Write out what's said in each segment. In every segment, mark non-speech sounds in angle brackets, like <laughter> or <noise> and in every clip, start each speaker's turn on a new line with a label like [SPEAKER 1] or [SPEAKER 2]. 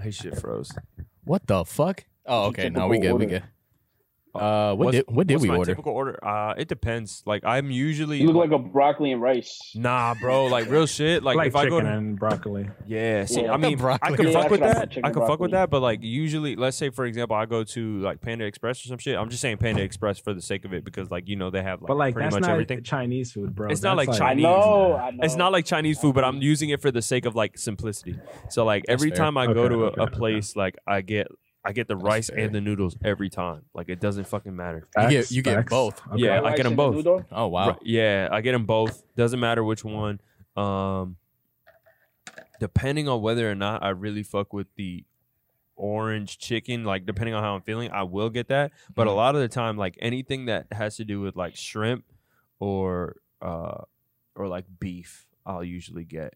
[SPEAKER 1] Hey, shit froze.
[SPEAKER 2] What the fuck? Oh,
[SPEAKER 3] What's your
[SPEAKER 2] okay. No, we good.
[SPEAKER 3] typical
[SPEAKER 2] We
[SPEAKER 3] order?
[SPEAKER 2] good. Uh, what
[SPEAKER 1] What's-
[SPEAKER 2] did what did
[SPEAKER 1] what's
[SPEAKER 2] we
[SPEAKER 1] my
[SPEAKER 2] order?
[SPEAKER 1] Typical order. Uh, it depends. Like I'm usually
[SPEAKER 3] You look like a broccoli and rice.
[SPEAKER 1] nah, bro. Like real shit. Like,
[SPEAKER 4] like
[SPEAKER 1] if I
[SPEAKER 4] chicken eh?
[SPEAKER 1] go to
[SPEAKER 4] and broccoli.
[SPEAKER 1] Yeah, see,
[SPEAKER 3] Yeah.
[SPEAKER 1] I mean, I
[SPEAKER 2] Broccoli.
[SPEAKER 1] could
[SPEAKER 2] Yeah,
[SPEAKER 1] fuck
[SPEAKER 3] that's
[SPEAKER 1] with
[SPEAKER 3] what I said,
[SPEAKER 1] that.
[SPEAKER 3] chicken
[SPEAKER 1] I could fuck
[SPEAKER 3] broccoli.
[SPEAKER 1] with that, but like usually, let's say for example, I go to like Panda Express or some shit. I'm just saying Panda Express for the sake of it because like you know they have like,
[SPEAKER 4] But like
[SPEAKER 1] pretty
[SPEAKER 4] that's
[SPEAKER 1] much
[SPEAKER 4] not
[SPEAKER 1] everything.
[SPEAKER 4] Chinese food, bro.
[SPEAKER 1] It's not
[SPEAKER 4] That's,
[SPEAKER 1] like
[SPEAKER 3] I
[SPEAKER 1] Chinese.
[SPEAKER 3] know, I know.
[SPEAKER 1] It's not like Chinese food, but I'm using it for the sake of like simplicity. So like every
[SPEAKER 2] fair.
[SPEAKER 1] time I go
[SPEAKER 4] Okay,
[SPEAKER 1] to a,
[SPEAKER 4] okay,
[SPEAKER 1] a
[SPEAKER 4] okay.
[SPEAKER 1] place, like I get I get the rice
[SPEAKER 2] fair.
[SPEAKER 1] and the noodles every time. Like it doesn't fucking matter.
[SPEAKER 2] You get-
[SPEAKER 4] facts,
[SPEAKER 2] you get
[SPEAKER 4] facts.
[SPEAKER 2] both.
[SPEAKER 4] Okay.
[SPEAKER 1] Yeah,
[SPEAKER 3] Fried
[SPEAKER 1] I
[SPEAKER 3] rice
[SPEAKER 1] get 'em
[SPEAKER 3] and a
[SPEAKER 1] both.
[SPEAKER 3] noodle?
[SPEAKER 2] Oh wow.
[SPEAKER 1] Right, yeah, I get them both. Doesn't matter which one. Um, depending on whether or not I really fuck with the orange chicken, like depending on how I'm feeling, I will get that. But a lot of the time, like anything that has to do with like shrimp or uh or like beef, I'll usually get.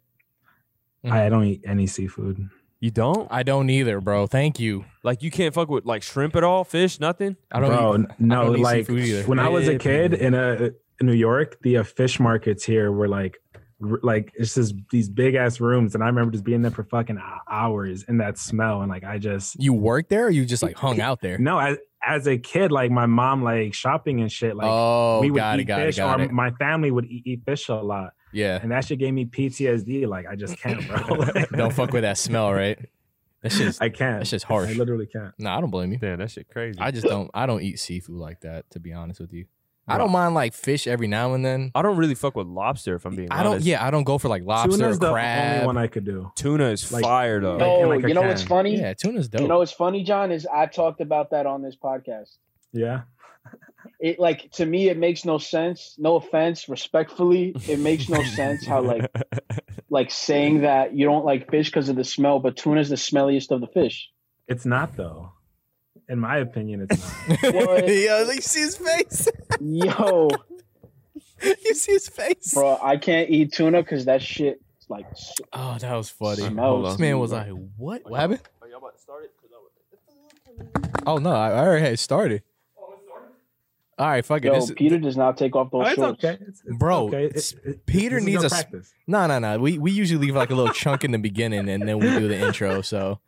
[SPEAKER 4] I don't eat any seafood.
[SPEAKER 1] You don't
[SPEAKER 2] I don't either, bro. Thank you.
[SPEAKER 1] like you can't fuck with like shrimp at all, fish, nothing.
[SPEAKER 2] I don't.
[SPEAKER 4] bro,
[SPEAKER 2] eat-
[SPEAKER 4] n- no,
[SPEAKER 2] don't eat
[SPEAKER 4] like
[SPEAKER 2] seafood either.
[SPEAKER 4] when I was a
[SPEAKER 1] Yeah,
[SPEAKER 4] kid
[SPEAKER 1] man.
[SPEAKER 4] in uh in New York, the uh, fish markets here were like, r- like it's just these big ass rooms, and I remember just being there for fucking h- hours in that smell, and like I just
[SPEAKER 2] you worked there, or you just like hung out there?
[SPEAKER 4] <laughs> no, as, as a kid, like my mom like shopping and shit, like
[SPEAKER 2] oh,
[SPEAKER 4] we would
[SPEAKER 2] got it,
[SPEAKER 4] eat
[SPEAKER 2] got it,
[SPEAKER 4] fish,
[SPEAKER 2] got
[SPEAKER 4] or
[SPEAKER 2] it.
[SPEAKER 4] my family would eat, eat fish a lot,
[SPEAKER 2] Yeah.
[SPEAKER 4] <laughs> and that shit gave me PTSD. Like I just can't, bro. Like,
[SPEAKER 2] <laughs>
[SPEAKER 4] <laughs>
[SPEAKER 2] Don't fuck with that smell, right? That's just
[SPEAKER 4] I can't.
[SPEAKER 2] that's just
[SPEAKER 4] I
[SPEAKER 2] harsh.
[SPEAKER 4] literally can't.
[SPEAKER 2] No, I don't
[SPEAKER 4] <laughs>
[SPEAKER 2] blame you.
[SPEAKER 1] Damn, that shit crazy.
[SPEAKER 2] I just don't. I don't eat seafood like that. To be honest with you, I don't mind like fish every now and then.
[SPEAKER 1] I don't really fuck with lobster if I'm being
[SPEAKER 2] I don't.
[SPEAKER 1] honest.
[SPEAKER 2] Yeah, I don't go for like lobster,
[SPEAKER 4] Tuna's
[SPEAKER 2] or
[SPEAKER 4] the
[SPEAKER 2] crab.
[SPEAKER 4] only one I could do.
[SPEAKER 1] Tuna is
[SPEAKER 4] Like-
[SPEAKER 1] fire though.
[SPEAKER 4] Like
[SPEAKER 3] No,
[SPEAKER 4] in, like, a
[SPEAKER 3] you know what's
[SPEAKER 4] can.
[SPEAKER 3] funny?
[SPEAKER 2] yeah, tuna's dope. <laughs>
[SPEAKER 3] You know what's funny, John, is I talked about that on this podcast.
[SPEAKER 4] Yeah.
[SPEAKER 3] It like to me, it makes no sense. No offense, respectfully, it
[SPEAKER 1] <laughs>
[SPEAKER 3] makes no sense how like like saying that you don't like fish because of the smell, but tuna's the smelliest of the fish.
[SPEAKER 4] It's not though. In my opinion, it's
[SPEAKER 3] <laughs>
[SPEAKER 4] not.
[SPEAKER 3] What?
[SPEAKER 2] Yo, you see his face. <laughs>
[SPEAKER 3] Yo,
[SPEAKER 2] you see his face.
[SPEAKER 3] bro, I can't eat tuna because that shit is like s-
[SPEAKER 2] Oh, that was funny.
[SPEAKER 1] Hold
[SPEAKER 3] smells.
[SPEAKER 1] on.
[SPEAKER 2] This man was like, "What? What happened?" Oh no, I, I already had started. All right, fuck it.
[SPEAKER 3] Yo,
[SPEAKER 2] this is-
[SPEAKER 3] Peter does not take off those
[SPEAKER 4] Oh, it's
[SPEAKER 3] shorts.
[SPEAKER 4] okay. It's, it's
[SPEAKER 2] Bro,
[SPEAKER 4] okay.
[SPEAKER 2] it's- Peter
[SPEAKER 4] this is
[SPEAKER 2] needs
[SPEAKER 4] good
[SPEAKER 2] a s-
[SPEAKER 4] practice.
[SPEAKER 2] No, no, no. We we usually leave like a little chunk in the beginning, and then we do the intro. So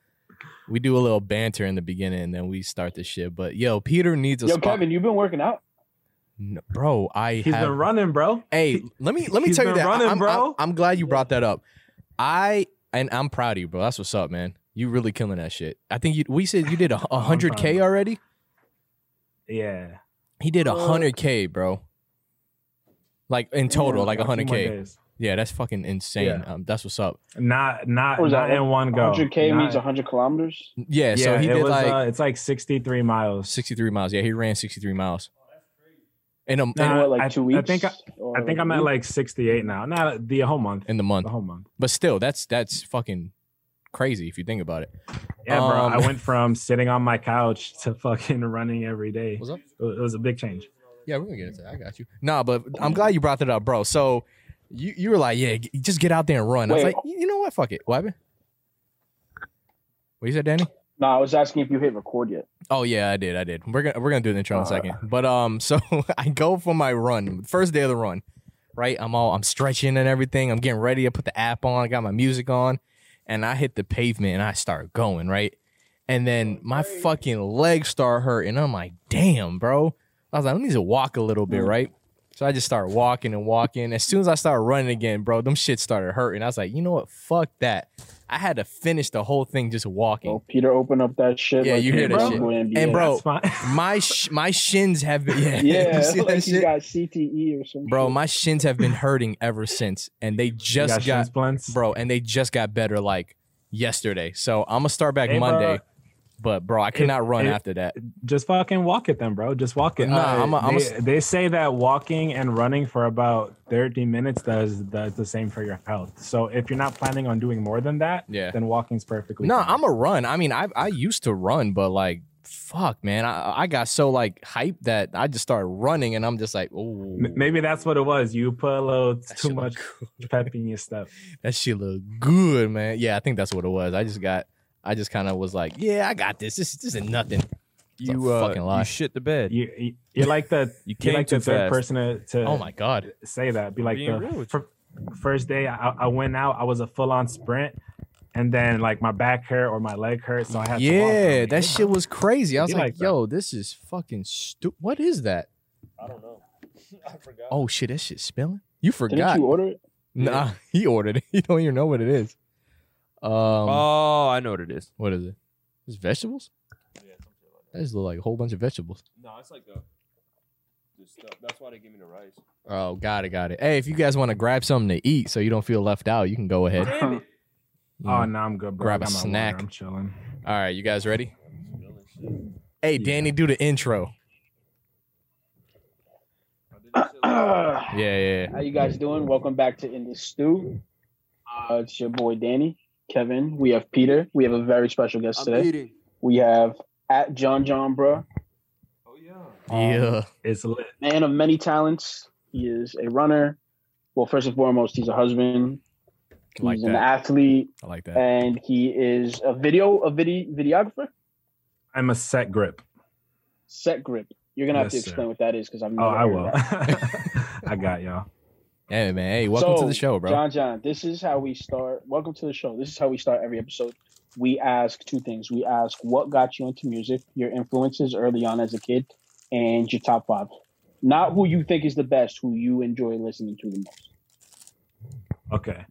[SPEAKER 2] we do a little banter in the beginning, and then we start the shit. But yo, Peter needs a
[SPEAKER 3] Yo,
[SPEAKER 2] spot.
[SPEAKER 3] Kevin, you've been working out.
[SPEAKER 2] No, bro, I
[SPEAKER 4] He's
[SPEAKER 2] have.
[SPEAKER 4] been running, bro.
[SPEAKER 2] hey, let me let me
[SPEAKER 4] He's
[SPEAKER 2] tell you
[SPEAKER 4] been
[SPEAKER 2] that.
[SPEAKER 4] running,
[SPEAKER 2] I'm,
[SPEAKER 4] bro.
[SPEAKER 2] I'm, I'm glad you brought that up. I and I'm proud of you, bro. That's what's up, man. You really killing that shit. I think you. We said you
[SPEAKER 4] <laughs>
[SPEAKER 2] did a a hundred
[SPEAKER 4] proud of
[SPEAKER 2] k
[SPEAKER 4] you.
[SPEAKER 2] already.
[SPEAKER 4] Yeah.
[SPEAKER 2] He did a
[SPEAKER 3] Uh,
[SPEAKER 2] hundred k, bro. Like in total,
[SPEAKER 4] Yeah,
[SPEAKER 2] like
[SPEAKER 4] a
[SPEAKER 2] a
[SPEAKER 4] few
[SPEAKER 2] hundred
[SPEAKER 4] more
[SPEAKER 2] k.
[SPEAKER 4] days.
[SPEAKER 2] Yeah, that's fucking insane.
[SPEAKER 4] Yeah.
[SPEAKER 2] Um, that's what's up.
[SPEAKER 4] Not not
[SPEAKER 3] What was
[SPEAKER 4] not
[SPEAKER 3] that,
[SPEAKER 4] in one go.
[SPEAKER 3] 100k
[SPEAKER 4] Not-
[SPEAKER 3] means 100 kilometers.
[SPEAKER 2] Yeah, so he
[SPEAKER 4] it
[SPEAKER 2] did
[SPEAKER 4] was,
[SPEAKER 2] like.
[SPEAKER 4] uh, it's like sixty three miles.
[SPEAKER 2] 63 miles. Yeah, he ran 63 miles. In a,
[SPEAKER 4] Nah,
[SPEAKER 3] in what, like
[SPEAKER 4] I-
[SPEAKER 3] two
[SPEAKER 4] I
[SPEAKER 3] weeks?
[SPEAKER 4] think I-
[SPEAKER 3] Or
[SPEAKER 4] I think
[SPEAKER 3] a
[SPEAKER 4] I'm at
[SPEAKER 3] week?
[SPEAKER 4] like sixty eight now. Not the whole month.
[SPEAKER 2] in the month.
[SPEAKER 4] The whole month.
[SPEAKER 2] But still, that's that's fucking crazy if you think about it.
[SPEAKER 4] Yeah, bro.
[SPEAKER 2] Um,
[SPEAKER 4] I went from sitting on my couch to fucking running every day.
[SPEAKER 2] What's up?
[SPEAKER 4] It was- it was a big change.
[SPEAKER 2] Yeah, we're gonna get into that. I got you. Nah, but I'm glad you brought that up, bro. So you, you were like, yeah, g- just get out there and run. I was
[SPEAKER 3] Wait.
[SPEAKER 2] like, you you know what? Fuck it. What happened? What you said, Danny?
[SPEAKER 3] No, I was asking if you hit record yet.
[SPEAKER 2] Oh yeah, I did. I did. We're gonna we're gonna do an intro in a
[SPEAKER 4] Uh.
[SPEAKER 2] second. But um, <laughs> so I go for my run, first day of the run, right? I'm all I'm stretching and everything. I'm getting ready. I put the app on. I got my music on, and I hit the pavement and I start going right. And then my fucking legs start hurting. I'm like, damn, bro. I was like, I need to walk a little bit, right? So I just started walking and walking. As soon as I started running again, bro, them shit started hurting. I was like, you know what? Fuck that. I had to finish the whole thing just walking.
[SPEAKER 3] Well, Peter, open up that shit.
[SPEAKER 2] Yeah,
[SPEAKER 3] like
[SPEAKER 2] you hear
[SPEAKER 3] you're
[SPEAKER 4] that
[SPEAKER 3] in
[SPEAKER 4] shit.
[SPEAKER 3] NBA.
[SPEAKER 2] And bro,
[SPEAKER 4] That's fine.
[SPEAKER 2] my sh- my shins have been <laughs> yeah,
[SPEAKER 3] <laughs> yeah,
[SPEAKER 2] You see that
[SPEAKER 3] like he's
[SPEAKER 2] shit?
[SPEAKER 3] got CTE or something.
[SPEAKER 2] bro my shins have been hurting ever since and they
[SPEAKER 4] <laughs> You
[SPEAKER 2] just
[SPEAKER 4] shin
[SPEAKER 2] got
[SPEAKER 4] splints?
[SPEAKER 2] bro and they just got better like yesterday so i'm gonna start back
[SPEAKER 4] Hey, bro.
[SPEAKER 2] monday but bro i could
[SPEAKER 4] If-
[SPEAKER 2] not run
[SPEAKER 4] if-
[SPEAKER 2] after that
[SPEAKER 4] just fucking walk it then, bro. Just walk it. Uh,
[SPEAKER 2] Nah, I'm a- I'm a-
[SPEAKER 4] they, they say that walking and running for about 30 minutes does does the same for your health. So if you're not planning on doing more than that,
[SPEAKER 2] Yeah.
[SPEAKER 4] then walking's perfectly.
[SPEAKER 2] no
[SPEAKER 4] fine.
[SPEAKER 2] i'm a run i mean i i used to run but like fuck man i i got so like hyped that i just started running and i'm just like oh
[SPEAKER 4] M- maybe that's what it was. You put a little
[SPEAKER 2] that
[SPEAKER 4] too
[SPEAKER 2] shit look <laughs>
[SPEAKER 4] much pep in your step.
[SPEAKER 2] That shit look good, man. Yeah, I think that's what it was. I just got, I just kind of was like, yeah, I got this. This, this is nothing. It's a
[SPEAKER 1] you uh,
[SPEAKER 2] fucking lie.
[SPEAKER 1] you shit the bed. You,
[SPEAKER 4] You, you- you're like the
[SPEAKER 1] came
[SPEAKER 4] you're like
[SPEAKER 1] too
[SPEAKER 4] the third
[SPEAKER 1] fast.
[SPEAKER 4] person to, to
[SPEAKER 2] Oh my god.
[SPEAKER 4] say that. Be
[SPEAKER 1] I'm
[SPEAKER 4] like
[SPEAKER 1] being real
[SPEAKER 4] the
[SPEAKER 1] with
[SPEAKER 4] fir- first day I, I went out, I was a full on sprint, and then like my back hurt or my leg hurt, so I had to walk.
[SPEAKER 2] Yeah,
[SPEAKER 4] I'm
[SPEAKER 2] that
[SPEAKER 4] like,
[SPEAKER 2] shit was crazy. I was
[SPEAKER 4] You
[SPEAKER 2] like,
[SPEAKER 4] like that.
[SPEAKER 2] yo, this is fucking stupid. What is that?
[SPEAKER 1] I don't know. <laughs> I forgot.
[SPEAKER 2] Oh shit, that shit's spilling. You
[SPEAKER 3] Didn't
[SPEAKER 2] forgot.
[SPEAKER 3] you order it?
[SPEAKER 2] Nah, <laughs> he ordered it. You don't even know what it is. Um,
[SPEAKER 4] Uh,
[SPEAKER 1] oh, I know what it is.
[SPEAKER 2] what is it? It's vegetables. That just look like a whole bunch of vegetables.
[SPEAKER 1] No, it's like the, the stuff. That's why they give me the rice.
[SPEAKER 2] Oh, got it, got it. Hey, if you guys want to grab something to eat so you don't feel left out, you can go ahead.
[SPEAKER 3] Damn it.
[SPEAKER 2] You know.
[SPEAKER 4] Oh no, I'm good. Bro.
[SPEAKER 2] Grab a
[SPEAKER 4] I got my water.
[SPEAKER 2] snack.
[SPEAKER 4] I'm chilling.
[SPEAKER 2] All right, you guys ready? Hey, Danny, do the intro.
[SPEAKER 3] How
[SPEAKER 2] <clears throat> Yeah, yeah, yeah.
[SPEAKER 3] you guys doing? Welcome back to In This Stew. Uh, it's your boy Danny, Kevin. We have Peter. We have a very special guest today.
[SPEAKER 1] eating.
[SPEAKER 3] We have at John John Bruh,
[SPEAKER 1] Oh yeah.
[SPEAKER 2] yeah.
[SPEAKER 4] It's lit.
[SPEAKER 3] man of many talents. He is a runner. Well, first and foremost, he's a husband.
[SPEAKER 2] I like
[SPEAKER 3] He's an
[SPEAKER 2] that.
[SPEAKER 3] athlete,
[SPEAKER 2] I like that.
[SPEAKER 3] and he is a video, a video videographer.
[SPEAKER 4] I'm a set grip.
[SPEAKER 3] Set grip. You're gonna have
[SPEAKER 4] Yes,
[SPEAKER 3] to
[SPEAKER 4] sir.
[SPEAKER 3] explain what that is because I'm.
[SPEAKER 4] Oh, I will. <laughs>
[SPEAKER 1] <laughs>
[SPEAKER 4] I got y'all.
[SPEAKER 2] Hey man, hey, welcome to the show, bro.
[SPEAKER 3] John John, this is how we start. Welcome to the show. This is how we start every episode. We ask two things. We ask what got you into music, your influences early on as a kid, and your top five. Not who you think is the best, who you enjoy listening to the most.
[SPEAKER 4] Okay.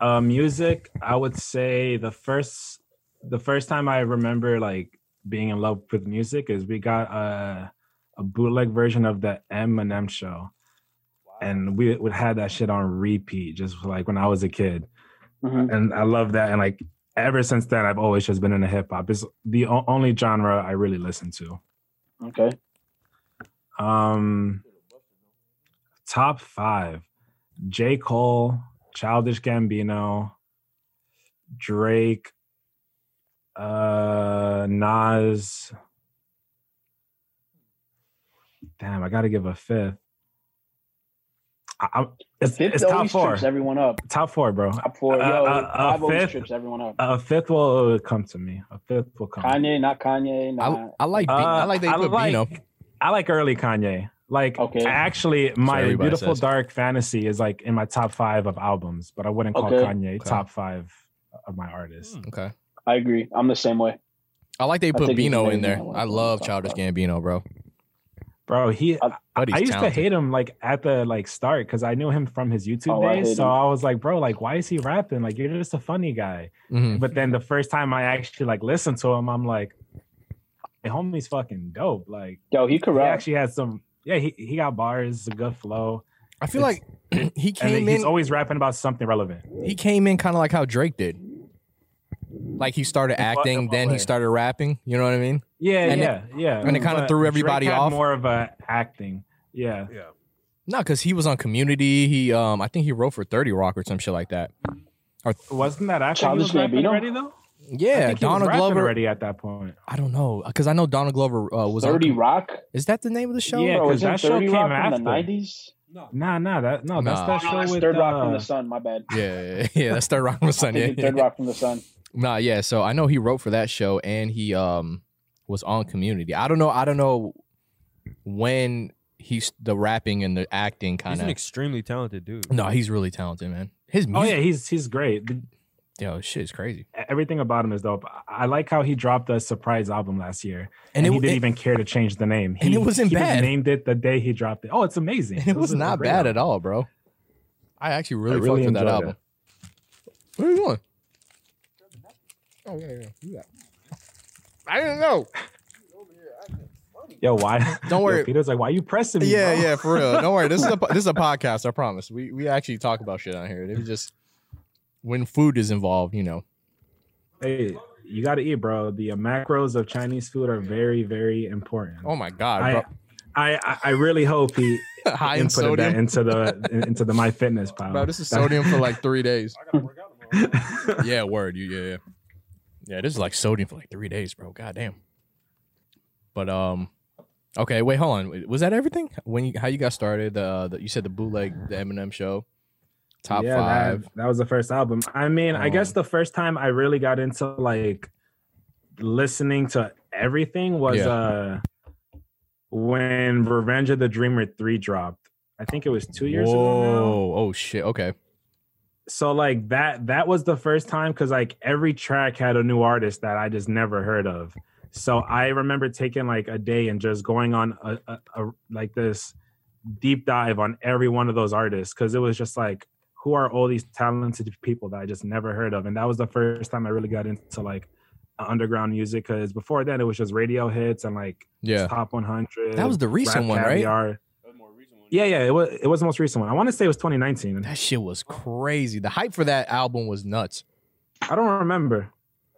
[SPEAKER 4] Uh, music, I would say the first the first time I remember like being in love with music is we got a a bootleg version of the Eminem show. And we would had that shit on repeat just like when I was a kid. And I love that and like ever since then I've always just been into hip hop. It's the o- only genre I really listen to.
[SPEAKER 3] Okay.
[SPEAKER 4] Um top 5. J. Cole, Childish Gambino, Drake, uh Nas. Damn, I got to give a fifth. I, I, it's,
[SPEAKER 3] Fifth
[SPEAKER 4] it's top
[SPEAKER 3] always
[SPEAKER 4] four.
[SPEAKER 3] trips everyone up.
[SPEAKER 4] Top four, bro.
[SPEAKER 3] Top four. Yo,
[SPEAKER 4] Uh, uh, uh,
[SPEAKER 3] five always
[SPEAKER 4] fifth?
[SPEAKER 3] trips everyone up.
[SPEAKER 4] A fifth will come to me. A fifth will come.
[SPEAKER 3] Kanye, not Kanye, not
[SPEAKER 2] I, I like Be- I
[SPEAKER 4] Uh,
[SPEAKER 2] like that you
[SPEAKER 4] I
[SPEAKER 2] put
[SPEAKER 4] like-
[SPEAKER 2] Beano.
[SPEAKER 4] I like early Kanye. Like
[SPEAKER 3] Okay.
[SPEAKER 4] actually my
[SPEAKER 2] everybody
[SPEAKER 4] beautiful
[SPEAKER 2] says.
[SPEAKER 4] dark fantasy is like in my top five of albums, but I wouldn't call
[SPEAKER 3] Okay.
[SPEAKER 4] Kanye
[SPEAKER 2] Okay. Hmm.
[SPEAKER 4] top five of my artists.
[SPEAKER 2] Okay.
[SPEAKER 3] I agree. I'm the same way.
[SPEAKER 2] I like they
[SPEAKER 3] I
[SPEAKER 2] put
[SPEAKER 3] think he's
[SPEAKER 2] Beano in
[SPEAKER 3] amazing.
[SPEAKER 2] there.
[SPEAKER 3] I like
[SPEAKER 2] I
[SPEAKER 3] him.
[SPEAKER 2] love Childish Gambino, bro.
[SPEAKER 4] Bro, he
[SPEAKER 3] I-
[SPEAKER 2] But he's
[SPEAKER 4] I used
[SPEAKER 2] talented.
[SPEAKER 4] to hate him like at the like start because I knew him from his YouTube
[SPEAKER 3] Oh, I
[SPEAKER 4] days.
[SPEAKER 3] hate
[SPEAKER 4] so
[SPEAKER 3] him.
[SPEAKER 4] I was like, bro, like why is he rapping? Like you're just a funny guy.
[SPEAKER 2] Mhm.
[SPEAKER 4] But then the first time I actually like listened to him, I'm like, hey, homie's fucking dope. Like
[SPEAKER 3] Yo, he could
[SPEAKER 4] he
[SPEAKER 3] rap.
[SPEAKER 4] actually had some yeah, he, he got bars, a good flow.
[SPEAKER 2] I feel
[SPEAKER 4] It's-
[SPEAKER 2] like he
[SPEAKER 4] And
[SPEAKER 2] came
[SPEAKER 4] he's
[SPEAKER 2] in
[SPEAKER 4] always rapping about something relevant.
[SPEAKER 2] he came in kind of like how Drake did. Like he started
[SPEAKER 4] In what- in
[SPEAKER 2] acting,
[SPEAKER 4] what
[SPEAKER 2] then he
[SPEAKER 4] way?
[SPEAKER 2] started rapping. You know what I mean?
[SPEAKER 4] Yeah,
[SPEAKER 2] And it-
[SPEAKER 4] yeah, yeah.
[SPEAKER 2] and it kinda
[SPEAKER 4] But
[SPEAKER 2] threw
[SPEAKER 4] Drake
[SPEAKER 2] everybody
[SPEAKER 4] had
[SPEAKER 2] off.
[SPEAKER 4] More of a acting. Yeah.
[SPEAKER 1] Yeah.
[SPEAKER 2] No, because he was on Community. He um I think he wrote for Thirty Rock or some shit like that.
[SPEAKER 4] Wasn't that after
[SPEAKER 3] Childish
[SPEAKER 4] he was rapping
[SPEAKER 3] Gambino?
[SPEAKER 4] already though? I
[SPEAKER 2] Yeah,
[SPEAKER 4] think he was
[SPEAKER 2] Donald
[SPEAKER 4] rapping
[SPEAKER 2] Glover.
[SPEAKER 4] already at that point.
[SPEAKER 2] I don't know because I know Donald Glover uh, was on-
[SPEAKER 3] Thirty Rock.
[SPEAKER 2] Is that the name of the show?
[SPEAKER 4] Yeah,
[SPEAKER 3] Bro,
[SPEAKER 4] 'cause
[SPEAKER 3] isn't
[SPEAKER 4] that show
[SPEAKER 3] 30
[SPEAKER 4] came
[SPEAKER 3] Rock
[SPEAKER 4] after.
[SPEAKER 3] from the '90s?
[SPEAKER 1] No.
[SPEAKER 4] Nah, nah, that no,
[SPEAKER 2] Nah.
[SPEAKER 4] that's
[SPEAKER 3] Oh,
[SPEAKER 4] that show
[SPEAKER 3] no, that's
[SPEAKER 4] with
[SPEAKER 3] Third Rock from
[SPEAKER 4] uh,
[SPEAKER 3] the Sun. My bad.
[SPEAKER 2] Yeah, yeah, yeah, that's Third Rock from the Sun. Yeah,
[SPEAKER 3] Thinking Third Rock from the Sun.
[SPEAKER 2] Nah, yeah. So I know he wrote for that show, and he um was on Community. I don't know. I don't know when he's the rapping and the acting
[SPEAKER 1] He's
[SPEAKER 2] kind
[SPEAKER 1] an
[SPEAKER 2] of.
[SPEAKER 1] extremely talented dude.
[SPEAKER 2] no, he's really talented, man. His
[SPEAKER 4] Oh
[SPEAKER 2] music,
[SPEAKER 4] yeah, he's he's great. The-
[SPEAKER 2] yo, shit is crazy.
[SPEAKER 4] Everything about him is dope. I- I like how he dropped a surprise album last year,
[SPEAKER 2] And,
[SPEAKER 4] and, he
[SPEAKER 2] it,
[SPEAKER 4] didn't
[SPEAKER 2] it,
[SPEAKER 4] even care to change the name.
[SPEAKER 2] and it
[SPEAKER 4] He-
[SPEAKER 2] wasn't
[SPEAKER 4] he just
[SPEAKER 2] bad.
[SPEAKER 4] named it the day he dropped it. Oh, it's amazing.
[SPEAKER 2] and <laughs> it was not bad at all, bro. I actually really,
[SPEAKER 4] really
[SPEAKER 2] fucked with that
[SPEAKER 4] enjoyed
[SPEAKER 2] album. Where are you going? Oh yeah, yeah, yeah. I didn't know.
[SPEAKER 4] Yo, why?
[SPEAKER 2] Don't
[SPEAKER 4] <laughs> Yo,
[SPEAKER 2] worry.
[SPEAKER 4] Peter's like, why you pressing me?
[SPEAKER 2] Yeah,
[SPEAKER 4] bro?"
[SPEAKER 2] yeah, for real. Don't worry.
[SPEAKER 4] <laughs>
[SPEAKER 2] This is a po- this is a podcast. I promise. We we actually talk about shit on here. It was just when food is involved, you know.
[SPEAKER 4] Hey, you got to eat, bro. The uh, macros of Chinese food are very, very important.
[SPEAKER 2] Oh my god,
[SPEAKER 4] I, I, I- I really hope he
[SPEAKER 2] bro. <laughs> high in
[SPEAKER 4] inputted that
[SPEAKER 2] sodium. <laughs>
[SPEAKER 4] into the in- into the My Fitness Pal.
[SPEAKER 2] Bro, this <laughs> is sodium for like three
[SPEAKER 4] <laughs>
[SPEAKER 2] days.
[SPEAKER 4] yeah,
[SPEAKER 2] Yeah, word. You, yeah, yeah, yeah. This is like sodium for like three days, bro. God damn. But um, okay. Wait, hold on. Was that everything? When you how you got started? Uh, the, you said the bootleg, the Eminem show, top five.
[SPEAKER 4] That, that was the first album. I mean, I guess
[SPEAKER 2] Um,
[SPEAKER 4] the first time I really got into like listening to everything was
[SPEAKER 2] Yeah.
[SPEAKER 4] uh when Revenge of the Dreamer 3 dropped. I think it was 2 years ago. Now.
[SPEAKER 2] Whoa. Oh shit. Okay.
[SPEAKER 4] So like that that was the first time cuz like every track had a new artist that I just never heard of. So I remember taking like a day and just going on a, a, a like this deep dive on every one of those artists cuz it was just like who are all these talented people that I just never heard of and that was the first time I really got into like underground music cuz before then it was just radio hits and like
[SPEAKER 2] Yeah.
[SPEAKER 4] top 100.
[SPEAKER 2] That was the recent
[SPEAKER 4] Rap
[SPEAKER 2] one, right?
[SPEAKER 4] Caviar. Yeah, yeah, it was it was the most recent one. I want to say it was 2019.
[SPEAKER 2] That shit was crazy. The hype for that album was nuts.
[SPEAKER 4] I don't remember.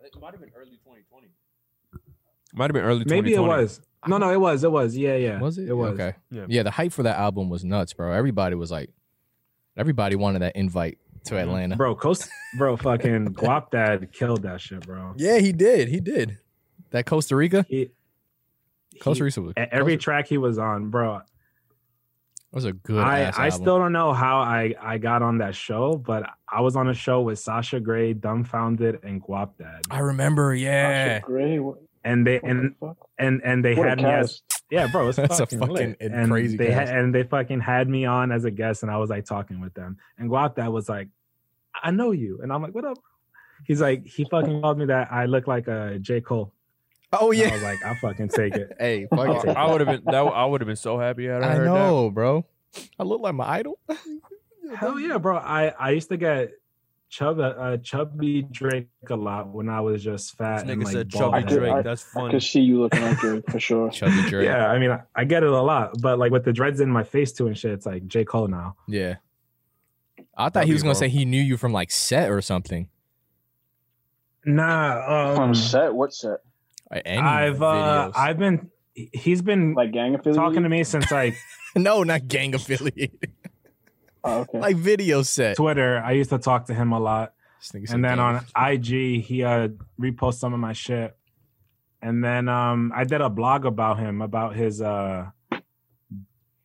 [SPEAKER 1] It might have been early 2020. Might have been early
[SPEAKER 4] Maybe it
[SPEAKER 1] 2020.
[SPEAKER 4] was. No, no, it was. It was. Yeah, yeah.
[SPEAKER 2] Was it?
[SPEAKER 4] It was.
[SPEAKER 2] Okay.
[SPEAKER 1] Yeah.
[SPEAKER 2] Yeah. The hype for that album was nuts, bro. Everybody was like, everybody wanted that invite to Atlanta.
[SPEAKER 4] Bro,
[SPEAKER 2] <laughs>
[SPEAKER 4] Coast Bro fucking Guap Dad killed that shit, bro.
[SPEAKER 2] Yeah, he did. He did. That Costa Rica.
[SPEAKER 4] He,
[SPEAKER 2] Costa
[SPEAKER 4] he-
[SPEAKER 2] Rica was
[SPEAKER 4] e- every
[SPEAKER 2] Costa-
[SPEAKER 4] track he was on, bro.
[SPEAKER 2] that was a good.
[SPEAKER 4] I,
[SPEAKER 2] ass
[SPEAKER 4] I
[SPEAKER 2] album.
[SPEAKER 4] still don't know how I, I got on that show, but I was on a show with Sasha Gray, Dumbfounded, and Guap Dad.
[SPEAKER 2] I remember. Yeah.
[SPEAKER 3] Great. What,
[SPEAKER 4] And they
[SPEAKER 3] what
[SPEAKER 4] and
[SPEAKER 3] the fuck?
[SPEAKER 4] and and they
[SPEAKER 3] What a
[SPEAKER 4] had me as
[SPEAKER 3] cast.
[SPEAKER 4] Yeah, bro,
[SPEAKER 2] <laughs>
[SPEAKER 4] it's
[SPEAKER 2] That's a
[SPEAKER 4] fucking, lit.
[SPEAKER 2] fucking
[SPEAKER 4] and
[SPEAKER 2] crazy
[SPEAKER 4] They
[SPEAKER 2] cast.
[SPEAKER 4] had, and they fucking had me on as a guest, and I was like talking with them. And Guap that was like, "I know you," and I'm like, "What up?" He's like, he
[SPEAKER 2] <laughs>
[SPEAKER 4] fucking called me that I look like a J Cole.
[SPEAKER 2] Oh
[SPEAKER 4] And I
[SPEAKER 2] yeah.
[SPEAKER 4] was like, "I fucking
[SPEAKER 2] <laughs>
[SPEAKER 4] take it."
[SPEAKER 2] Hey, fuck
[SPEAKER 1] I,
[SPEAKER 2] it.
[SPEAKER 1] I would have been that. I would have been so happy had I
[SPEAKER 2] I
[SPEAKER 1] heard that.
[SPEAKER 2] know, bro. I look like my <laughs> idol.
[SPEAKER 4] <laughs> Hell yeah, bro! I I used to get chub uh, chubby Drake a lot when I was just
[SPEAKER 1] This
[SPEAKER 4] fat and
[SPEAKER 1] nigga
[SPEAKER 4] like
[SPEAKER 1] said
[SPEAKER 4] bald
[SPEAKER 1] Chubby
[SPEAKER 4] head.
[SPEAKER 1] Drake.
[SPEAKER 3] I-
[SPEAKER 1] That's
[SPEAKER 3] I
[SPEAKER 1] funny.
[SPEAKER 3] could see you looking like Drake for
[SPEAKER 4] <laughs>
[SPEAKER 3] sure.
[SPEAKER 2] Chubby Drake.
[SPEAKER 4] Yeah, I mean, I, I get it a lot, but like with the dreads in my face too and shit, it's like J Cole now.
[SPEAKER 2] Yeah. I thought
[SPEAKER 1] That'd
[SPEAKER 2] he was
[SPEAKER 1] be
[SPEAKER 2] gonna
[SPEAKER 1] horrible.
[SPEAKER 2] say he knew you from like set or something.
[SPEAKER 4] Nah, um,
[SPEAKER 3] On set? What set?
[SPEAKER 2] Or Any
[SPEAKER 4] I've uh,
[SPEAKER 2] videos.
[SPEAKER 4] I've been he- he's been
[SPEAKER 3] Like gang affiliate?
[SPEAKER 4] talking to me
[SPEAKER 3] <laughs>
[SPEAKER 4] since like
[SPEAKER 2] <laughs> no, not gang affiliated. <laughs>
[SPEAKER 3] Oh, okay.
[SPEAKER 2] like video set.
[SPEAKER 4] Twitter. I used to talk to him a lot,
[SPEAKER 2] This nigga said
[SPEAKER 4] and then
[SPEAKER 2] gang
[SPEAKER 4] on
[SPEAKER 2] affiliated.
[SPEAKER 4] IG, he uh reposts some of my shit. And then um, I did a blog about him about his uh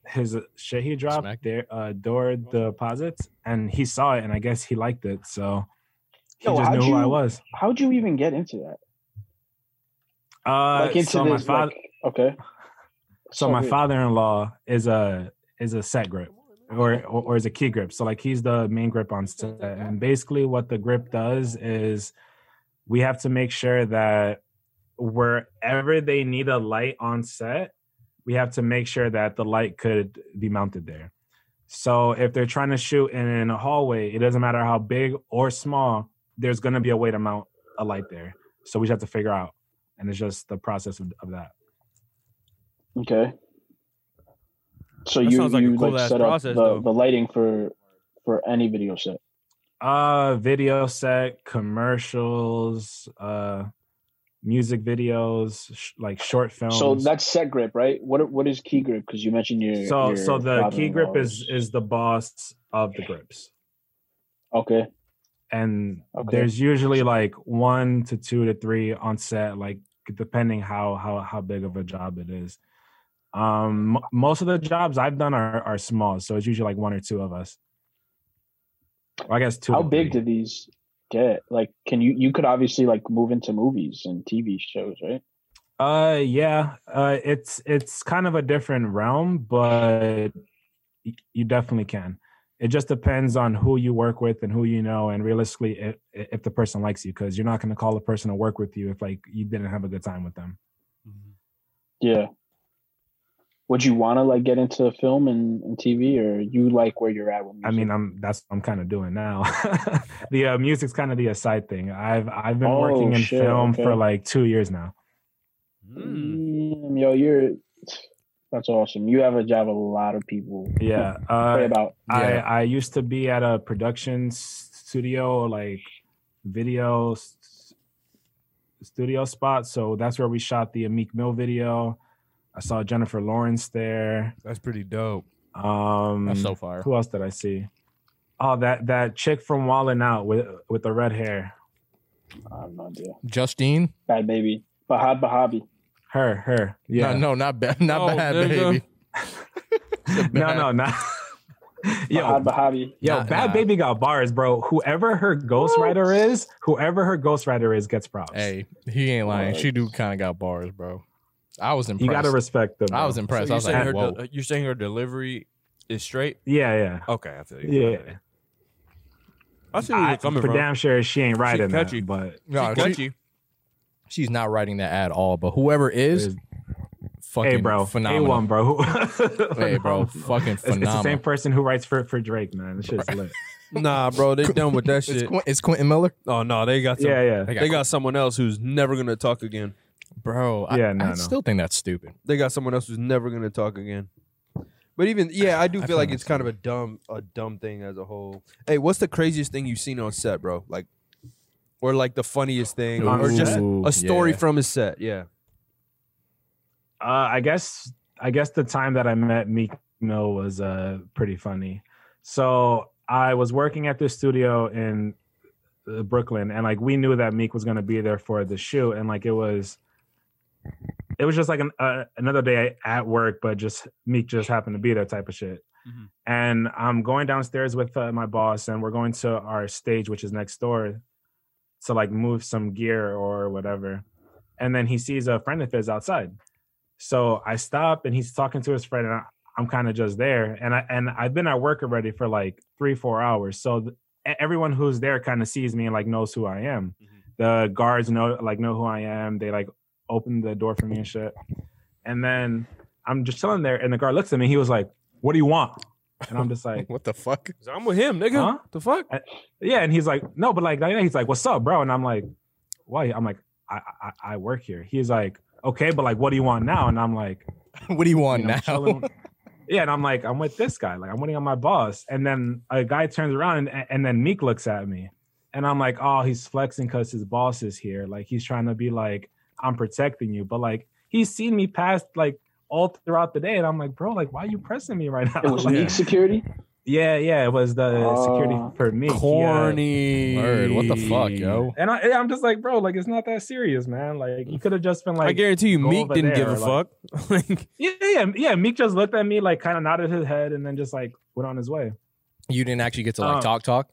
[SPEAKER 4] his shit he
[SPEAKER 2] Smack.
[SPEAKER 4] dropped there uh door deposits, and he saw it, and I guess he liked it, so he
[SPEAKER 3] Yo,
[SPEAKER 4] just
[SPEAKER 3] how'd
[SPEAKER 4] knew who I
[SPEAKER 3] you-
[SPEAKER 4] was.
[SPEAKER 3] How'd you even get into that?
[SPEAKER 4] Uh,
[SPEAKER 3] Like into
[SPEAKER 4] so my
[SPEAKER 3] this,
[SPEAKER 4] father,
[SPEAKER 3] like- okay.
[SPEAKER 4] so my
[SPEAKER 3] weird.
[SPEAKER 4] father-in-law is a is a set grip or, or or is a key grip so like he's the main grip on set and basically what the grip does is we have to make sure that wherever they need a light on set we have to make sure that the light could be mounted there so if they're trying to shoot in a hallway it doesn't matter how big or small there's going to be a way to mount a light there so we just have to figure out and it's just the process of, of that
[SPEAKER 3] Okay. So
[SPEAKER 1] That
[SPEAKER 3] you
[SPEAKER 1] sounds like a
[SPEAKER 3] you
[SPEAKER 1] cool
[SPEAKER 3] like
[SPEAKER 1] ass
[SPEAKER 3] set up
[SPEAKER 1] process,
[SPEAKER 3] the,
[SPEAKER 1] though.
[SPEAKER 3] the lighting for for any video set.
[SPEAKER 4] Uh, video set, commercials, uh, music videos, sh- like short films.
[SPEAKER 3] So that's set grip, right? What what is key grip? Because you mentioned your
[SPEAKER 4] so
[SPEAKER 3] your
[SPEAKER 4] so the key grip is
[SPEAKER 3] father-in-law's-
[SPEAKER 4] is the boss of the grips,
[SPEAKER 3] okay.
[SPEAKER 4] and
[SPEAKER 3] Okay.
[SPEAKER 4] there's usually like one to two to three on set, like depending how how how big of a job it is. Um, m- most of the jobs I've done are are small, so it's usually like one or two of us. Well, I guess two.
[SPEAKER 3] How
[SPEAKER 4] to
[SPEAKER 3] big
[SPEAKER 4] three.
[SPEAKER 3] do these get? Like, can you you could obviously like move into movies and TV shows, right?
[SPEAKER 4] Uh, yeah. Uh, it's it's kind of a different realm, but y- you definitely can. It just depends on who you work with and who you know, and realistically, if if the person likes you, because you're not going to call a person to work with you if like you didn't have a good time with them.
[SPEAKER 3] Yeah. Would you want to like get into film and, and TV, or you like where you're at with?
[SPEAKER 4] I
[SPEAKER 3] Music?
[SPEAKER 4] mean, I'm that's what I'm kind of doing now. <laughs> the uh, music's kind of the aside thing. I've I've been working
[SPEAKER 3] Oh,
[SPEAKER 4] in
[SPEAKER 3] shit,
[SPEAKER 4] film for
[SPEAKER 3] okay.
[SPEAKER 4] like two years now.
[SPEAKER 1] Mm.
[SPEAKER 3] Damn, yo, you're that's awesome. You have a job a lot of people
[SPEAKER 4] Yeah.
[SPEAKER 3] pray
[SPEAKER 4] Uh,
[SPEAKER 3] about.
[SPEAKER 4] I
[SPEAKER 2] Yeah.
[SPEAKER 4] I used to be at a production s- studio, like video s- studio spot. So that's where we shot the Meek Mill video. I saw Jennifer Lawrence there.
[SPEAKER 1] That's pretty dope.
[SPEAKER 4] Um,
[SPEAKER 2] That's so far.
[SPEAKER 4] who else did I see? Oh, that that chick from Wallin' Out with with the red hair.
[SPEAKER 3] I have no idea.
[SPEAKER 2] Justine.
[SPEAKER 3] Bad baby, Bahad Bahabi.
[SPEAKER 4] Her, her. Yeah.
[SPEAKER 2] No, no, not bad. Not
[SPEAKER 1] Oh,
[SPEAKER 2] bad,
[SPEAKER 1] nigga.
[SPEAKER 2] baby.
[SPEAKER 4] <laughs> No,
[SPEAKER 2] bad.
[SPEAKER 4] no, not Yo,
[SPEAKER 3] Bahad Bahabi.
[SPEAKER 4] yo,
[SPEAKER 2] Nah,
[SPEAKER 4] Bad
[SPEAKER 2] nah.
[SPEAKER 4] Baby got bars, bro. Whoever her ghostwriter is, whoever her ghostwriter is gets props.
[SPEAKER 2] Hey, he ain't lying. She do kind of got bars, bro. I was impressed.
[SPEAKER 4] you gotta respect them.
[SPEAKER 2] I was
[SPEAKER 4] bro.
[SPEAKER 1] So
[SPEAKER 2] impressed. I
[SPEAKER 1] you're,
[SPEAKER 2] was
[SPEAKER 1] saying
[SPEAKER 2] like,
[SPEAKER 1] her
[SPEAKER 2] whoa.
[SPEAKER 1] del- you're saying her delivery is straight?
[SPEAKER 4] Yeah, yeah.
[SPEAKER 1] Okay, I feel you.
[SPEAKER 4] Yeah,
[SPEAKER 1] I see where
[SPEAKER 4] I,
[SPEAKER 1] you're coming
[SPEAKER 4] for
[SPEAKER 1] from.
[SPEAKER 4] damn sure she ain't riding
[SPEAKER 1] catchy.
[SPEAKER 4] that, but
[SPEAKER 2] No,
[SPEAKER 1] She got
[SPEAKER 2] she-
[SPEAKER 1] you.
[SPEAKER 2] she's not writing that at all. But whoever is,
[SPEAKER 4] Is-
[SPEAKER 2] fucking
[SPEAKER 4] hey, bro,
[SPEAKER 2] phenomenal.
[SPEAKER 4] A1, <laughs> bro.
[SPEAKER 2] Hey, bro, fucking
[SPEAKER 4] <laughs> It's, it's the
[SPEAKER 2] phenomenal.
[SPEAKER 4] same person who writes for for Drake, man. This shit's lit.
[SPEAKER 1] Nah, bro, <laughs> they done with that
[SPEAKER 2] It's,
[SPEAKER 1] shit.
[SPEAKER 2] Quin- it's Quentin Miller,
[SPEAKER 1] Oh no, they got some,
[SPEAKER 4] Yeah, yeah.
[SPEAKER 1] they got someone else who's never gonna talk again.
[SPEAKER 2] bro. I,
[SPEAKER 4] Yeah, no,
[SPEAKER 2] I
[SPEAKER 4] no.
[SPEAKER 2] still think that's stupid.
[SPEAKER 1] They got someone else who's never gonna talk again. But even yeah, I do
[SPEAKER 2] I
[SPEAKER 1] feel like
[SPEAKER 2] found
[SPEAKER 1] it's kind of a dumb a dumb thing as a whole. Hey, what's the craziest thing you've seen on set, bro? Like, or like the funniest thing,
[SPEAKER 4] On
[SPEAKER 1] or just
[SPEAKER 4] set?
[SPEAKER 2] Ooh,
[SPEAKER 1] a story
[SPEAKER 2] yeah.
[SPEAKER 1] from a set? Yeah.
[SPEAKER 4] Uh, I guess I guess the time that I met Meek Mill was uh pretty funny. So I was working at this studio in uh, Brooklyn, and like we knew that Meek was gonna be there for the shoot, and like it was. It was just like an, uh, another day at work, but just Meek just happened to be there type of shit.
[SPEAKER 1] Mhm.
[SPEAKER 4] And I'm going downstairs with uh, my boss, and we're going to our stage, which is next door, to like move some gear or whatever. And then he sees a friend of his outside, so I stop and he's talking to his friend and I, I'm kind of just there. And I and I've been at work already for like three, four hours. So th- e- everyone who's there kind of sees me and like knows who I am. The guards know like know who I am. They like open the door for me and shit. And then I'm just chilling there and the guard looks at me. He was like, What do you want? And I'm just like,
[SPEAKER 2] What the fuck? <laughs>
[SPEAKER 1] 'Cause I'm with him, nigga.
[SPEAKER 4] Huh?
[SPEAKER 1] The fuck?
[SPEAKER 4] Yeah. And he's like, No, but like he's like, What's up, bro? And I'm like, Why? I'm like, I I, I work here. He's like, Okay, but like what do you want now? And I'm like,
[SPEAKER 2] What do you want
[SPEAKER 4] you know,
[SPEAKER 2] now?
[SPEAKER 4] chilling. yeah, and I'm like, I'm with this guy. Like, I'm waiting on my boss. And then a guy turns around and, and then Meek looks at me. And I'm like, oh, he's flexing because his boss is here. Like, he's trying to be like, I'm protecting you. But like, he's seen me past like all throughout the day. And I'm like, bro, like, why are you pressing me right <laughs> now?
[SPEAKER 3] It was
[SPEAKER 4] Like,
[SPEAKER 3] Meek security.
[SPEAKER 4] yeah, yeah, it was the security
[SPEAKER 3] Oh.
[SPEAKER 4] for me.
[SPEAKER 1] Corny.
[SPEAKER 2] Word, what the fuck, yo?
[SPEAKER 4] And I, I'm just like, bro, like, it's not that serious, man. Like, you could have just been
[SPEAKER 1] I
[SPEAKER 4] like,
[SPEAKER 1] guarantee you,
[SPEAKER 4] go
[SPEAKER 1] Meek
[SPEAKER 4] over
[SPEAKER 1] didn't give
[SPEAKER 4] there,
[SPEAKER 1] a
[SPEAKER 4] like-
[SPEAKER 1] fuck. <laughs> like,
[SPEAKER 4] yeah, yeah, yeah. Meek just looked at me, like, kind of nodded his head and then just like went on his way.
[SPEAKER 2] <laughs> You didn't actually get to like
[SPEAKER 4] Um,
[SPEAKER 2] talk talk.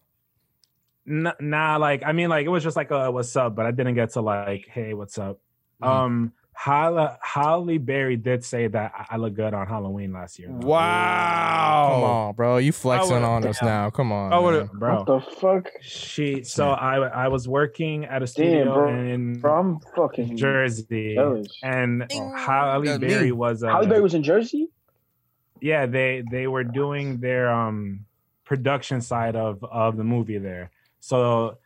[SPEAKER 4] N- nah, like I mean, like it was just like a what's up, but I didn't get to like, hey, what's up?
[SPEAKER 2] Mhm.
[SPEAKER 4] Um, Holla, Holly Berry did say that I- I look good on Halloween last year, though.
[SPEAKER 1] wow.
[SPEAKER 2] Come on, bro. You flexing
[SPEAKER 1] oh. would've-
[SPEAKER 2] on us now. Come on.
[SPEAKER 1] I would've-
[SPEAKER 2] man.
[SPEAKER 3] What
[SPEAKER 4] bro.
[SPEAKER 3] the fuck,
[SPEAKER 4] She so I I was working at a studio
[SPEAKER 3] bro.
[SPEAKER 4] in
[SPEAKER 3] bro? I'm fucking
[SPEAKER 4] Jersey,
[SPEAKER 3] jealous.
[SPEAKER 4] and
[SPEAKER 2] Ding.
[SPEAKER 4] Holly
[SPEAKER 2] That's me.
[SPEAKER 4] Berry was uh,
[SPEAKER 3] Halle Berry was in Jersey. <laughs>
[SPEAKER 4] yeah they they were doing their um production side of of the movie there so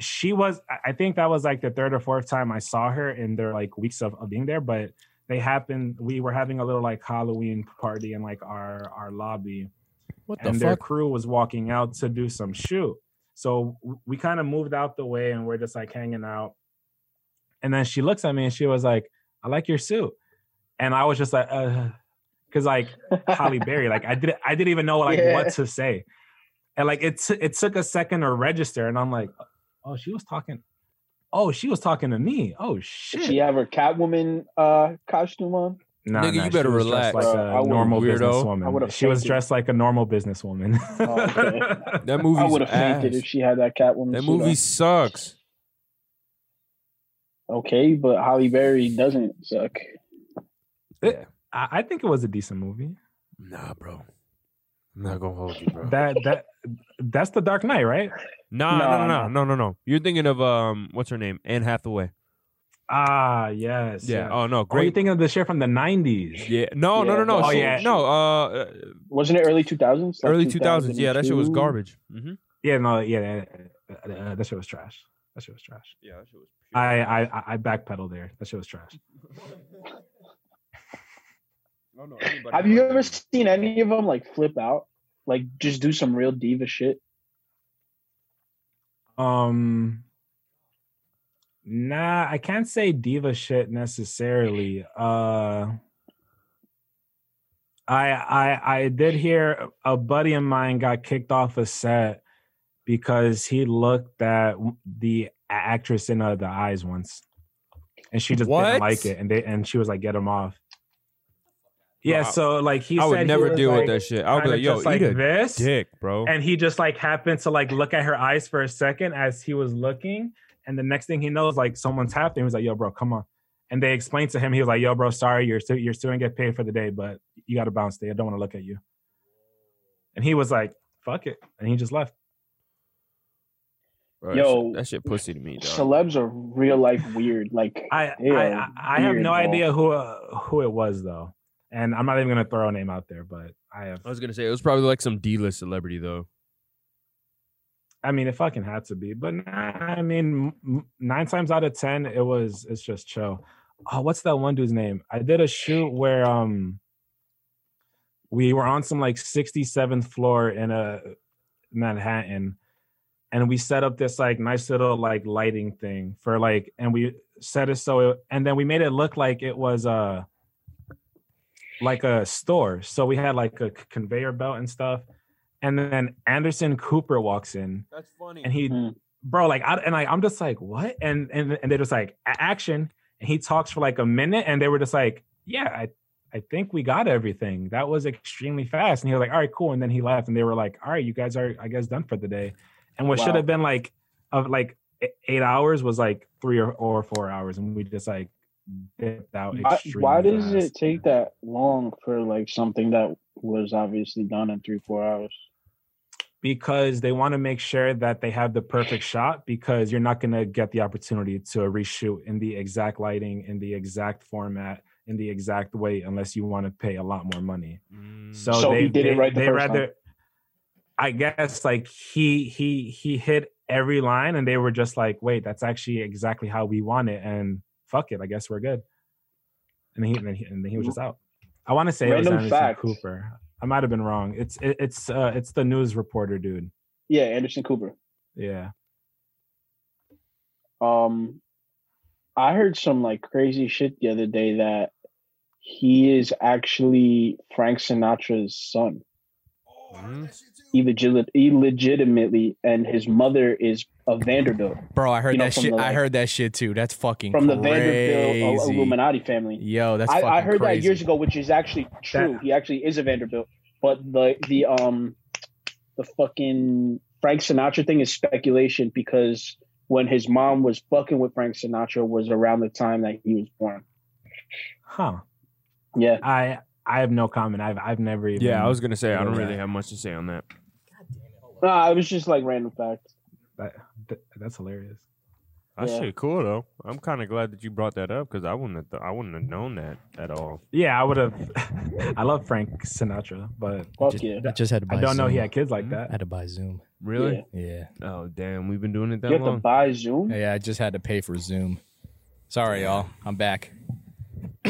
[SPEAKER 4] she was I- i think that was like the third or fourth time i saw her in their like weeks of, of being there but they happened we were having a little like halloween party in like our our lobby
[SPEAKER 2] What the
[SPEAKER 4] and their
[SPEAKER 2] fuck?
[SPEAKER 4] crew was walking out to do some shoot so w- we kind of moved out the way and we're just like hanging out and then she looks at me and she was like i like your suit and i was just like uh because like Holly Berry. Like I didn't I didn't even know like
[SPEAKER 3] Yeah.
[SPEAKER 4] what to say. And like it t- it took a second to register and I'm like, oh, she was talking. Oh, she was talking to me. Oh
[SPEAKER 3] Did
[SPEAKER 4] shit.
[SPEAKER 3] she have her Catwoman uh, costume on?
[SPEAKER 4] Nah,
[SPEAKER 1] Nigga,
[SPEAKER 4] nah,
[SPEAKER 1] you
[SPEAKER 4] she
[SPEAKER 1] better
[SPEAKER 4] was dressed
[SPEAKER 1] relax.
[SPEAKER 4] Like
[SPEAKER 3] Bro, I
[SPEAKER 4] a
[SPEAKER 3] would've-
[SPEAKER 4] normal
[SPEAKER 1] Weirdo.
[SPEAKER 3] I
[SPEAKER 4] businesswoman.
[SPEAKER 3] would've
[SPEAKER 4] She was
[SPEAKER 3] fainted.
[SPEAKER 4] dressed like a normal businesswoman.
[SPEAKER 3] <laughs> Oh, okay.
[SPEAKER 1] That
[SPEAKER 3] I
[SPEAKER 1] movie's
[SPEAKER 3] would have fainted
[SPEAKER 1] ass.
[SPEAKER 3] if she had that Catwoman.
[SPEAKER 1] That
[SPEAKER 3] suit on.
[SPEAKER 1] movie sucks.
[SPEAKER 3] okay, but Halle Berry doesn't suck.
[SPEAKER 1] Yeah.
[SPEAKER 4] <laughs> I, I think it was a decent movie.
[SPEAKER 1] Nah, bro. I'm not gonna hold you, bro.
[SPEAKER 4] That that that's the Dark Knight, right?
[SPEAKER 1] Nah, no, no,
[SPEAKER 3] No,
[SPEAKER 1] no, no, no, no. You're thinking of um, what's her name? Anne Hathaway.
[SPEAKER 4] Ah, yes.
[SPEAKER 1] Yeah. Oh no,
[SPEAKER 4] Great. Are you
[SPEAKER 1] great.
[SPEAKER 4] thinking of the shit from the nineties?
[SPEAKER 1] yeah. No, no, no,
[SPEAKER 3] Yeah,
[SPEAKER 1] no.
[SPEAKER 4] oh,
[SPEAKER 1] she-
[SPEAKER 4] yeah.
[SPEAKER 1] No. Uh, uh,
[SPEAKER 3] Wasn't it early 2000s? Like
[SPEAKER 1] early 2000s. Yeah, that shit was
[SPEAKER 3] 2002?
[SPEAKER 1] garbage. Mm-hmm.
[SPEAKER 4] Yeah, no, yeah, that, uh, that shit was trash. That shit was trash.
[SPEAKER 1] Yeah, that shit was.
[SPEAKER 4] I I
[SPEAKER 1] <laughs>
[SPEAKER 4] I- I backpedal there. That shit was trash.
[SPEAKER 3] Have you ever seen any of them like flip out? Like just do some real diva shit?
[SPEAKER 4] Um, nah, I can't say diva shit necessarily. Uh, I I I did hear a buddy of mine got kicked off a set because he looked at the actress in uh, the eyes once, and she just
[SPEAKER 1] What?
[SPEAKER 4] didn't like it, and they and she was like, "Get him off." Yeah,
[SPEAKER 1] Bro, I-
[SPEAKER 4] so like he
[SPEAKER 1] I
[SPEAKER 4] said
[SPEAKER 1] would
[SPEAKER 4] he
[SPEAKER 1] never
[SPEAKER 4] was,
[SPEAKER 1] deal
[SPEAKER 4] like,
[SPEAKER 1] with that shit. I would be
[SPEAKER 4] kinda
[SPEAKER 1] like, yo,
[SPEAKER 4] just
[SPEAKER 1] eat
[SPEAKER 4] like
[SPEAKER 1] a
[SPEAKER 4] this,
[SPEAKER 1] dick, bro.
[SPEAKER 4] and he just like happened to like look at her eyes for a second as he was looking, and the next thing he knows, like someone's tapped him. He was like, "Yo, bro, come on." And they explained to him, he was like, "Yo, bro, sorry, you're still you're still gonna get paid for the day, but you got to bounce. Day, I don't want to look at you." And he was like, "Fuck it," and he just left.
[SPEAKER 1] Bro,
[SPEAKER 3] Yo,
[SPEAKER 1] that shit, that shit pussy to me, dog.
[SPEAKER 3] Celebs are real life weird. Like
[SPEAKER 4] I I,
[SPEAKER 3] Yeah,
[SPEAKER 4] I, I have
[SPEAKER 3] weird,
[SPEAKER 4] no
[SPEAKER 3] bro.
[SPEAKER 4] idea who uh, who it was though, and I'm not even gonna throw a name out there, but I have.
[SPEAKER 1] I was gonna say it was probably like some D-list celebrity though.
[SPEAKER 4] I mean, it fucking had to be, but nah, I mean, m- m- nine times out of ten, it was it's just chill. Oh, what's that one dude's name? I did a shoot where um we were on some like 67th floor in a Manhattan, and we set up this like nice little like lighting thing for like, and we set it so, it, and then we made it look like it was uh like a store. So we had like a c- conveyor belt and stuff, and then Anderson Cooper walks in
[SPEAKER 1] That's funny.
[SPEAKER 4] and he
[SPEAKER 3] Mm.
[SPEAKER 4] bro like I, and like i'm just like what and and, and they're just like "A- action and he talks for like a minute and they were just like yeah i i think we got everything that was extremely fast and he was like all right cool and then he left and they were like all right you guys are i guess done for the day and what should
[SPEAKER 3] Wow.
[SPEAKER 4] have been like of like e- eight hours was like three or, or four hours and we just like dipped out
[SPEAKER 3] I-
[SPEAKER 4] extremely
[SPEAKER 3] why does
[SPEAKER 4] fast.
[SPEAKER 3] it take that long for like something that was obviously done in three four hours?
[SPEAKER 4] because they want to make sure that they have the perfect shot because you're not going to get the opportunity to reshoot in the exact lighting in the exact format in the exact way unless you want to pay a lot more money
[SPEAKER 1] Mm.
[SPEAKER 4] so,
[SPEAKER 3] So
[SPEAKER 4] they,
[SPEAKER 3] he did it
[SPEAKER 4] they-
[SPEAKER 3] right the
[SPEAKER 4] they
[SPEAKER 3] first time.
[SPEAKER 4] rather i guess like he he he hit every line and they were just like wait that's actually exactly how we want it and fuck it i guess we're good and he and then he, and then he was just out i want to say it was
[SPEAKER 3] Mm-hmm. Random
[SPEAKER 4] Anderson
[SPEAKER 3] fact.
[SPEAKER 4] cooper i might have been wrong it's it, it's uh it's the news reporter dude
[SPEAKER 3] Yeah, Anderson Cooper.
[SPEAKER 4] yeah
[SPEAKER 3] Um, I heard some like crazy shit the other day that he is actually Frank Sinatra's son,
[SPEAKER 1] Mm.
[SPEAKER 3] illegit- illegitimately, and his mother is a Vanderbilt
[SPEAKER 2] Bro, I heard
[SPEAKER 3] You know,
[SPEAKER 2] that
[SPEAKER 3] from
[SPEAKER 2] shit.
[SPEAKER 3] the,
[SPEAKER 2] I
[SPEAKER 3] like-
[SPEAKER 2] heard that shit too. That's fucking
[SPEAKER 3] from the Vanderbilt uh,
[SPEAKER 2] crazy.
[SPEAKER 3] Illuminati family.
[SPEAKER 2] Yo, that's
[SPEAKER 3] I,
[SPEAKER 2] fucking
[SPEAKER 3] I heard
[SPEAKER 2] crazy.
[SPEAKER 3] that years ago, which is actually true. he actually is a Vanderbilt, but the the um the fucking Frank Sinatra thing is speculation because when his mom was fucking with Frank Sinatra was around the time that he was born.
[SPEAKER 4] Huh.
[SPEAKER 3] Yeah.
[SPEAKER 4] I I have no comment. I've I've never even
[SPEAKER 1] yeah, I was gonna say I don't
[SPEAKER 4] Yeah.
[SPEAKER 1] really have much to say on that.
[SPEAKER 3] Nah, it was just like random fact.
[SPEAKER 4] that, th- that's hilarious.
[SPEAKER 1] That
[SPEAKER 3] Yeah.
[SPEAKER 1] shit cool though. I'm kind of glad that you brought that up because I wouldn't have th- I wouldn't have known that at all.
[SPEAKER 4] Yeah, I would have <laughs> I love Frank Sinatra, but
[SPEAKER 2] I
[SPEAKER 3] Fuck
[SPEAKER 2] just,
[SPEAKER 3] yeah.
[SPEAKER 2] I just had to buy
[SPEAKER 4] I don't know he
[SPEAKER 2] Zoom.
[SPEAKER 4] had kids like
[SPEAKER 1] Mhm.
[SPEAKER 2] I
[SPEAKER 4] that.
[SPEAKER 2] had to buy Zoom.
[SPEAKER 1] Really?
[SPEAKER 2] Yeah.
[SPEAKER 1] Oh damn, we've been doing it that
[SPEAKER 3] You have to
[SPEAKER 1] long.
[SPEAKER 3] buy Zoom.
[SPEAKER 2] Yeah, I just had to pay for Zoom. Sorry, y'all. I'm back.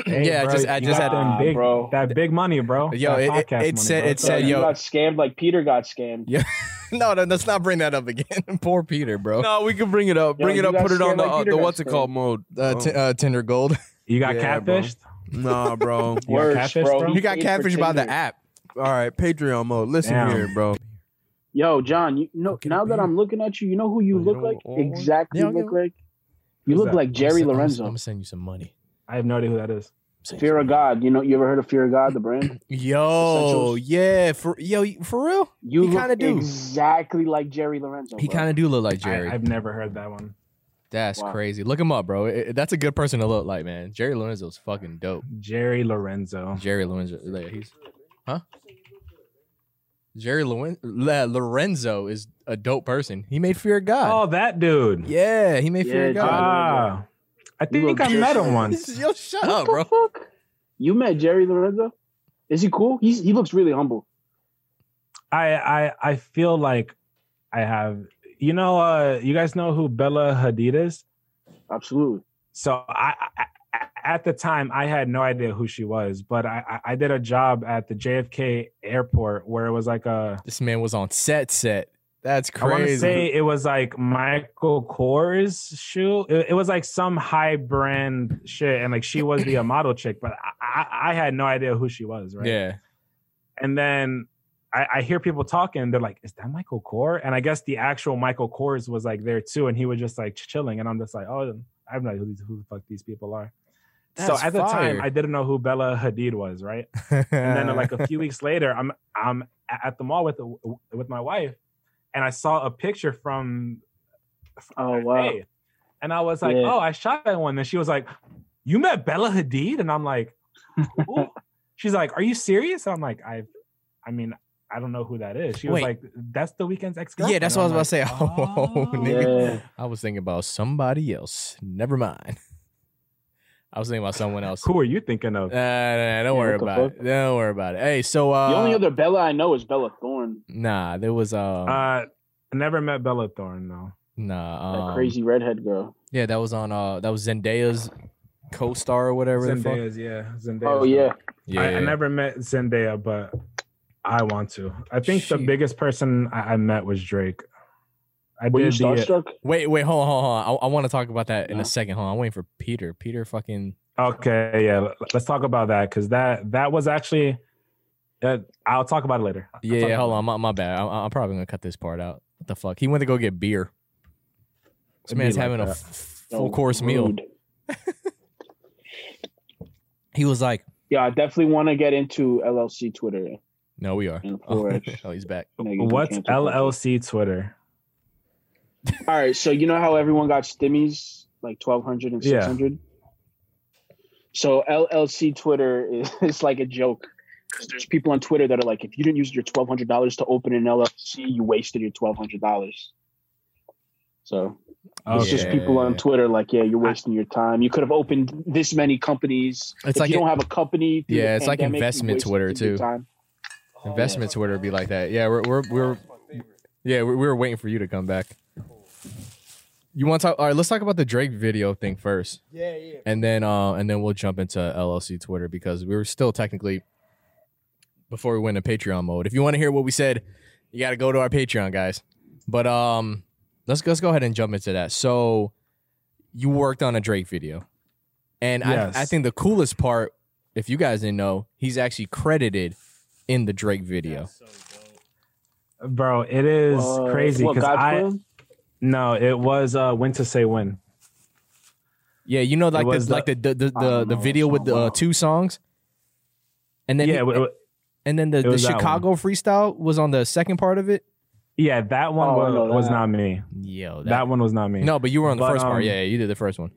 [SPEAKER 4] Hey,
[SPEAKER 2] yeah, I
[SPEAKER 4] bro,
[SPEAKER 2] just I
[SPEAKER 4] you
[SPEAKER 2] just
[SPEAKER 4] got
[SPEAKER 2] had to.
[SPEAKER 3] Nah,
[SPEAKER 4] them big-
[SPEAKER 3] bro.
[SPEAKER 4] That big money, bro.
[SPEAKER 2] Yo,
[SPEAKER 4] That
[SPEAKER 2] it- it-
[SPEAKER 4] podcast
[SPEAKER 2] it said-
[SPEAKER 4] bro.
[SPEAKER 2] it
[SPEAKER 3] So
[SPEAKER 2] said-
[SPEAKER 3] you
[SPEAKER 2] yo-
[SPEAKER 3] got scammed like Peter got scammed.
[SPEAKER 2] <laughs> No, no, let's not bring that up again. <laughs> Poor Peter, bro.
[SPEAKER 1] No, we can bring it up.
[SPEAKER 3] Yo,
[SPEAKER 1] Bring it
[SPEAKER 3] you
[SPEAKER 1] up.
[SPEAKER 3] got
[SPEAKER 1] Put it on
[SPEAKER 3] scared
[SPEAKER 1] the
[SPEAKER 3] like
[SPEAKER 1] uh,
[SPEAKER 3] Peter
[SPEAKER 1] the
[SPEAKER 3] got
[SPEAKER 1] what's it
[SPEAKER 3] scared.
[SPEAKER 1] called mode.
[SPEAKER 2] Uh, t- uh, Tinder Gold.
[SPEAKER 4] you got
[SPEAKER 1] Yeah, bro.
[SPEAKER 4] catfished?
[SPEAKER 1] Nah, bro.
[SPEAKER 4] You got
[SPEAKER 3] Worse,
[SPEAKER 4] catfished,
[SPEAKER 3] bro.
[SPEAKER 4] bro?
[SPEAKER 2] You got
[SPEAKER 3] paid for
[SPEAKER 2] catfished by the
[SPEAKER 3] Tinder.
[SPEAKER 2] app.
[SPEAKER 1] All right, Patreon mode. Listen
[SPEAKER 4] Damn.
[SPEAKER 1] here, bro.
[SPEAKER 3] Yo, John, you know
[SPEAKER 2] Fucking
[SPEAKER 3] now that
[SPEAKER 2] beer.
[SPEAKER 3] I'm looking at you, you know who you
[SPEAKER 1] Oh, you
[SPEAKER 3] look
[SPEAKER 1] know
[SPEAKER 3] like?
[SPEAKER 1] what-
[SPEAKER 3] Exactly
[SPEAKER 2] Yeah,
[SPEAKER 3] look
[SPEAKER 2] okay.
[SPEAKER 3] like you
[SPEAKER 4] Who's
[SPEAKER 3] look
[SPEAKER 4] that?
[SPEAKER 3] like Jerry
[SPEAKER 2] I'm gonna-
[SPEAKER 3] Lorenzo.
[SPEAKER 2] I'm gonna send you some money.
[SPEAKER 4] I have no idea who that is.
[SPEAKER 2] I'm sending you
[SPEAKER 3] Fear
[SPEAKER 2] some
[SPEAKER 3] of
[SPEAKER 2] money.
[SPEAKER 3] God. You know, you ever heard of Fear of God, the brand?
[SPEAKER 2] <clears throat> Yo,
[SPEAKER 3] Essentials.
[SPEAKER 2] yeah, for yo, for real.
[SPEAKER 3] You
[SPEAKER 2] He kinda
[SPEAKER 3] look
[SPEAKER 2] do.
[SPEAKER 3] exactly like Jerry Lorenzo.
[SPEAKER 2] He
[SPEAKER 3] bro.
[SPEAKER 2] kind of do look like Jerry.
[SPEAKER 4] I, I've never heard that one.
[SPEAKER 2] That's
[SPEAKER 3] Wow.
[SPEAKER 2] crazy. Look him up, bro. It- it- that's a good person to look like, man. Jerry Lorenzo's fucking dope.
[SPEAKER 4] Jerry Lorenzo.
[SPEAKER 2] Jerry Lorenzo, like, he's, huh? Jerry Loren- La- Lorenzo is a dope person. He made Fear of God.
[SPEAKER 4] Oh, that dude.
[SPEAKER 2] yeah, he made Fear of
[SPEAKER 3] Yeah,
[SPEAKER 2] God.
[SPEAKER 4] Ah, I think I
[SPEAKER 3] look
[SPEAKER 2] <laughs>
[SPEAKER 4] met
[SPEAKER 3] just-
[SPEAKER 4] him once.
[SPEAKER 2] Yo, shut
[SPEAKER 3] What
[SPEAKER 2] up,
[SPEAKER 3] the
[SPEAKER 2] Oh, bro.
[SPEAKER 3] fuck? You met Jerry Lorenzo? Is he cool? He's he looks really humble.
[SPEAKER 4] I I I feel like I have you know uh you guys know who Bella Hadid is?
[SPEAKER 3] Absolutely.
[SPEAKER 4] so I, I I- at the time I had no idea who she was, but I I I did a job at the JFK airport where it was like a
[SPEAKER 2] This man was on set. Set. That's
[SPEAKER 4] I want to
[SPEAKER 2] crazy.
[SPEAKER 4] say it was like Michael Kors shoe. It, it was like some high brand shit, and like she
[SPEAKER 2] <clears throat>
[SPEAKER 4] was the model chick, but I, I I had no idea who she was, right?
[SPEAKER 2] Yeah.
[SPEAKER 4] And then I, I hear people talking. They're like, "Is that Michael Kors?" And I guess the actual Michael Kors was like there too, and he was just like chilling. And I'm just like, "Oh, I have no idea who, these, who the fuck these people are." so
[SPEAKER 2] That's
[SPEAKER 4] at the time,
[SPEAKER 2] fire.
[SPEAKER 4] I didn't know who Bella Hadid was, right?
[SPEAKER 2] <laughs>
[SPEAKER 4] And
[SPEAKER 3] Uh.
[SPEAKER 4] then uh, like a few weeks later, I'm I'm a- at the mall with uh, with my wife, and I saw a picture from. from
[SPEAKER 3] Oh,
[SPEAKER 4] that
[SPEAKER 3] wow.
[SPEAKER 4] day. And I was like,
[SPEAKER 3] Yeah.
[SPEAKER 4] "Oh, I shot that one." And she was like, "You met Bella Hadid?" And I'm like,
[SPEAKER 3] <laughs>
[SPEAKER 4] "Who?" "She's like, are you serious?" And I'm like, "I, I mean." I don't know who that is. She was
[SPEAKER 2] Wait.
[SPEAKER 4] like, "That's the weekend's ex."
[SPEAKER 2] yeah, that's what I was about to say. <laughs> Oh, nigga.
[SPEAKER 3] Yeah.
[SPEAKER 2] I was thinking about somebody else. Never mind. I was thinking about someone else.
[SPEAKER 4] Who are you thinking
[SPEAKER 2] Nah, nah,
[SPEAKER 4] of?
[SPEAKER 2] nah, don't
[SPEAKER 3] Yeah,
[SPEAKER 2] worry
[SPEAKER 3] what the
[SPEAKER 2] about it.
[SPEAKER 3] fuck?
[SPEAKER 2] Don't worry about it. Hey, so uh,
[SPEAKER 3] the only other Bella I know is Bella Thorne,
[SPEAKER 2] nah, there was um,
[SPEAKER 4] Uh, never met Bella Thorne though.
[SPEAKER 3] that
[SPEAKER 2] nah, um,
[SPEAKER 3] crazy redhead girl.
[SPEAKER 2] Yeah, that was on uh, that was Zendaya's co-star or whatever. the fuck.
[SPEAKER 4] Zendaya's, yeah. Zendaya.
[SPEAKER 3] Oh yeah,
[SPEAKER 2] Yeah,
[SPEAKER 4] I, I never met Zendaya, but I want to. I think the
[SPEAKER 2] She-
[SPEAKER 4] biggest person I, I met was Drake. I
[SPEAKER 3] were you
[SPEAKER 4] did
[SPEAKER 2] uh,
[SPEAKER 4] the,
[SPEAKER 3] starstruck?
[SPEAKER 2] Wait, wait, hold on, hold on. Hold on. I, I want to talk about that in
[SPEAKER 3] Huh?
[SPEAKER 2] a second. Hold on, I'm waiting for Peter. Peter, fucking
[SPEAKER 4] okay, yeah. l- Let's talk about that because that that was actually. Uh, I'll talk about it later. I'll
[SPEAKER 2] yeah,
[SPEAKER 4] talk
[SPEAKER 2] yeah. Hold
[SPEAKER 4] about
[SPEAKER 2] on, my, my bad. I'm, I'm probably gonna cut this part out. What the fuck? He went to go get beer. This
[SPEAKER 4] It'd be
[SPEAKER 2] man's
[SPEAKER 4] like
[SPEAKER 2] having a
[SPEAKER 4] that.
[SPEAKER 2] f- full course meal.
[SPEAKER 3] Oh, Rude.
[SPEAKER 2] He was like,
[SPEAKER 3] Yeah, I definitely want to get into LLC Twitter
[SPEAKER 2] "No, we are."
[SPEAKER 3] and
[SPEAKER 2] Oh,
[SPEAKER 3] Forex.
[SPEAKER 2] <laughs> oh, he's back.
[SPEAKER 4] it.
[SPEAKER 3] Nigga, you
[SPEAKER 4] What's
[SPEAKER 3] can't talk about that.
[SPEAKER 4] LLC Twitter?
[SPEAKER 3] All right, so you know how everyone got stimmies like 1200 and
[SPEAKER 4] Yeah.
[SPEAKER 3] 600? So LLC Twitter <laughs> is it's like a joke. 'Cause There's people on Twitter that are like, if you didn't use your $1,200 to open an LLC, you wasted your $1,200. So it's just
[SPEAKER 2] Okay.
[SPEAKER 3] people on Twitter like, yeah, you're
[SPEAKER 4] I-
[SPEAKER 3] wasting your time. You could have opened this many companies.
[SPEAKER 2] It's
[SPEAKER 3] if
[SPEAKER 2] like
[SPEAKER 3] you
[SPEAKER 2] it-
[SPEAKER 3] don't have a company. through
[SPEAKER 2] Yeah,
[SPEAKER 3] the
[SPEAKER 2] it's like
[SPEAKER 3] pandemic, you
[SPEAKER 2] investment
[SPEAKER 3] wasted
[SPEAKER 2] Twitter,
[SPEAKER 3] your
[SPEAKER 2] too.
[SPEAKER 3] time.
[SPEAKER 2] investment Twitter would be like that. Oh, Yeah, we're we're we're yeah we we were waiting for you to come back. You want to talk? All right, let's talk about the Drake video thing first.
[SPEAKER 5] Yeah, yeah.
[SPEAKER 2] and then uh, and then we'll jump into LLC Twitter because we were still technically before we went to Patreon mode. If you want to hear what we said, you got to go to our Patreon, guys. But um, let's let's go ahead and jump into that. So you worked on a Drake video, and
[SPEAKER 4] Yes.
[SPEAKER 2] I I think the coolest part, if you guys didn't know, he's actually credited in the Drake video.
[SPEAKER 4] Bro, it
[SPEAKER 2] Uh,
[SPEAKER 4] is
[SPEAKER 3] Whoa.
[SPEAKER 4] crazy
[SPEAKER 3] Uh, What,
[SPEAKER 4] because
[SPEAKER 3] God
[SPEAKER 4] I
[SPEAKER 3] plan?
[SPEAKER 4] no, it was uh, when to say when.
[SPEAKER 2] Yeah, you know, like the,
[SPEAKER 4] was the-
[SPEAKER 2] like the the the,
[SPEAKER 3] I
[SPEAKER 2] the,
[SPEAKER 3] don't
[SPEAKER 2] the
[SPEAKER 3] know
[SPEAKER 2] video
[SPEAKER 3] which
[SPEAKER 2] with the
[SPEAKER 3] one.
[SPEAKER 2] uh, two songs, and then
[SPEAKER 4] yeah,
[SPEAKER 2] he-
[SPEAKER 4] it wa-
[SPEAKER 2] and then the, the
[SPEAKER 4] was that one.
[SPEAKER 2] Chicago freestyle was on the second part of it.
[SPEAKER 4] yeah, that one
[SPEAKER 3] Oh,
[SPEAKER 4] wa-
[SPEAKER 3] no,
[SPEAKER 4] was
[SPEAKER 3] that-
[SPEAKER 4] not me.
[SPEAKER 2] Yo,
[SPEAKER 4] That, one was not me.
[SPEAKER 2] No, but you were on the
[SPEAKER 4] But,
[SPEAKER 2] first
[SPEAKER 4] um,
[SPEAKER 2] part. Yeah, yeah, you did the first one.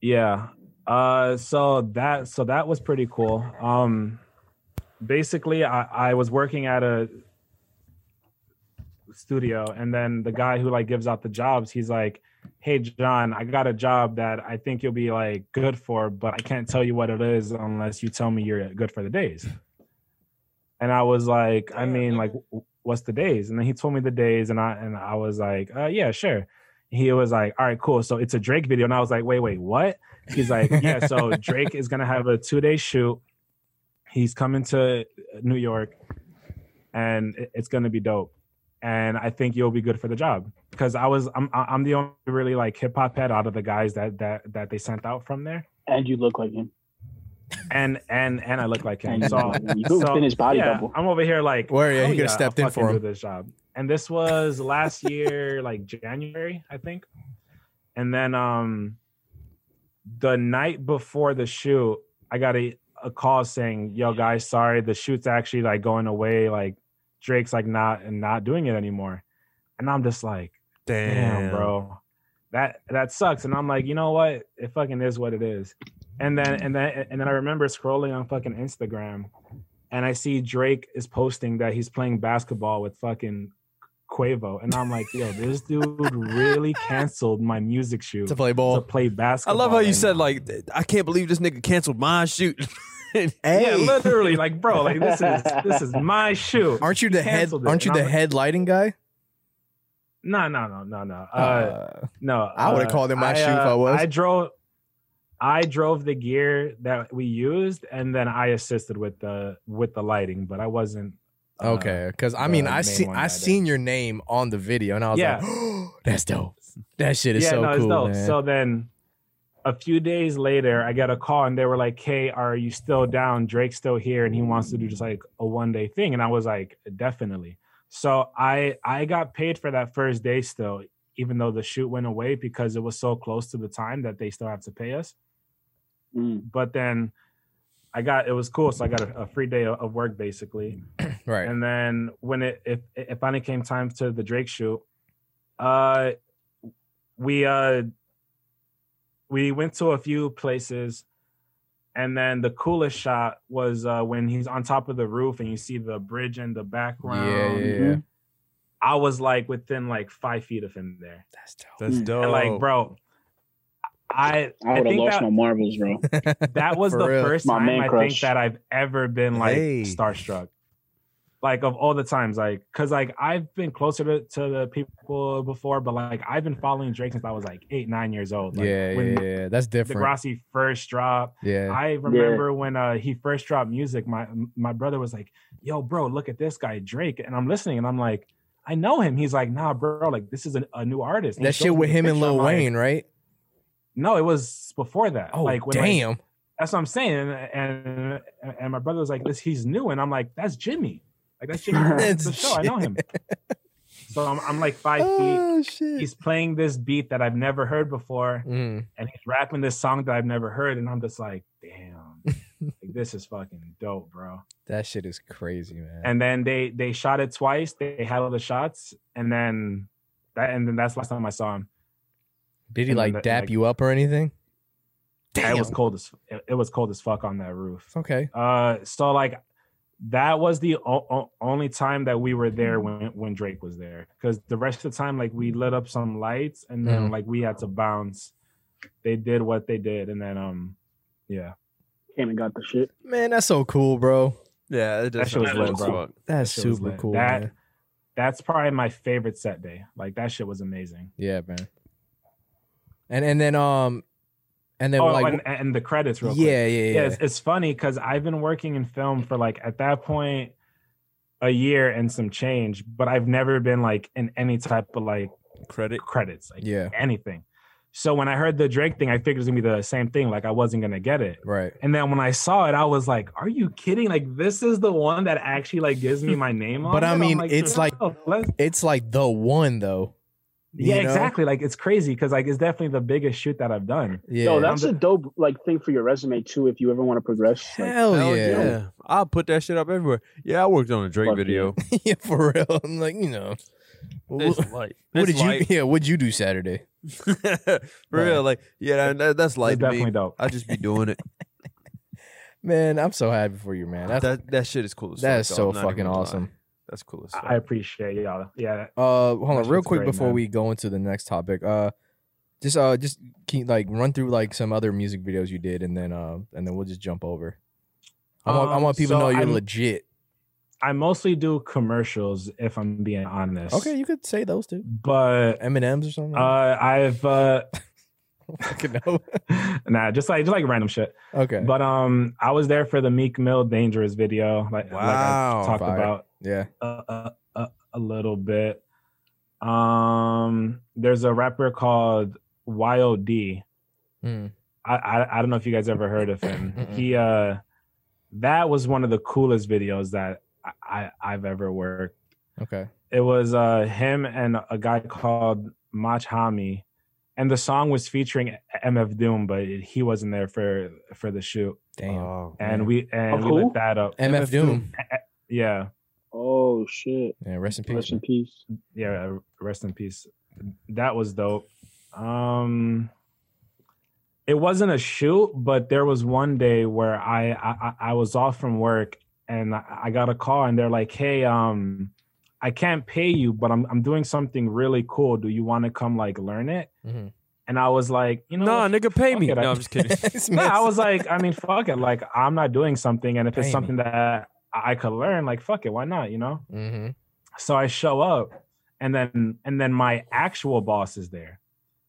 [SPEAKER 4] Yeah. Uh so that so that was pretty cool. Um basically I, I was working at a studio and then the guy who like gives out the jobs, he's like, Hey John, I got a job that I think you'll be like good for, but I can't tell you what it is unless you tell me you're good for the days. And I was like, I
[SPEAKER 5] Damn,
[SPEAKER 4] mean,
[SPEAKER 5] nigga.
[SPEAKER 4] like w- what's the days? And then he told me the days and I and I was like, uh yeah, sure. He was like, All right, cool. So it's a Drake video. And I was like, wait, wait, what? He's like, yeah, so Drake is gonna have a two day shoot. He's coming to New York, and it- it's gonna be dope. And I think you'll be good for the job because I was I'm I- I'm the only really like hip hop head out of the guys that that that they sent out from there,
[SPEAKER 3] And you look like him.
[SPEAKER 4] and and and I look like him.
[SPEAKER 3] And you,
[SPEAKER 4] So
[SPEAKER 3] look like him. you could have been his body
[SPEAKER 4] yeah,
[SPEAKER 3] double.
[SPEAKER 4] I'm over here like,
[SPEAKER 2] Where, yeah,
[SPEAKER 4] hell
[SPEAKER 2] he coulda
[SPEAKER 4] I'll
[SPEAKER 2] stepped in
[SPEAKER 4] fucking
[SPEAKER 2] for him.
[SPEAKER 4] do this job. And this was last year, <laughs> like January, I think. And then um, the night before the shoot, I got a, a call saying, "Yo, guys, sorry, the shoot's actually like going away. Like Drake's like not and not doing it anymore." And I'm just like, damn, bro that that sucks and i'm like you know what it fucking is what it is and then and then and then i remember scrolling on fucking instagram and i see drake is posting that he's playing basketball with fucking quavo and i'm like yo this dude <laughs> really canceled my music shoot
[SPEAKER 2] To play
[SPEAKER 4] to
[SPEAKER 2] ball.
[SPEAKER 4] play
[SPEAKER 1] I
[SPEAKER 4] basketball
[SPEAKER 1] love how you
[SPEAKER 4] right
[SPEAKER 1] said
[SPEAKER 4] now.
[SPEAKER 1] like I can't believe this nigga canceled my shoot. <laughs>
[SPEAKER 4] yeah literally like bro like this is this <laughs> is my shoot
[SPEAKER 2] aren't you the head?
[SPEAKER 4] canceled it,
[SPEAKER 2] Aren't you
[SPEAKER 4] and
[SPEAKER 2] the
[SPEAKER 4] I'm-
[SPEAKER 2] head lighting guy?
[SPEAKER 4] no no no no no uh,
[SPEAKER 2] Uh,
[SPEAKER 4] No,
[SPEAKER 2] I would've called in my shoe if I was.
[SPEAKER 4] I drove, I drove the gear that we used, and then I assisted with the with the lighting, but I wasn't. uh,
[SPEAKER 2] okay, because I mean,
[SPEAKER 4] the
[SPEAKER 2] I
[SPEAKER 4] main
[SPEAKER 2] see,
[SPEAKER 4] one
[SPEAKER 2] I
[SPEAKER 4] guy
[SPEAKER 2] seen your name on the video, and I was
[SPEAKER 4] Yeah.
[SPEAKER 2] like, <gasps> oh, that's dope. That shit is
[SPEAKER 4] yeah,
[SPEAKER 2] so cool,
[SPEAKER 4] no, it's dope.
[SPEAKER 2] man.
[SPEAKER 4] So then, a few days later, I got a call, and they were like, "Hey, are you still down? Drake's still here, and he wants to do just like a one day thing." And I was like, "Definitely." So I I got paid for that first day still, even though the shoot went away because it was so close to the time that they still have to pay us.
[SPEAKER 3] Mm.
[SPEAKER 4] But then I got it was cool, so I got a, a free day of, of work basically.
[SPEAKER 2] Right.
[SPEAKER 4] And then when it if it finally came time to the Drake shoot, uh, we uh, we went to a few places, and then the coolest shot was uh, when he's on top of the roof and you see the bridge in the background.
[SPEAKER 2] yeah, yeah, yeah.
[SPEAKER 3] Mhm.
[SPEAKER 4] I was like within like five feet of him there.
[SPEAKER 2] That's dope.
[SPEAKER 1] That's
[SPEAKER 3] Mm.
[SPEAKER 1] dope.
[SPEAKER 4] And
[SPEAKER 2] Oh.
[SPEAKER 4] like, bro, I
[SPEAKER 3] I
[SPEAKER 4] I
[SPEAKER 3] would have
[SPEAKER 4] think
[SPEAKER 3] lost
[SPEAKER 4] that,
[SPEAKER 3] my marbles, <laughs> bro.
[SPEAKER 2] <laughs>
[SPEAKER 4] that was
[SPEAKER 2] For
[SPEAKER 4] the
[SPEAKER 2] real.
[SPEAKER 4] first
[SPEAKER 3] My
[SPEAKER 4] time
[SPEAKER 3] man
[SPEAKER 4] I think
[SPEAKER 3] crush.
[SPEAKER 4] that I've ever been like
[SPEAKER 5] Hey.
[SPEAKER 4] starstruck. Like of all the times, like because like I've been closer to, to the people before, but like I've been following Drake since I was like eight, nine years old. Like,
[SPEAKER 2] yeah,
[SPEAKER 4] when
[SPEAKER 2] yeah, yeah. That's different.
[SPEAKER 4] Degrassi first dropped.
[SPEAKER 2] Yeah.
[SPEAKER 4] I remember when uh, he first dropped music, my my brother was like, "Yo, bro, look at this guy Drake," and I'm listening, and I'm like, "I know him." He's like, "Nah, bro, like this is a, a new artist." And he
[SPEAKER 2] That
[SPEAKER 4] shows
[SPEAKER 2] shit
[SPEAKER 4] me
[SPEAKER 2] with
[SPEAKER 4] the
[SPEAKER 2] him and
[SPEAKER 4] picture, I'm
[SPEAKER 2] Lil
[SPEAKER 4] like,
[SPEAKER 2] Wayne, right?
[SPEAKER 4] no, it was before that.
[SPEAKER 2] Oh,
[SPEAKER 4] like when, like,
[SPEAKER 2] damn.
[SPEAKER 4] that's what I'm saying. And and my brother was like, "This he's new," and I'm like, "That's Jimmy. Like that's Jimmy
[SPEAKER 2] That's
[SPEAKER 4] for sure. I know him." So I'm, I'm like five
[SPEAKER 2] Uh.
[SPEAKER 4] feet.
[SPEAKER 2] Oh, shit.
[SPEAKER 4] He's playing this beat that I've never heard before,
[SPEAKER 2] Mm.
[SPEAKER 4] and he's rapping this song that I've never heard, and I'm just like, "Damn, like, this is fucking dope, bro."
[SPEAKER 2] That shit is crazy, man.
[SPEAKER 4] And then they they shot it twice. They had all the shots, and then that and then that's the last time I saw him.
[SPEAKER 2] Did he
[SPEAKER 4] and then
[SPEAKER 2] like
[SPEAKER 4] that-
[SPEAKER 2] dap
[SPEAKER 4] like-
[SPEAKER 2] you up or anything?
[SPEAKER 4] It was cold as it, it was cold as fuck on that roof.
[SPEAKER 2] It's okay.
[SPEAKER 4] Uh, so like that was the o- o- only time that we were there
[SPEAKER 2] Mm-hmm.
[SPEAKER 4] when when Drake was there because the rest of the time like we lit up some lights and then
[SPEAKER 2] Mhm.
[SPEAKER 4] like we had to bounce. They did what they did, and then um, yeah,
[SPEAKER 3] Came and got the shit.
[SPEAKER 2] Man, that's so cool, bro.
[SPEAKER 1] yeah, it
[SPEAKER 4] That
[SPEAKER 1] does
[SPEAKER 4] shit was
[SPEAKER 1] sound
[SPEAKER 4] lit,
[SPEAKER 1] dope as
[SPEAKER 4] bro.
[SPEAKER 1] fuck.
[SPEAKER 2] That's
[SPEAKER 4] shit was
[SPEAKER 2] super
[SPEAKER 4] lit.
[SPEAKER 2] cool.
[SPEAKER 4] That-
[SPEAKER 2] man.
[SPEAKER 4] that's probably my favorite set day. Like that shit was amazing.
[SPEAKER 2] Yeah, man. And and then um, and then
[SPEAKER 4] oh,
[SPEAKER 2] like
[SPEAKER 4] and, and the credits real quick.
[SPEAKER 2] yeah, yeah, yeah,
[SPEAKER 4] yeah, it's, it's funny because I've been working in film for like at that point a year and some change, but I've never been like in any type of like
[SPEAKER 1] Credit.
[SPEAKER 4] credits, like
[SPEAKER 2] Yeah.
[SPEAKER 4] anything. So when I heard the Drake thing, I figured it was gonna be the same thing. Like I wasn't gonna get it.
[SPEAKER 2] Right.
[SPEAKER 4] And then when I saw it, I was like, "Are you kidding? Like this is the one that actually like gives me my name
[SPEAKER 2] <laughs>
[SPEAKER 4] on."
[SPEAKER 2] But I
[SPEAKER 4] it? I'm
[SPEAKER 2] mean, it's like-
[SPEAKER 4] "Yo, let's-
[SPEAKER 2] It's like the one though. You
[SPEAKER 4] yeah,
[SPEAKER 2] know?
[SPEAKER 4] exactly. Like it's crazy because like it's definitely the biggest shoot that I've done.
[SPEAKER 2] Yeah.
[SPEAKER 3] Yo, that's a dope like thing for your resume too. If you ever want to progress, like,
[SPEAKER 2] Hell,
[SPEAKER 1] Hell
[SPEAKER 2] yeah.
[SPEAKER 1] I'll put that shit up everywhere. Yeah, I worked on a Drake
[SPEAKER 3] Fuck
[SPEAKER 1] video.
[SPEAKER 2] <laughs> yeah, for real. I'm like, you know,
[SPEAKER 1] It's
[SPEAKER 2] wh- what,
[SPEAKER 1] light. It's
[SPEAKER 2] did
[SPEAKER 1] light.
[SPEAKER 2] you? Yeah, what'd you do Saturday?
[SPEAKER 1] <laughs> For real, like yeah, that, that's
[SPEAKER 4] It's
[SPEAKER 1] light to
[SPEAKER 4] definitely
[SPEAKER 1] me.
[SPEAKER 4] dope.
[SPEAKER 1] I just be doing it.
[SPEAKER 2] Man, I'm so happy for you, man. That's
[SPEAKER 1] that that shit is cool. As
[SPEAKER 2] that
[SPEAKER 1] fuck,
[SPEAKER 2] is
[SPEAKER 1] though. I'm
[SPEAKER 2] so
[SPEAKER 1] not even
[SPEAKER 2] fucking
[SPEAKER 1] gonna lie.
[SPEAKER 2] awesome.
[SPEAKER 1] That's cool as
[SPEAKER 4] I
[SPEAKER 1] fuck.
[SPEAKER 4] appreciate y'all. Yeah,
[SPEAKER 2] Uh, hold on,
[SPEAKER 4] That
[SPEAKER 2] real
[SPEAKER 4] shit's
[SPEAKER 2] quick
[SPEAKER 4] great,
[SPEAKER 2] before
[SPEAKER 4] man.
[SPEAKER 2] we go into the next topic. Uh, just uh, just can you, like run through like some other music videos you did, and then uh, and then we'll just jump over. I want, I
[SPEAKER 4] Um,
[SPEAKER 2] want people
[SPEAKER 4] so
[SPEAKER 2] to know you're
[SPEAKER 4] I'm-
[SPEAKER 2] legit.
[SPEAKER 4] I mostly do commercials if I'm being honest.
[SPEAKER 2] Okay, Hmm. you could say those two.
[SPEAKER 4] But
[SPEAKER 2] M and M's or something.
[SPEAKER 4] uh
[SPEAKER 2] <laughs>
[SPEAKER 4] I've uh
[SPEAKER 2] Fucking no.
[SPEAKER 4] nah, just like just like random shit.
[SPEAKER 2] okay.
[SPEAKER 4] But um I was there for the Meek Mill Dangerous video like, like
[SPEAKER 1] Wow.
[SPEAKER 4] I talked
[SPEAKER 2] Fire.
[SPEAKER 4] about
[SPEAKER 2] yeah.
[SPEAKER 4] a, a- a, a little bit. Um there's a rapper called YOD.
[SPEAKER 2] Mm.
[SPEAKER 4] I, I I don't know if you guys ever heard of him.
[SPEAKER 2] <coughs> Mm-mm.
[SPEAKER 4] he uh that was one of the coolest videos that I, I I've ever worked.
[SPEAKER 2] Okay.
[SPEAKER 4] it was uh him and a guy called Mach Hami. And the song was featuring MF Doom, but he wasn't there for for the shoot.
[SPEAKER 2] Damn.
[SPEAKER 1] Oh,
[SPEAKER 4] And
[SPEAKER 2] man.
[SPEAKER 4] we and
[SPEAKER 3] Of
[SPEAKER 4] we
[SPEAKER 3] who?
[SPEAKER 4] lit that up.
[SPEAKER 2] MF,
[SPEAKER 1] MF
[SPEAKER 2] Doom.
[SPEAKER 1] Doom.
[SPEAKER 4] Yeah,
[SPEAKER 3] oh shit,
[SPEAKER 2] Yeah. Rest in peace.
[SPEAKER 3] rest in
[SPEAKER 2] man.
[SPEAKER 3] peace.
[SPEAKER 4] yeah. uh, Rest in peace. That was dope. Um, it wasn't a shoot, but there was one day where I I, I- I was off from work and I I got a call and they're like, hey, um, I can't pay you, but I'm I'm doing something really cool. Do you want to come like learn it?
[SPEAKER 2] Mhm.
[SPEAKER 4] And I was like, you know,
[SPEAKER 1] Nah,
[SPEAKER 4] what?
[SPEAKER 1] nigga, pay me.
[SPEAKER 4] Fuck it,
[SPEAKER 1] Mm-hmm.
[SPEAKER 4] I-
[SPEAKER 1] No, I'm just
[SPEAKER 2] <laughs>
[SPEAKER 1] kidding.
[SPEAKER 2] It's
[SPEAKER 4] Nah, I
[SPEAKER 2] messed.
[SPEAKER 4] was like, I mean, fuck it. Like, I'm not doing something, and if it's
[SPEAKER 2] Pay me.
[SPEAKER 4] something that I could learn, like, fuck it, why not? You know.
[SPEAKER 2] Mhm.
[SPEAKER 4] So I show up, and then and then my actual boss is there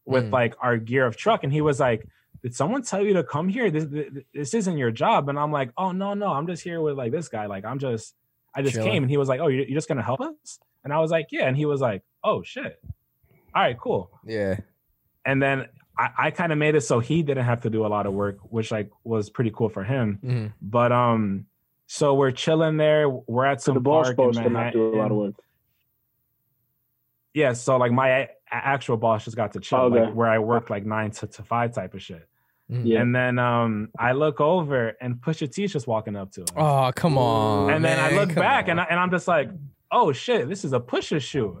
[SPEAKER 4] with
[SPEAKER 2] Mm.
[SPEAKER 4] like our gear of truck, and he was like, "Did someone tell you to come here? This this isn't your job." And I'm like, "Oh no, no, I'm just here with like this guy. Like, I'm just I just
[SPEAKER 2] Chilling.
[SPEAKER 4] came." And he was like, "Oh, you're, you're just gonna help us?" And I was like, "Yeah." And he was like, "Oh shit, all right, cool."
[SPEAKER 2] Yeah.
[SPEAKER 4] and then I, I kind of made it so he didn't have to do a lot of work, which like was pretty cool for him.
[SPEAKER 2] Mhm.
[SPEAKER 4] But um, so we're chilling there. We're at
[SPEAKER 3] So
[SPEAKER 4] some
[SPEAKER 3] the boss
[SPEAKER 4] park
[SPEAKER 3] supposed
[SPEAKER 4] in
[SPEAKER 3] to not do a lot
[SPEAKER 4] Manhattan.
[SPEAKER 3] of work.
[SPEAKER 4] Yeah, so like my a- actual boss just got to chill,
[SPEAKER 3] Okay.
[SPEAKER 4] like where I work like nine to, to five type of shit.
[SPEAKER 2] Mm.
[SPEAKER 3] Yeah.
[SPEAKER 4] And then um, I look over and Pusha T's just walking up to him.
[SPEAKER 2] Oh, come on.
[SPEAKER 4] and then I
[SPEAKER 2] man,
[SPEAKER 4] look
[SPEAKER 2] come
[SPEAKER 4] back and,
[SPEAKER 2] on.
[SPEAKER 4] I, and I'm just like, oh shit, this is a Pusha shoe.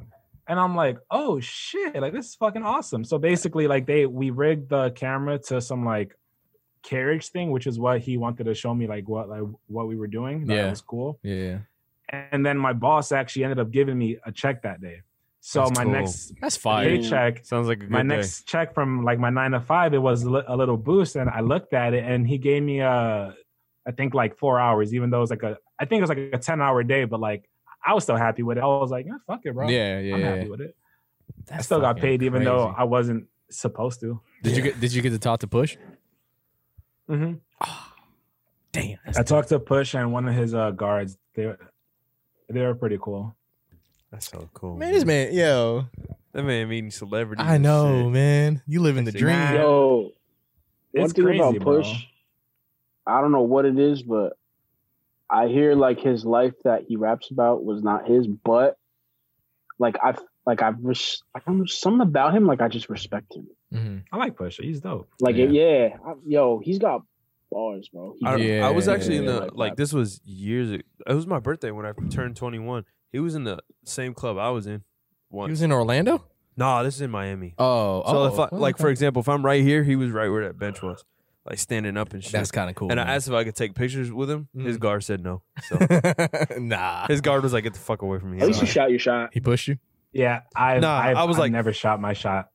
[SPEAKER 4] And I'm like, oh shit, like this is fucking awesome. So basically, like they we rigged the camera to some like carriage thing, which is what he wanted to show me, like what like what we were doing. That
[SPEAKER 2] Yeah.
[SPEAKER 4] was cool.
[SPEAKER 2] Yeah.
[SPEAKER 4] And then my boss actually ended up giving me a check that day. So
[SPEAKER 1] That's
[SPEAKER 4] my
[SPEAKER 1] cool.
[SPEAKER 4] next
[SPEAKER 2] That's fire.
[SPEAKER 3] Hey,
[SPEAKER 4] paycheck
[SPEAKER 1] Sounds like a good
[SPEAKER 4] my
[SPEAKER 1] day.
[SPEAKER 4] next check from like my nine to five, it was li- a little boost, and I looked at it, and he gave me a, I think like four hours, even though it was like a, I think it was like a ten hour day, but like I was still happy with it. I was like, yeah, fuck it, bro.
[SPEAKER 2] Yeah, yeah,
[SPEAKER 4] I'm
[SPEAKER 2] yeah.
[SPEAKER 4] happy with it. I still got paid, even though I wasn't supposed to.
[SPEAKER 2] Did you get did you get to talk to Push?
[SPEAKER 4] hmm
[SPEAKER 2] <sighs> Damn.
[SPEAKER 4] I talked to Push and one of his uh, guards. They, were- they were pretty cool.
[SPEAKER 1] That's so cool.
[SPEAKER 2] Man, this man, yo,
[SPEAKER 1] That man meeting celebrities.
[SPEAKER 2] I
[SPEAKER 1] and
[SPEAKER 2] know,
[SPEAKER 1] shit.
[SPEAKER 2] man. You living the
[SPEAKER 4] Nah.
[SPEAKER 2] dream.
[SPEAKER 3] Yo, one
[SPEAKER 4] It's
[SPEAKER 3] thing
[SPEAKER 4] crazy,
[SPEAKER 3] about
[SPEAKER 4] bro.
[SPEAKER 3] Push, I don't know what it is, but I hear like his life that he raps about was not his, but like I've like I've res- I don't know something about him like I just respect him.
[SPEAKER 2] Mhm.
[SPEAKER 4] I like Push. He's dope.
[SPEAKER 3] Like
[SPEAKER 2] Yeah.
[SPEAKER 3] yeah, I- yo, he's got bars, bro. He-
[SPEAKER 1] I, I was actually in
[SPEAKER 3] Yeah.
[SPEAKER 1] the like this was years. ag- It was my birthday when I turned 21. He was in the same club I was in.
[SPEAKER 2] He
[SPEAKER 1] Once.
[SPEAKER 2] was in Orlando?
[SPEAKER 1] nah, this is in Miami.
[SPEAKER 2] Oh,
[SPEAKER 1] so
[SPEAKER 2] oh,
[SPEAKER 1] if I,
[SPEAKER 2] well,
[SPEAKER 1] like
[SPEAKER 2] okay.
[SPEAKER 1] for example, if I'm right here, he was right where that bench was, like standing up and shit.
[SPEAKER 2] that's kind of cool.
[SPEAKER 1] and I
[SPEAKER 2] man.
[SPEAKER 1] asked if I could take pictures with him. His
[SPEAKER 2] Mhm.
[SPEAKER 1] guard said no. So
[SPEAKER 2] <laughs> nah.
[SPEAKER 1] his guard was like, "Get the fuck away from me."
[SPEAKER 3] At least you
[SPEAKER 1] Sorry.
[SPEAKER 3] shot your shot.
[SPEAKER 2] He pushed you.
[SPEAKER 4] Yeah, I
[SPEAKER 1] Nah,
[SPEAKER 4] i
[SPEAKER 1] I was
[SPEAKER 4] I've
[SPEAKER 1] like-
[SPEAKER 4] never shot my shot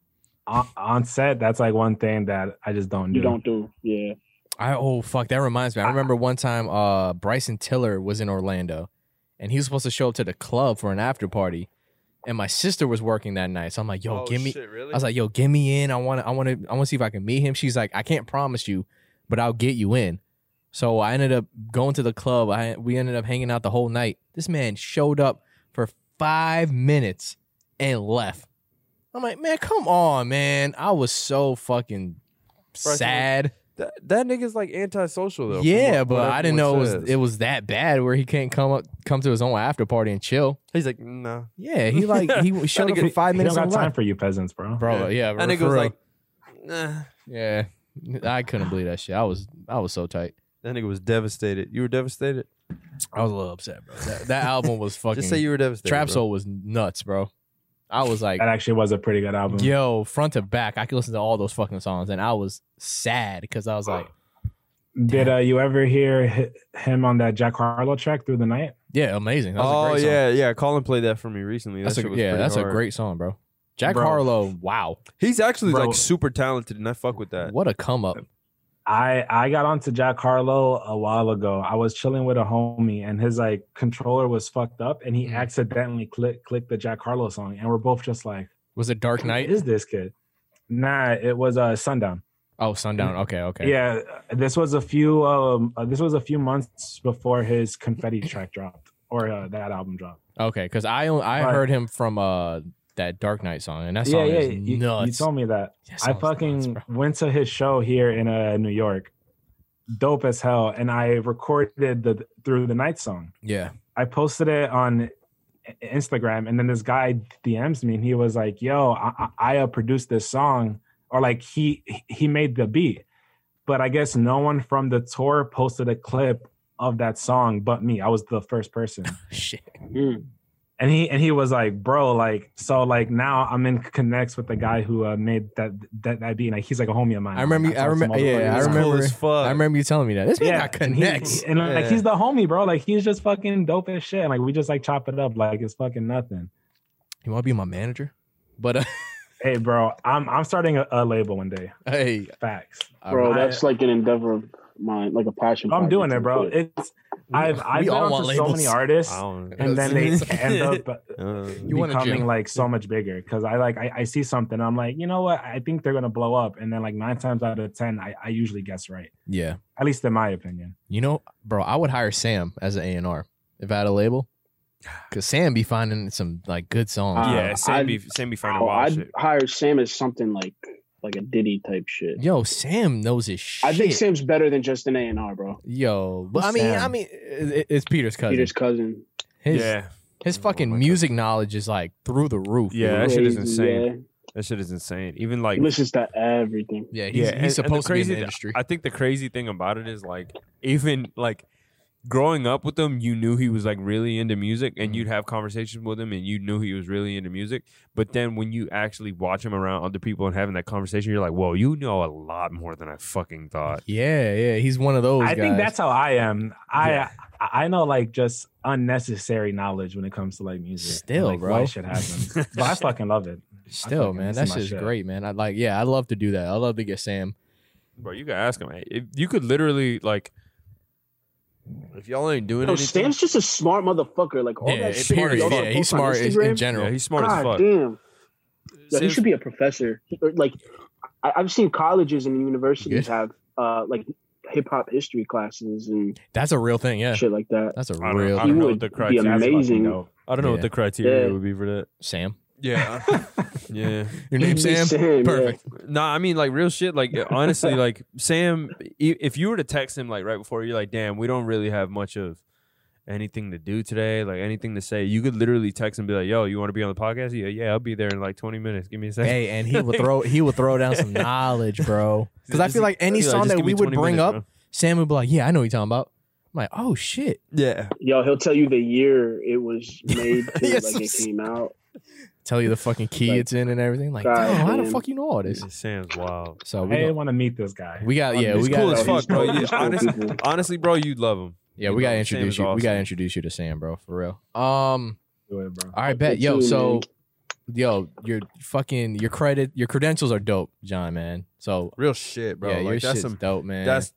[SPEAKER 4] on, on set. That's like one thing that I just don't do.
[SPEAKER 3] You don't do, yeah.
[SPEAKER 2] I oh fuck, that reminds me. I
[SPEAKER 4] I-
[SPEAKER 2] remember one time uh Bryson Tiller was in Orlando and he was supposed to show up to the club for an after party. And my sister was working that night. So I'm like, yo,
[SPEAKER 1] Oh,
[SPEAKER 2] give me
[SPEAKER 1] shit, really?
[SPEAKER 2] I was like, yo, give me in. I wanna I wanna I wanna see if I can meet him. She's like, I can't promise you, but I'll get you in. So I ended up going to the club. I we ended up hanging out the whole night. This man showed up for five minutes and left. I'm like, man, come on, man. I was so fucking
[SPEAKER 1] Bryson,
[SPEAKER 2] sad.
[SPEAKER 1] that, that nigga's like antisocial though. from
[SPEAKER 2] Yeah,
[SPEAKER 1] what-
[SPEAKER 2] but
[SPEAKER 1] what
[SPEAKER 2] I didn't know it
[SPEAKER 1] everyone
[SPEAKER 2] was,
[SPEAKER 1] says.
[SPEAKER 2] it was that bad where he can't come up, come to his own after party and chill.
[SPEAKER 1] He's like, nah. <laughs>
[SPEAKER 2] Yeah, he like he showed up
[SPEAKER 1] nigga-
[SPEAKER 2] for five
[SPEAKER 4] You
[SPEAKER 2] minutes.
[SPEAKER 4] don't
[SPEAKER 2] and
[SPEAKER 4] got time
[SPEAKER 2] left.
[SPEAKER 4] for you peasants, bro.
[SPEAKER 2] bro. Yeah,
[SPEAKER 1] That
[SPEAKER 2] bro,
[SPEAKER 1] nigga
[SPEAKER 2] for
[SPEAKER 1] was
[SPEAKER 2] real.
[SPEAKER 1] like, nah.
[SPEAKER 2] yeah, I couldn't believe that shit. I was I was so tight.
[SPEAKER 1] That nigga was devastated. You were devastated.
[SPEAKER 2] I was a little upset, bro. That, <laughs> that album was fucking.
[SPEAKER 1] Just say you were devastated.
[SPEAKER 2] Trap
[SPEAKER 1] bro.
[SPEAKER 2] Soul was nuts, bro. I was like,
[SPEAKER 4] That actually was a pretty good album.
[SPEAKER 2] yo, front to back, I could listen to all those fucking songs, and I was sad because I was like,
[SPEAKER 4] Did uh, you ever hear hi- him on that Jack Harlow track "Through the Night"?
[SPEAKER 2] <gasps> yeah, amazing. That was
[SPEAKER 1] Oh
[SPEAKER 2] a great song.
[SPEAKER 1] yeah, yeah. Colin played that for me recently. That
[SPEAKER 2] that's
[SPEAKER 1] shit
[SPEAKER 2] a,
[SPEAKER 1] was
[SPEAKER 2] yeah,
[SPEAKER 1] pretty
[SPEAKER 2] that's a
[SPEAKER 1] hard.
[SPEAKER 2] great song, bro. Jack
[SPEAKER 4] Bro.
[SPEAKER 2] Harlow, wow,
[SPEAKER 1] He's actually
[SPEAKER 4] Bro.
[SPEAKER 1] like super talented, and I fuck with that.
[SPEAKER 2] what a come up.
[SPEAKER 4] I I got onto Jack Harlow a while ago. I was chilling with a homie, and his like controller was fucked up, and he
[SPEAKER 2] Mm.
[SPEAKER 4] accidentally clicked clicked the Jack Harlow song, and we're both just like,
[SPEAKER 2] Was it Dark
[SPEAKER 4] "Who
[SPEAKER 2] Knight?
[SPEAKER 4] is this kid?" Nah, it was uh, Sundown.
[SPEAKER 2] Oh, sundown. Okay, okay.
[SPEAKER 4] Mm. Yeah, this was a few um uh, this was a few months before
[SPEAKER 2] <laughs>
[SPEAKER 4] his confetti track dropped or uh, that album dropped.
[SPEAKER 2] Okay, because I only, I
[SPEAKER 4] Right.
[SPEAKER 2] heard him from uh that Dark Knight song, and that song is
[SPEAKER 4] You, you
[SPEAKER 2] nuts.
[SPEAKER 4] told me that.
[SPEAKER 2] That
[SPEAKER 4] I
[SPEAKER 2] song's nuts,
[SPEAKER 4] fucking
[SPEAKER 2] bro.
[SPEAKER 4] went to his show here in uh, New York. Dope as hell and I recorded the through the night song.
[SPEAKER 2] yeah.
[SPEAKER 4] I posted it on I- Instagram, and then this guy DMs me, and he was like, "Yo, I, I- I uh, produced this song, or like he he made the beat, but I guess no one from the tour posted a clip of that song but me. I was the
[SPEAKER 2] <laughs>
[SPEAKER 4] first person."
[SPEAKER 2] Shit.
[SPEAKER 1] Hmm.
[SPEAKER 3] Mm.
[SPEAKER 4] And he and he was like, bro, like so, like now I'm in connects with the guy who uh, made that that that beat. Like he's like a homie of mine.
[SPEAKER 2] I remember-
[SPEAKER 4] Like,
[SPEAKER 2] I
[SPEAKER 4] talked to him
[SPEAKER 2] remember-
[SPEAKER 4] all the
[SPEAKER 2] yeah,
[SPEAKER 4] fucking
[SPEAKER 2] I
[SPEAKER 1] He's
[SPEAKER 4] time.
[SPEAKER 2] remember-
[SPEAKER 1] cool as fuck.
[SPEAKER 2] I remember you telling me that. This man got
[SPEAKER 4] and Uh, he-
[SPEAKER 2] connects.
[SPEAKER 4] and like
[SPEAKER 1] Yeah.
[SPEAKER 4] he's the homie, bro. Like he's just fucking dope as shit. And like we just like chop it up, like it's fucking nothing.
[SPEAKER 2] you want to be my manager? But uh, <laughs>
[SPEAKER 4] Hey, bro, I'm I'm starting a, a label one day.
[SPEAKER 2] hey,
[SPEAKER 4] Facts.
[SPEAKER 3] Bro,
[SPEAKER 4] I-
[SPEAKER 3] that's like an endeavor of mine, like a passion.
[SPEAKER 4] I'm
[SPEAKER 3] project
[SPEAKER 4] doing
[SPEAKER 3] to
[SPEAKER 4] it, bro.
[SPEAKER 3] quit.
[SPEAKER 4] It's I've I've
[SPEAKER 2] we
[SPEAKER 4] been
[SPEAKER 2] all
[SPEAKER 4] onto
[SPEAKER 2] want
[SPEAKER 4] so many
[SPEAKER 2] labels.
[SPEAKER 4] artists,
[SPEAKER 1] I don't know.
[SPEAKER 4] and
[SPEAKER 2] <laughs>
[SPEAKER 4] then they end up
[SPEAKER 1] Uh,
[SPEAKER 2] You want a
[SPEAKER 4] becoming
[SPEAKER 2] gym.
[SPEAKER 4] like so much bigger. Because I like I, I see something, I'm like, you know what? I think they're gonna blow up, and then like nine times out of ten, I, I usually guess right.
[SPEAKER 2] yeah,
[SPEAKER 4] At least in my opinion.
[SPEAKER 2] you know, bro, I would hire Sam as an A and R if I had a label, because Sam be finding some like good songs.
[SPEAKER 4] Ah.
[SPEAKER 3] Uh,
[SPEAKER 1] yeah, Sam
[SPEAKER 3] I'd-
[SPEAKER 1] be Sam be finding
[SPEAKER 3] Oh,
[SPEAKER 1] wild
[SPEAKER 3] I'd
[SPEAKER 1] shit.
[SPEAKER 3] hire Sam as something like like a Diddy type shit.
[SPEAKER 2] Yo, Sam knows his shit.
[SPEAKER 3] I think Sam's better than just an A and R, bro.
[SPEAKER 2] Yo, but I
[SPEAKER 4] Who's
[SPEAKER 2] mean,
[SPEAKER 4] Sam?
[SPEAKER 2] I mean, it, it's Peter's cousin.
[SPEAKER 3] Peter's cousin.
[SPEAKER 2] his
[SPEAKER 1] yeah,
[SPEAKER 2] his
[SPEAKER 1] Oh
[SPEAKER 2] fucking
[SPEAKER 1] my God.
[SPEAKER 2] music knowledge is like through the roof.
[SPEAKER 1] Yeah,
[SPEAKER 2] dude.
[SPEAKER 1] that shit is
[SPEAKER 3] Crazy,
[SPEAKER 1] insane.
[SPEAKER 3] yeah.
[SPEAKER 1] That shit is insane. Even like
[SPEAKER 3] He listens to everything.
[SPEAKER 2] Yeah, he's,
[SPEAKER 1] and- and the
[SPEAKER 2] he's supposed to be in the
[SPEAKER 1] th-
[SPEAKER 2] industry.
[SPEAKER 1] I think the crazy thing about it is like even like growing up with him, you knew he was like really into music, and
[SPEAKER 2] Mhm.
[SPEAKER 1] you'd have conversations with him, and you knew he was really into music. But then when you actually watch him around other people and having that conversation, you're like, "Whoa, you know a lot more than I fucking thought." <laughs>
[SPEAKER 2] yeah, yeah, he's one of those.
[SPEAKER 4] I think
[SPEAKER 2] guys.
[SPEAKER 4] that's how I am. I
[SPEAKER 1] Yeah.
[SPEAKER 4] I know like just unnecessary knowledge when it comes to like music. and,
[SPEAKER 2] Still,
[SPEAKER 4] like,
[SPEAKER 2] bro.
[SPEAKER 4] Why
[SPEAKER 2] <laughs>
[SPEAKER 4] shit happens. but I fucking love it.
[SPEAKER 2] Still,
[SPEAKER 4] fucking
[SPEAKER 2] man,
[SPEAKER 4] miss
[SPEAKER 2] that's
[SPEAKER 4] my
[SPEAKER 2] just
[SPEAKER 4] shit.
[SPEAKER 2] great, man. I like, yeah, I love to do that. I love to get Sam.
[SPEAKER 1] Bro, you could ask him. Hey, if- you could literally like, if y'all ain't doing
[SPEAKER 3] No,
[SPEAKER 1] anything,
[SPEAKER 3] Sam's just a smart motherfucker. Like all
[SPEAKER 2] yeah,
[SPEAKER 3] that shit.
[SPEAKER 2] period.
[SPEAKER 3] y'all got
[SPEAKER 2] Yeah, he's
[SPEAKER 3] posts on
[SPEAKER 2] smart in,
[SPEAKER 3] Instagram?
[SPEAKER 2] in general.
[SPEAKER 1] yeah, he's smart as
[SPEAKER 3] God
[SPEAKER 1] fuck.
[SPEAKER 3] damn. Yeah, he
[SPEAKER 1] Sam's-
[SPEAKER 3] should be a professor. He- or, Like I, I've seen colleges and universities
[SPEAKER 2] Good.
[SPEAKER 3] have uh, like hip hop history classes and
[SPEAKER 2] that's a real thing. Yeah,
[SPEAKER 3] <laughs> shit like that.
[SPEAKER 2] that's a
[SPEAKER 1] I don't-
[SPEAKER 2] real
[SPEAKER 1] I don't
[SPEAKER 3] He
[SPEAKER 2] thing.
[SPEAKER 1] know
[SPEAKER 3] would
[SPEAKER 1] the
[SPEAKER 3] be
[SPEAKER 1] criteria-
[SPEAKER 4] That's fucking
[SPEAKER 2] <laughs>
[SPEAKER 3] amazing.
[SPEAKER 4] dope.
[SPEAKER 1] I don't know
[SPEAKER 2] Yeah.
[SPEAKER 1] what the criteria
[SPEAKER 3] Yeah.
[SPEAKER 1] would be for that.
[SPEAKER 2] Sam,
[SPEAKER 1] Yeah, <laughs> yeah.
[SPEAKER 2] your
[SPEAKER 3] <laughs>
[SPEAKER 2] name's
[SPEAKER 3] He'd be
[SPEAKER 2] Sam.
[SPEAKER 3] yeah.
[SPEAKER 2] Perfect.
[SPEAKER 1] No, I mean like real shit.
[SPEAKER 2] <laughs>
[SPEAKER 1] Like honestly, like Sam, i- if you were to text him like right before, you're like, "Damn, we don't really have much of anything to do today, like anything to say." You could literally text and be like, "Yo, you want to be on the podcast?" Yeah, yeah, I'll be there in like 20 minutes. Give me a second. <laughs>
[SPEAKER 2] Hey, and he would throw he would throw down some knowledge, bro. Because I
[SPEAKER 1] Just-
[SPEAKER 2] feel like any
[SPEAKER 1] yeah,
[SPEAKER 2] song
[SPEAKER 1] just
[SPEAKER 2] that
[SPEAKER 1] give me
[SPEAKER 2] we would
[SPEAKER 1] 20
[SPEAKER 2] bring
[SPEAKER 1] minutes,
[SPEAKER 2] up, Sam would be like, "Yeah, I know what you're talking about." I'm like, "Oh shit,
[SPEAKER 1] bro. yeah,
[SPEAKER 3] Yo, he'll tell you the year it
[SPEAKER 2] <laughs>
[SPEAKER 3] was made, to,
[SPEAKER 2] Yes.
[SPEAKER 3] like it
[SPEAKER 2] <laughs>
[SPEAKER 3] came out.
[SPEAKER 2] tell you the fucking key
[SPEAKER 3] Like,
[SPEAKER 2] it's in and everything." Like,
[SPEAKER 3] God,
[SPEAKER 2] damn, how the
[SPEAKER 3] man.
[SPEAKER 2] fuck you know all <laughs> this?
[SPEAKER 1] Sam's wild.
[SPEAKER 2] So Oh, we,
[SPEAKER 4] I
[SPEAKER 2] gon-
[SPEAKER 4] want to meet this guy.
[SPEAKER 2] we got Uh, yeah,
[SPEAKER 1] He's
[SPEAKER 2] we got
[SPEAKER 1] cool as
[SPEAKER 3] Yo, he's
[SPEAKER 1] fuck, bro.
[SPEAKER 3] cool.
[SPEAKER 1] Yeah,
[SPEAKER 3] He's cool
[SPEAKER 1] honestly-
[SPEAKER 3] people.
[SPEAKER 1] Honestly, bro, you'd love him.
[SPEAKER 2] yeah,
[SPEAKER 1] You
[SPEAKER 2] we
[SPEAKER 1] know,
[SPEAKER 2] gotta
[SPEAKER 1] Sam
[SPEAKER 2] introduce
[SPEAKER 1] is
[SPEAKER 2] you. We gotta
[SPEAKER 1] awesome.
[SPEAKER 2] introduce you to Sam, bro, for real. Um,
[SPEAKER 4] Do it, bro.
[SPEAKER 2] all right,
[SPEAKER 3] Fuck
[SPEAKER 2] bet,
[SPEAKER 3] you
[SPEAKER 2] yo.
[SPEAKER 3] too,
[SPEAKER 2] So
[SPEAKER 3] man.
[SPEAKER 2] yo, your fucking your credit, your credentials are dope, John, man. So
[SPEAKER 1] Real shit, bro.
[SPEAKER 2] yeah, your
[SPEAKER 1] like that's
[SPEAKER 2] shit's
[SPEAKER 1] some.
[SPEAKER 2] dope, man.
[SPEAKER 1] That's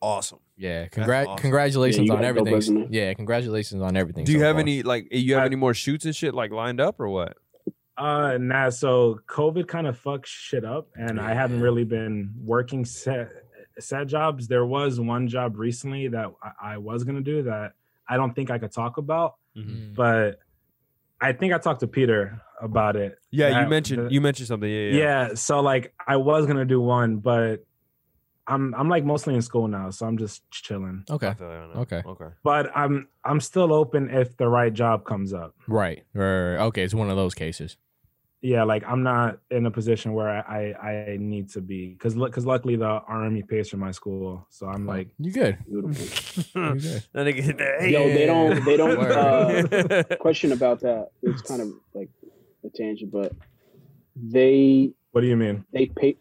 [SPEAKER 1] awesome.
[SPEAKER 2] yeah.
[SPEAKER 1] that's
[SPEAKER 2] Congrat,
[SPEAKER 1] awesome.
[SPEAKER 2] congratulations
[SPEAKER 3] Yeah, you
[SPEAKER 2] on
[SPEAKER 3] got a dope
[SPEAKER 2] everything.
[SPEAKER 3] resume.
[SPEAKER 2] Yeah, congratulations on everything.
[SPEAKER 1] Do you
[SPEAKER 2] so
[SPEAKER 1] have
[SPEAKER 2] far.
[SPEAKER 1] any like? eh, You have
[SPEAKER 4] I-
[SPEAKER 1] any more shoots and shit like lined up or what?
[SPEAKER 4] Uh, nah. So COVID kind of fucked shit up, and I haven't
[SPEAKER 2] Yeah.
[SPEAKER 4] really been working set set jobs. There was one job recently that I, I was gonna do that I don't think I could talk about,
[SPEAKER 2] Mm.
[SPEAKER 4] but I think I talked to Peter about it.
[SPEAKER 1] Yeah, you
[SPEAKER 4] That-
[SPEAKER 1] mentioned
[SPEAKER 4] the-
[SPEAKER 1] you mentioned something. Yeah, yeah.
[SPEAKER 4] yeah. so like i was gonna do one but i'm i'm like mostly in school now so i'm just chilling
[SPEAKER 1] I
[SPEAKER 2] Okay.
[SPEAKER 1] feel that, I know.
[SPEAKER 2] Okay.
[SPEAKER 1] Okay.
[SPEAKER 4] but i'm i'm still open if the right job comes up
[SPEAKER 2] Right. Right, right, right. Okay. It's one of those cases.
[SPEAKER 4] yeah like i'm not in a position where i i, I need to be because because luckily the army pays for my school so i'm like
[SPEAKER 2] you good.
[SPEAKER 1] <laughs>
[SPEAKER 3] Beautiful.
[SPEAKER 2] You good.
[SPEAKER 1] That nigga hit the
[SPEAKER 3] Yo, they
[SPEAKER 2] Yeah.
[SPEAKER 3] don't. They don't.
[SPEAKER 2] Word. <laughs>
[SPEAKER 3] Uh, question about that. It's kind of like a tangent, but they
[SPEAKER 4] what do you mean
[SPEAKER 3] they pay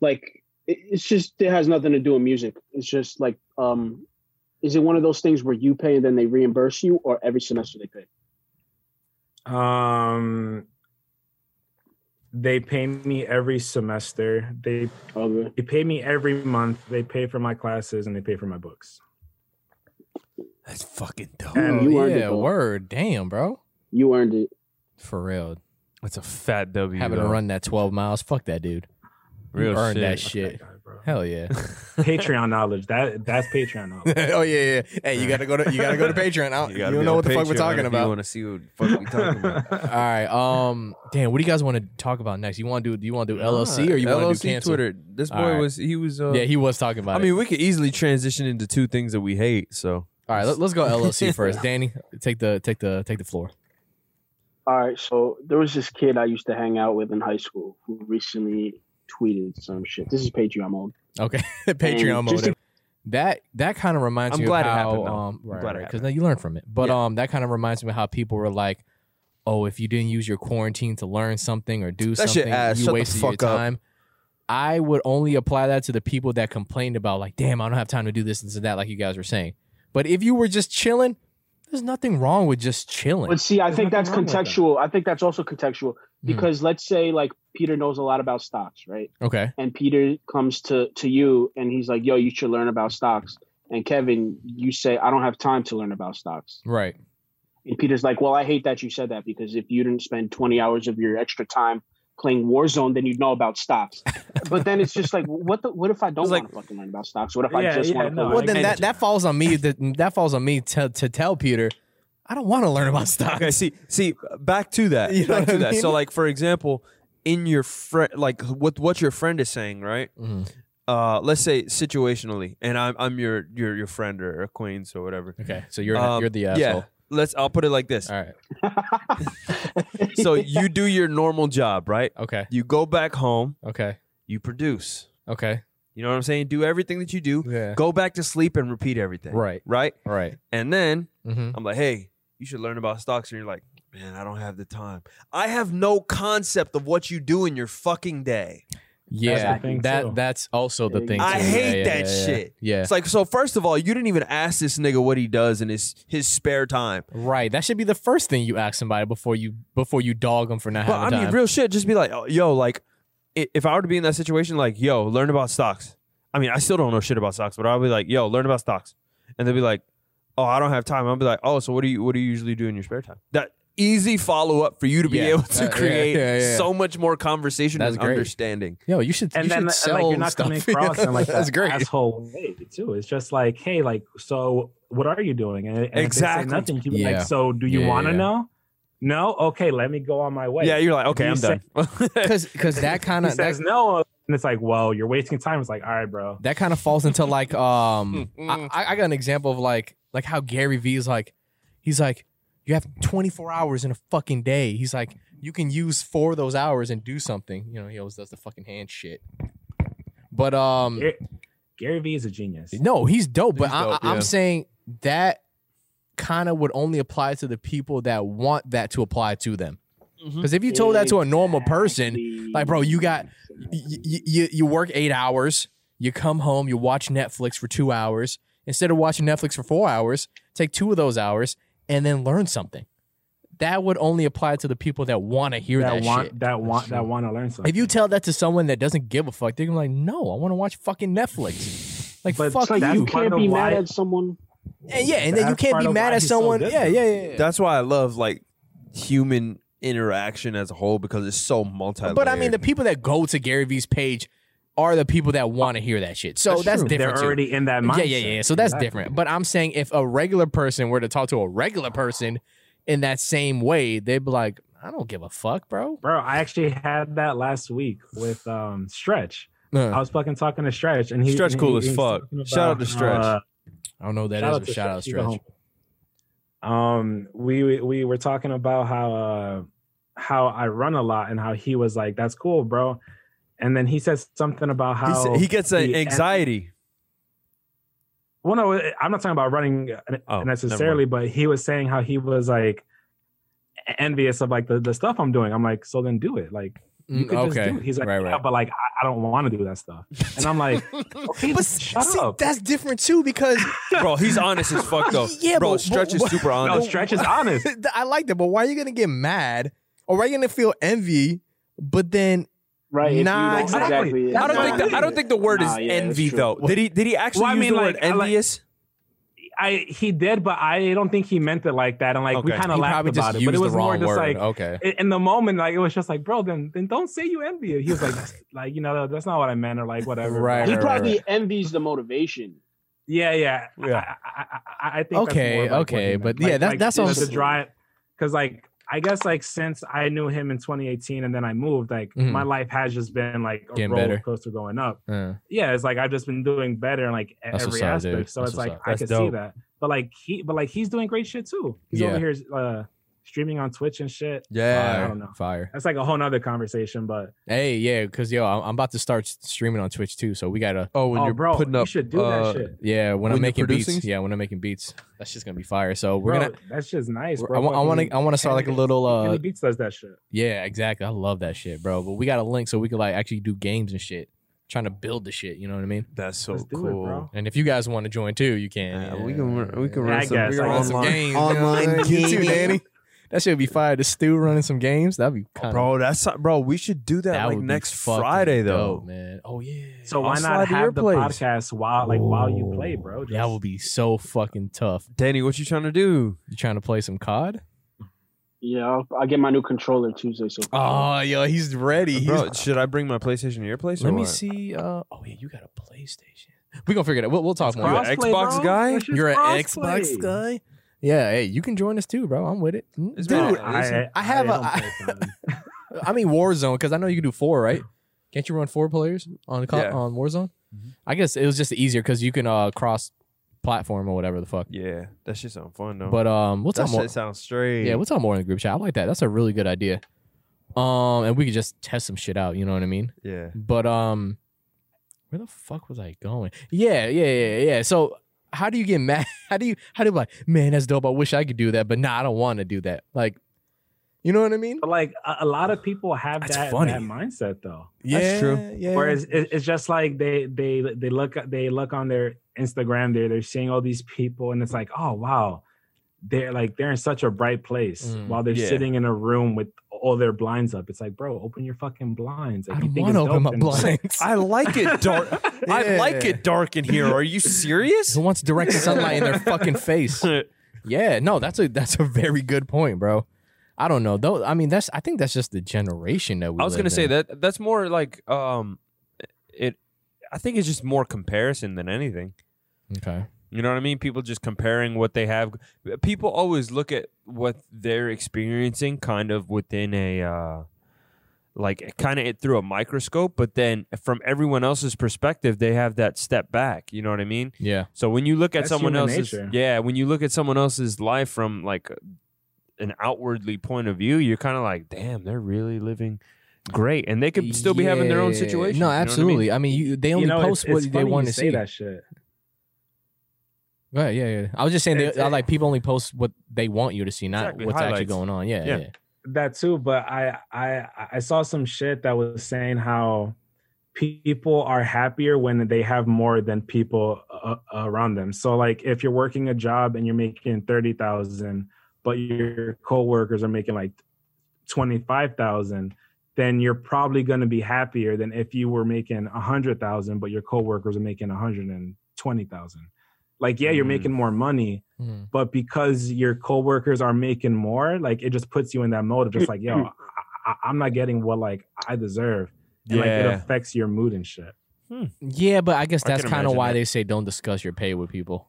[SPEAKER 3] like it, it's just it has nothing to do with music. It's just like um, is it one of those things where you pay and then they reimburse you, or every semester they pay?
[SPEAKER 4] um they pay me every semester they
[SPEAKER 3] Okay.
[SPEAKER 4] they pay me every month they pay for my classes and they pay for my books
[SPEAKER 1] <laughs> That's fucking dope.
[SPEAKER 4] And
[SPEAKER 2] Oh,
[SPEAKER 3] you earned it,
[SPEAKER 2] yeah.
[SPEAKER 3] though.
[SPEAKER 2] Word. Damn, bro.
[SPEAKER 3] You earned it.
[SPEAKER 2] For real.
[SPEAKER 1] That's a fat W.
[SPEAKER 2] Having to
[SPEAKER 1] though.
[SPEAKER 2] run that 12 miles. Fuck that dude. You
[SPEAKER 1] Real
[SPEAKER 2] earned
[SPEAKER 1] shit.
[SPEAKER 2] that shit.
[SPEAKER 4] That guy, bro.
[SPEAKER 2] Hell yeah.
[SPEAKER 4] Patreon knowledge. That that's Patreon knowledge.
[SPEAKER 2] <laughs> oh yeah, yeah. Hey, you gotta go to you gotta go
[SPEAKER 1] <laughs>
[SPEAKER 2] to Patreon. I don't, you,
[SPEAKER 1] gotta be
[SPEAKER 2] don't know
[SPEAKER 1] on
[SPEAKER 2] what the fuck we're
[SPEAKER 1] Patreon
[SPEAKER 2] talking
[SPEAKER 1] if You
[SPEAKER 2] about.
[SPEAKER 1] want to see <laughs> what the fuck we talking
[SPEAKER 2] <laughs>
[SPEAKER 1] about?
[SPEAKER 4] <laughs>
[SPEAKER 2] All right. Um. Damn. What do you guys want to talk about next? You want to do? Do you want to do LLC or you
[SPEAKER 1] Nah,
[SPEAKER 2] want to
[SPEAKER 1] LLC
[SPEAKER 2] do cancel?
[SPEAKER 1] Twitter? This boy
[SPEAKER 2] All right.
[SPEAKER 1] was he was. Uh,
[SPEAKER 2] Yeah, he was talking about.
[SPEAKER 1] I mean, we could easily transition into two things that we hate. So
[SPEAKER 2] All right, let, us go LLC first. Danny, take the take the take the floor.
[SPEAKER 3] All right, so there was this kid I used to hang out with in high school who recently tweeted some shit. This is Patreon mode.
[SPEAKER 2] Okay, <laughs> Patreon
[SPEAKER 3] just
[SPEAKER 2] motive. That that kind of reminds
[SPEAKER 1] I'm
[SPEAKER 2] me
[SPEAKER 1] glad it
[SPEAKER 2] of how
[SPEAKER 1] happened, though.
[SPEAKER 2] um
[SPEAKER 1] I'm
[SPEAKER 2] right,
[SPEAKER 1] glad it
[SPEAKER 2] because now you learn from it. But
[SPEAKER 1] Yeah.
[SPEAKER 2] um that kind of reminds me of how people were like, oh, if you didn't use your quarantine to learn something or do
[SPEAKER 1] That shit
[SPEAKER 2] something,
[SPEAKER 1] ass.
[SPEAKER 2] you
[SPEAKER 1] Shut the
[SPEAKER 2] wasted
[SPEAKER 1] fuck
[SPEAKER 2] your
[SPEAKER 1] up.
[SPEAKER 2] time. I would only apply that to the people that complained about like, damn, I don't have time to do this and that, like you guys were saying. But if you were just chilling, there's nothing wrong with just chilling.
[SPEAKER 3] But see, I
[SPEAKER 4] There's
[SPEAKER 3] think that's
[SPEAKER 4] nothing wrong with that. Hmm.
[SPEAKER 3] contextual. I think that's also contextual because let's say like Peter knows a lot about stocks, right?
[SPEAKER 2] okay,
[SPEAKER 3] And Peter comes to to you and he's like, "Yo, you should learn about stocks." And Kevin, you say, "I don't have time to learn about stocks."
[SPEAKER 2] right,
[SPEAKER 3] And Peter's like, "Well, I hate that you said that because if you didn't spend 20 hours of your extra time playing Warzone, then you'd know
[SPEAKER 1] <laughs>
[SPEAKER 3] about stocks." but then it's just like, what the what if I don't
[SPEAKER 1] It's like-
[SPEAKER 3] want to fucking learn about stocks? What if
[SPEAKER 4] Yeah,
[SPEAKER 3] I just
[SPEAKER 4] yeah,
[SPEAKER 3] want to
[SPEAKER 4] no,
[SPEAKER 3] play
[SPEAKER 4] I
[SPEAKER 2] Well,
[SPEAKER 3] Warzone?
[SPEAKER 4] Like,
[SPEAKER 2] then
[SPEAKER 4] and-
[SPEAKER 2] that, that falls on me. That, that falls on me to, to tell Peter, I don't want to learn about
[SPEAKER 1] <laughs>
[SPEAKER 2] stocks.
[SPEAKER 1] Okay, see, see, back to <laughs> that,
[SPEAKER 2] You know
[SPEAKER 1] back
[SPEAKER 2] what
[SPEAKER 1] to
[SPEAKER 2] I
[SPEAKER 1] that. So,
[SPEAKER 2] mean?
[SPEAKER 1] like for example, in your friend, like what what your friend is saying, right?
[SPEAKER 2] Mhm.
[SPEAKER 1] Uh, let's say situationally, and I'm I'm your your your friend or acquaintance or whatever.
[SPEAKER 2] Okay, so you're
[SPEAKER 1] Um,
[SPEAKER 2] you're the
[SPEAKER 1] yeah.
[SPEAKER 2] asshole.
[SPEAKER 1] Let's. I'll put it like this.
[SPEAKER 2] All right,
[SPEAKER 1] So you do your normal job, right?
[SPEAKER 2] Okay.
[SPEAKER 1] You go back home,
[SPEAKER 2] Okay.
[SPEAKER 1] you produce.
[SPEAKER 2] Okay.
[SPEAKER 1] You know what I'm saying? Do everything that you do.
[SPEAKER 2] Yeah.
[SPEAKER 1] Go back to sleep and repeat everything.
[SPEAKER 2] Right.
[SPEAKER 1] Right?
[SPEAKER 2] Right.
[SPEAKER 1] And then
[SPEAKER 2] Mm-hmm.
[SPEAKER 1] I'm like, hey, you should learn about stocks. And you're like, man, I don't have the time. I have no concept of what you do in your fucking day.
[SPEAKER 2] Yeah.
[SPEAKER 4] the thing,
[SPEAKER 2] that
[SPEAKER 4] too.
[SPEAKER 2] that's also the thing.
[SPEAKER 1] I
[SPEAKER 2] too.
[SPEAKER 1] hate
[SPEAKER 2] Yeah, yeah,
[SPEAKER 1] that
[SPEAKER 2] yeah, yeah.
[SPEAKER 1] shit.
[SPEAKER 2] Yeah.
[SPEAKER 1] It's like, so first of all, you didn't even ask this nigga what he does in his his spare time.
[SPEAKER 2] Right. That should be the first thing you ask somebody before you before you dog them for not
[SPEAKER 1] But I
[SPEAKER 2] having
[SPEAKER 1] mean,
[SPEAKER 2] time.
[SPEAKER 1] real shit. Just be like, oh, yo, like, i- if I were to be in that situation, like, yo, learn about stocks. I mean, I still don't know shit about stocks, but I'll be like, yo, learn about stocks, and they'll be like, oh, I don't have time. I'll be like, oh, so what do you what do you usually do in your spare time? That easy follow up for you to be
[SPEAKER 2] Yeah.
[SPEAKER 1] able to
[SPEAKER 2] Uh, yeah,
[SPEAKER 1] create
[SPEAKER 2] yeah, yeah, yeah.
[SPEAKER 1] so much more conversation
[SPEAKER 2] That's
[SPEAKER 1] and
[SPEAKER 2] great.
[SPEAKER 1] understanding.
[SPEAKER 2] Yo, you should.
[SPEAKER 4] and
[SPEAKER 2] you
[SPEAKER 4] then
[SPEAKER 2] should
[SPEAKER 4] uh,
[SPEAKER 2] sell
[SPEAKER 4] like you're not
[SPEAKER 2] stuff. <laughs>
[SPEAKER 4] coming across in like
[SPEAKER 2] that's
[SPEAKER 4] that
[SPEAKER 2] great. <laughs>
[SPEAKER 4] asshole way too. It's just like, hey, like, so what are you doing? And, and if they say
[SPEAKER 1] Exactly.
[SPEAKER 4] nothing. You be
[SPEAKER 2] Yeah.
[SPEAKER 4] like, so do you
[SPEAKER 2] Yeah,
[SPEAKER 4] want to
[SPEAKER 2] yeah.
[SPEAKER 4] know? No, okay, let me go on my way.
[SPEAKER 1] Yeah, you're like, okay,
[SPEAKER 4] You
[SPEAKER 1] I'm
[SPEAKER 4] say-
[SPEAKER 1] <laughs> done.
[SPEAKER 2] Because that kind
[SPEAKER 4] <laughs> he
[SPEAKER 2] of that,
[SPEAKER 4] says no, and it's like, well, you're wasting time. It's like, all right, bro.
[SPEAKER 2] that kind of falls into
[SPEAKER 1] <laughs>
[SPEAKER 2] like um. I,
[SPEAKER 1] Mm-mm.
[SPEAKER 2] I- I got an example of like like how Gary Vee is like, he's like, you have 24 hours in a fucking day. He's like, you can use four of those hours and do something. You know, he always does the fucking hand shit. But um,
[SPEAKER 4] Gary, Gary Vee is a genius.
[SPEAKER 2] No, he's dope. But
[SPEAKER 1] He's
[SPEAKER 2] I,
[SPEAKER 1] dope,
[SPEAKER 2] I, am
[SPEAKER 1] yeah.
[SPEAKER 2] saying that kind of would only apply to the people that want that to apply to them.
[SPEAKER 1] Mhm.
[SPEAKER 2] Because if you told that to a normal person, like, bro, you got- you, you you work eight hours, you come home, you watch Netflix for two hours instead of watching Netflix for four hours. Take two of those hours and then learn something. That would only apply to the people that want to hear
[SPEAKER 4] that,
[SPEAKER 2] that,
[SPEAKER 4] want
[SPEAKER 2] shit.
[SPEAKER 4] that want
[SPEAKER 2] true.
[SPEAKER 4] that want to learn something.
[SPEAKER 2] If you tell that to someone that doesn't give a fuck, they're gonna be like, "No, I want to watch fucking Netflix." Like,
[SPEAKER 4] But
[SPEAKER 2] fuck
[SPEAKER 4] so
[SPEAKER 3] Like
[SPEAKER 4] That's
[SPEAKER 2] you.
[SPEAKER 3] you
[SPEAKER 4] part
[SPEAKER 3] can't
[SPEAKER 4] of
[SPEAKER 3] be
[SPEAKER 4] why-
[SPEAKER 3] mad at someone.
[SPEAKER 2] And yeah, and then you
[SPEAKER 4] That's
[SPEAKER 2] can't
[SPEAKER 4] part
[SPEAKER 2] be
[SPEAKER 4] of
[SPEAKER 2] mad
[SPEAKER 4] why
[SPEAKER 2] at
[SPEAKER 4] he's so
[SPEAKER 2] someone.
[SPEAKER 4] good,
[SPEAKER 2] yeah,
[SPEAKER 4] though.
[SPEAKER 2] yeah, yeah.
[SPEAKER 1] That's why I love like human interaction as a whole because it's so multi.
[SPEAKER 2] But I mean, the people that go to Gary Vee's page are the people that want to hear that shit. So that's, different.
[SPEAKER 4] They're
[SPEAKER 2] too.
[SPEAKER 4] already in that
[SPEAKER 2] yeah,
[SPEAKER 4] mindset.
[SPEAKER 2] yeah, yeah. So that's
[SPEAKER 4] Exactly.
[SPEAKER 2] different. But I'm saying if a regular person were to talk to a regular person in that same way, they'd be like, I don't give a fuck, bro.
[SPEAKER 4] Bro, I actually had that last week with um Stretch. I
[SPEAKER 2] I
[SPEAKER 4] was fucking talking to Stretch, and he
[SPEAKER 1] Stretch
[SPEAKER 4] and
[SPEAKER 1] cool
[SPEAKER 4] he-
[SPEAKER 1] as
[SPEAKER 4] he's
[SPEAKER 1] fuck.
[SPEAKER 4] talking
[SPEAKER 1] Shout out to Stretch.
[SPEAKER 4] uh,
[SPEAKER 2] don't know who that
[SPEAKER 4] shout
[SPEAKER 2] is,
[SPEAKER 4] out
[SPEAKER 2] but
[SPEAKER 4] to
[SPEAKER 2] shout out
[SPEAKER 4] Stretch. He's a
[SPEAKER 2] Stretch.
[SPEAKER 4] um we we- we were talking about how uh how i run a lot and how he was like that's cool bro and then he says something about
[SPEAKER 1] He s-
[SPEAKER 4] how
[SPEAKER 1] he gets an
[SPEAKER 4] the en-
[SPEAKER 1] anxiety.
[SPEAKER 4] well no i'm not talking about running uh,
[SPEAKER 1] Oh,
[SPEAKER 4] necessarily but he was saying how he was like envious of like the, the stuff i'm doing i'm like so then do it like you
[SPEAKER 2] Mm,
[SPEAKER 4] could just
[SPEAKER 2] Okay.
[SPEAKER 4] do it. he's like
[SPEAKER 2] right,
[SPEAKER 4] yeah,
[SPEAKER 2] right.
[SPEAKER 4] but like I, I don't want to do that stuff and
[SPEAKER 1] <laughs>
[SPEAKER 4] i'm like
[SPEAKER 2] <laughs>
[SPEAKER 4] okay
[SPEAKER 2] But
[SPEAKER 4] just shut
[SPEAKER 2] see,
[SPEAKER 4] up
[SPEAKER 2] that's different too
[SPEAKER 4] <laughs>
[SPEAKER 2] because
[SPEAKER 1] bro, he's honest as fuck <laughs> though.
[SPEAKER 2] Yeah,
[SPEAKER 1] bro,
[SPEAKER 2] but-
[SPEAKER 1] Stretch
[SPEAKER 2] but-
[SPEAKER 1] is
[SPEAKER 2] but-
[SPEAKER 1] super
[SPEAKER 4] no
[SPEAKER 1] honest.
[SPEAKER 4] stretch is honest
[SPEAKER 2] I like that. But why are you gonna get mad or why are you gonna feel envy? But then
[SPEAKER 3] Right. if you
[SPEAKER 2] Nah,
[SPEAKER 3] don't-
[SPEAKER 4] exactly.
[SPEAKER 3] exactly.
[SPEAKER 1] I
[SPEAKER 4] That's
[SPEAKER 1] don't
[SPEAKER 4] not
[SPEAKER 1] think the, I don't think the word
[SPEAKER 3] Nah,
[SPEAKER 1] is
[SPEAKER 3] yeah, that's
[SPEAKER 1] envy
[SPEAKER 3] true.
[SPEAKER 1] though. Did he did he actually
[SPEAKER 4] Well, I
[SPEAKER 1] use
[SPEAKER 4] mean,
[SPEAKER 1] the
[SPEAKER 4] like,
[SPEAKER 1] word
[SPEAKER 4] I like-
[SPEAKER 1] envious?
[SPEAKER 4] I he did, but I don't think he meant it like that. And like we
[SPEAKER 1] Okay.
[SPEAKER 4] kind of
[SPEAKER 2] he
[SPEAKER 4] laughed
[SPEAKER 2] probably
[SPEAKER 4] about
[SPEAKER 2] just
[SPEAKER 4] it, but
[SPEAKER 2] used
[SPEAKER 4] it was
[SPEAKER 2] the
[SPEAKER 4] more
[SPEAKER 2] wrong
[SPEAKER 4] just
[SPEAKER 2] word.
[SPEAKER 4] like
[SPEAKER 2] okay.
[SPEAKER 4] in- in the moment, like it was just like, bro, then then don't say you envy it. He was like, that's- <laughs> like you know, that's not what I meant, or like whatever.
[SPEAKER 2] Right,
[SPEAKER 3] He
[SPEAKER 2] right,
[SPEAKER 3] probably envies the motivation.
[SPEAKER 4] Yeah, yeah,
[SPEAKER 1] Yeah.
[SPEAKER 4] I, I, I, I think. that's
[SPEAKER 2] Okay,
[SPEAKER 4] more of, like, what he
[SPEAKER 2] okay,
[SPEAKER 4] meant.
[SPEAKER 2] but
[SPEAKER 4] Like-
[SPEAKER 2] yeah, that-
[SPEAKER 4] like,
[SPEAKER 2] that's what
[SPEAKER 4] the,
[SPEAKER 2] I'm
[SPEAKER 4] the
[SPEAKER 3] saying.
[SPEAKER 4] drive, because like I guess like since I knew him in 2018 and then I moved, like
[SPEAKER 2] Mhm.
[SPEAKER 4] my life has just been like a
[SPEAKER 2] Getting
[SPEAKER 4] roller
[SPEAKER 2] better.
[SPEAKER 4] coaster going up.
[SPEAKER 2] Uh,
[SPEAKER 4] yeah, it's like I've just been doing better in like e-,
[SPEAKER 2] That's
[SPEAKER 4] every
[SPEAKER 2] what's up,
[SPEAKER 4] aspect.
[SPEAKER 2] dude.
[SPEAKER 4] So
[SPEAKER 2] That's
[SPEAKER 4] it's
[SPEAKER 2] what's
[SPEAKER 4] like
[SPEAKER 2] up.
[SPEAKER 4] I
[SPEAKER 1] That's
[SPEAKER 4] can see
[SPEAKER 1] dope.
[SPEAKER 4] that. But like he, but like he's doing great shit too. He's
[SPEAKER 2] Yeah.
[SPEAKER 4] over here uh, streaming on Twitch and shit. I
[SPEAKER 2] fire,
[SPEAKER 4] don't know.
[SPEAKER 2] fire.
[SPEAKER 4] That's like a whole nother conversation. But
[SPEAKER 2] Hey, yeah, because yo, I'm, I'm about to start s- streaming on Twitch too, so we gotta.
[SPEAKER 1] Oh,
[SPEAKER 4] oh, bro, you should do
[SPEAKER 1] uh,
[SPEAKER 4] that shit.
[SPEAKER 2] Yeah, when,
[SPEAKER 1] When
[SPEAKER 2] I'm
[SPEAKER 1] you're
[SPEAKER 2] making beats.
[SPEAKER 1] producing?
[SPEAKER 2] Yeah, when I'm making beats, that's just gonna be fire. So we're
[SPEAKER 4] Bro,
[SPEAKER 2] gonna.
[SPEAKER 4] that's just nice,
[SPEAKER 2] we're-
[SPEAKER 4] bro.
[SPEAKER 2] I want. I want to. I want to start like a
[SPEAKER 4] Kenny-
[SPEAKER 2] little.
[SPEAKER 4] Kenny
[SPEAKER 2] uh
[SPEAKER 4] Beats does that shit.
[SPEAKER 2] Yeah, exactly. I love that shit, bro. But we got a link so we could like actually do games and shit, trying to build the shit. You know what I mean?
[SPEAKER 1] That's so
[SPEAKER 4] Let's do it,
[SPEAKER 1] cool.
[SPEAKER 4] bro.
[SPEAKER 2] And if you guys want to join too, you can.
[SPEAKER 1] Yeah, we can run- we can
[SPEAKER 4] run some- we can run
[SPEAKER 1] <laughs>
[SPEAKER 4] some
[SPEAKER 1] games, online
[SPEAKER 2] <laughs> you know? You too,
[SPEAKER 1] gaming.
[SPEAKER 2] Danny. That should be fire. The stew running some games. That'd be kind of
[SPEAKER 1] Oh, Bro, that's bro. We should do that, like
[SPEAKER 2] would be
[SPEAKER 1] next
[SPEAKER 2] fucking
[SPEAKER 1] Friday
[SPEAKER 2] dope,
[SPEAKER 1] though.
[SPEAKER 2] man. Oh yeah.
[SPEAKER 4] So
[SPEAKER 1] I'll
[SPEAKER 4] why
[SPEAKER 1] slide to
[SPEAKER 4] not
[SPEAKER 1] your
[SPEAKER 4] have the
[SPEAKER 1] place.
[SPEAKER 4] podcast while like while you play, bro? Just,
[SPEAKER 2] that would be so fucking tough.
[SPEAKER 1] Danny, what you trying to do?
[SPEAKER 2] You trying to play some COD?
[SPEAKER 3] Yeah, I'll, I'll get my new controller Tuesday. So
[SPEAKER 1] Uh,
[SPEAKER 2] Oh, yo, he's ready.
[SPEAKER 1] Bro, should I bring my PlayStation to your place?
[SPEAKER 2] Let
[SPEAKER 1] or
[SPEAKER 2] me
[SPEAKER 1] what?
[SPEAKER 2] see. Uh, oh yeah, you got a PlayStation. We gonna figure it out. We'll, we'll talk
[SPEAKER 1] You
[SPEAKER 2] more.
[SPEAKER 1] an Xbox guy?
[SPEAKER 4] That's just
[SPEAKER 2] You're an
[SPEAKER 4] crossplay.
[SPEAKER 2] Xbox guy. Yeah, hey, you can join us too, bro. I'm with it, Mm,
[SPEAKER 1] It's
[SPEAKER 2] dude.
[SPEAKER 1] been-
[SPEAKER 2] I,
[SPEAKER 4] I,
[SPEAKER 2] have a.
[SPEAKER 4] don't
[SPEAKER 2] I
[SPEAKER 4] play
[SPEAKER 2] <laughs>
[SPEAKER 4] Fortnite.
[SPEAKER 2] I mean Warzone because I know you can do four,
[SPEAKER 4] <clears throat>
[SPEAKER 2] right? Can't you run four players on co-
[SPEAKER 1] Yeah.
[SPEAKER 2] on Warzone?
[SPEAKER 4] Mm-hmm.
[SPEAKER 1] Mhm.
[SPEAKER 2] I guess it was just easier because you can uh cross platform or whatever the fuck.
[SPEAKER 1] Yeah, that shit sound fun though.
[SPEAKER 2] But um, what's
[SPEAKER 1] that
[SPEAKER 2] up more?
[SPEAKER 1] shit sounds straight.
[SPEAKER 2] Yeah, what's up more in the group chat? I like that. That's a really good idea. Um, and we could just test some shit out. You know what I mean?
[SPEAKER 1] yeah.
[SPEAKER 2] But um, where the fuck was I going? Yeah, yeah, yeah, yeah. So how do you get mad? <laughs> How do you how do you like? Man, that's dope. I wish I could do that, but nah, I don't want to do that. Like, you know what I mean?
[SPEAKER 4] But like a, a lot of people have
[SPEAKER 2] That's
[SPEAKER 4] that,
[SPEAKER 2] funny.
[SPEAKER 4] that mindset though.
[SPEAKER 1] That's true.
[SPEAKER 2] Yeah.
[SPEAKER 4] Whereas it, it's just like they they they look they look on their Instagram there they're seeing all these people and it's like oh wow they're like they're in such a bright place
[SPEAKER 2] Mm,
[SPEAKER 4] while they're
[SPEAKER 1] yeah.
[SPEAKER 4] sitting in a room with all their blinds up. It's like bro, open your fucking blinds. If
[SPEAKER 2] I
[SPEAKER 4] you
[SPEAKER 2] don't
[SPEAKER 4] think
[SPEAKER 2] want to
[SPEAKER 4] it's
[SPEAKER 2] open
[SPEAKER 4] dope,
[SPEAKER 2] my
[SPEAKER 4] then- <laughs>
[SPEAKER 2] blinds.
[SPEAKER 1] I like it dark. I like
[SPEAKER 2] Yeah.
[SPEAKER 1] it dark in here. Are you serious?
[SPEAKER 2] <laughs> <laughs> Who wants direct sunlight in their fucking face? Yeah, no, that's a that's a very good point, bro. I don't know though. I mean, that's I think that's just the generation that we.
[SPEAKER 1] I was
[SPEAKER 2] live
[SPEAKER 1] gonna say
[SPEAKER 2] in.
[SPEAKER 1] that that's more like um, it. I think it's just more comparison than anything.
[SPEAKER 2] Okay.
[SPEAKER 1] You know what I mean? People just comparing what they have. People always look at what they're experiencing kind of within a uh like kind of through a microscope, but then from everyone else's perspective, they have that step back. You know what I mean?
[SPEAKER 2] Yeah.
[SPEAKER 1] So when you look at
[SPEAKER 4] That's
[SPEAKER 1] someone
[SPEAKER 4] human
[SPEAKER 1] else's
[SPEAKER 4] nature.
[SPEAKER 1] yeah, when you look at someone else's life from like an outwardly point of view, you're kind of like, damn, they're really living great, and they could still be having their own
[SPEAKER 2] Yeah.
[SPEAKER 1] situation. you
[SPEAKER 2] No,
[SPEAKER 1] know what I mean?
[SPEAKER 2] absolutely. I mean, you, they only
[SPEAKER 4] You know,
[SPEAKER 2] post
[SPEAKER 4] it's, it's
[SPEAKER 2] what they
[SPEAKER 4] funny
[SPEAKER 2] want
[SPEAKER 4] you
[SPEAKER 2] to
[SPEAKER 4] say
[SPEAKER 2] see.
[SPEAKER 4] that shit.
[SPEAKER 2] Right. Yeah. Yeah. I was just saying they,
[SPEAKER 4] It's-
[SPEAKER 2] I like people only post what they want you to see, not
[SPEAKER 1] Exactly,
[SPEAKER 2] what's actually
[SPEAKER 1] highlights.
[SPEAKER 2] going on. Yeah.
[SPEAKER 1] Yeah.
[SPEAKER 2] Yeah.
[SPEAKER 4] that too but i i i saw some shit that was saying how people are happier when they have more than people uh, around them so like if you're working a job and you're making 30,000 but your coworkers are making like 25,000 then you're probably going to be happier than if you were making 100,000 but your coworkers are making 120,000 like yeah you're
[SPEAKER 1] Mm.
[SPEAKER 4] making more money
[SPEAKER 2] Mm.
[SPEAKER 4] but because your coworkers are making more, like it just puts you in that mode of just like,
[SPEAKER 2] Mm-hmm.
[SPEAKER 4] yo, I, I, I'm not getting what like I deserve. And like it
[SPEAKER 1] Yeah.
[SPEAKER 4] affects your mood and shit.
[SPEAKER 2] Yeah, but I guess
[SPEAKER 1] I
[SPEAKER 2] that's
[SPEAKER 1] can
[SPEAKER 2] kind of
[SPEAKER 1] imagine
[SPEAKER 2] why
[SPEAKER 1] that.
[SPEAKER 2] they say don't discuss your pay with people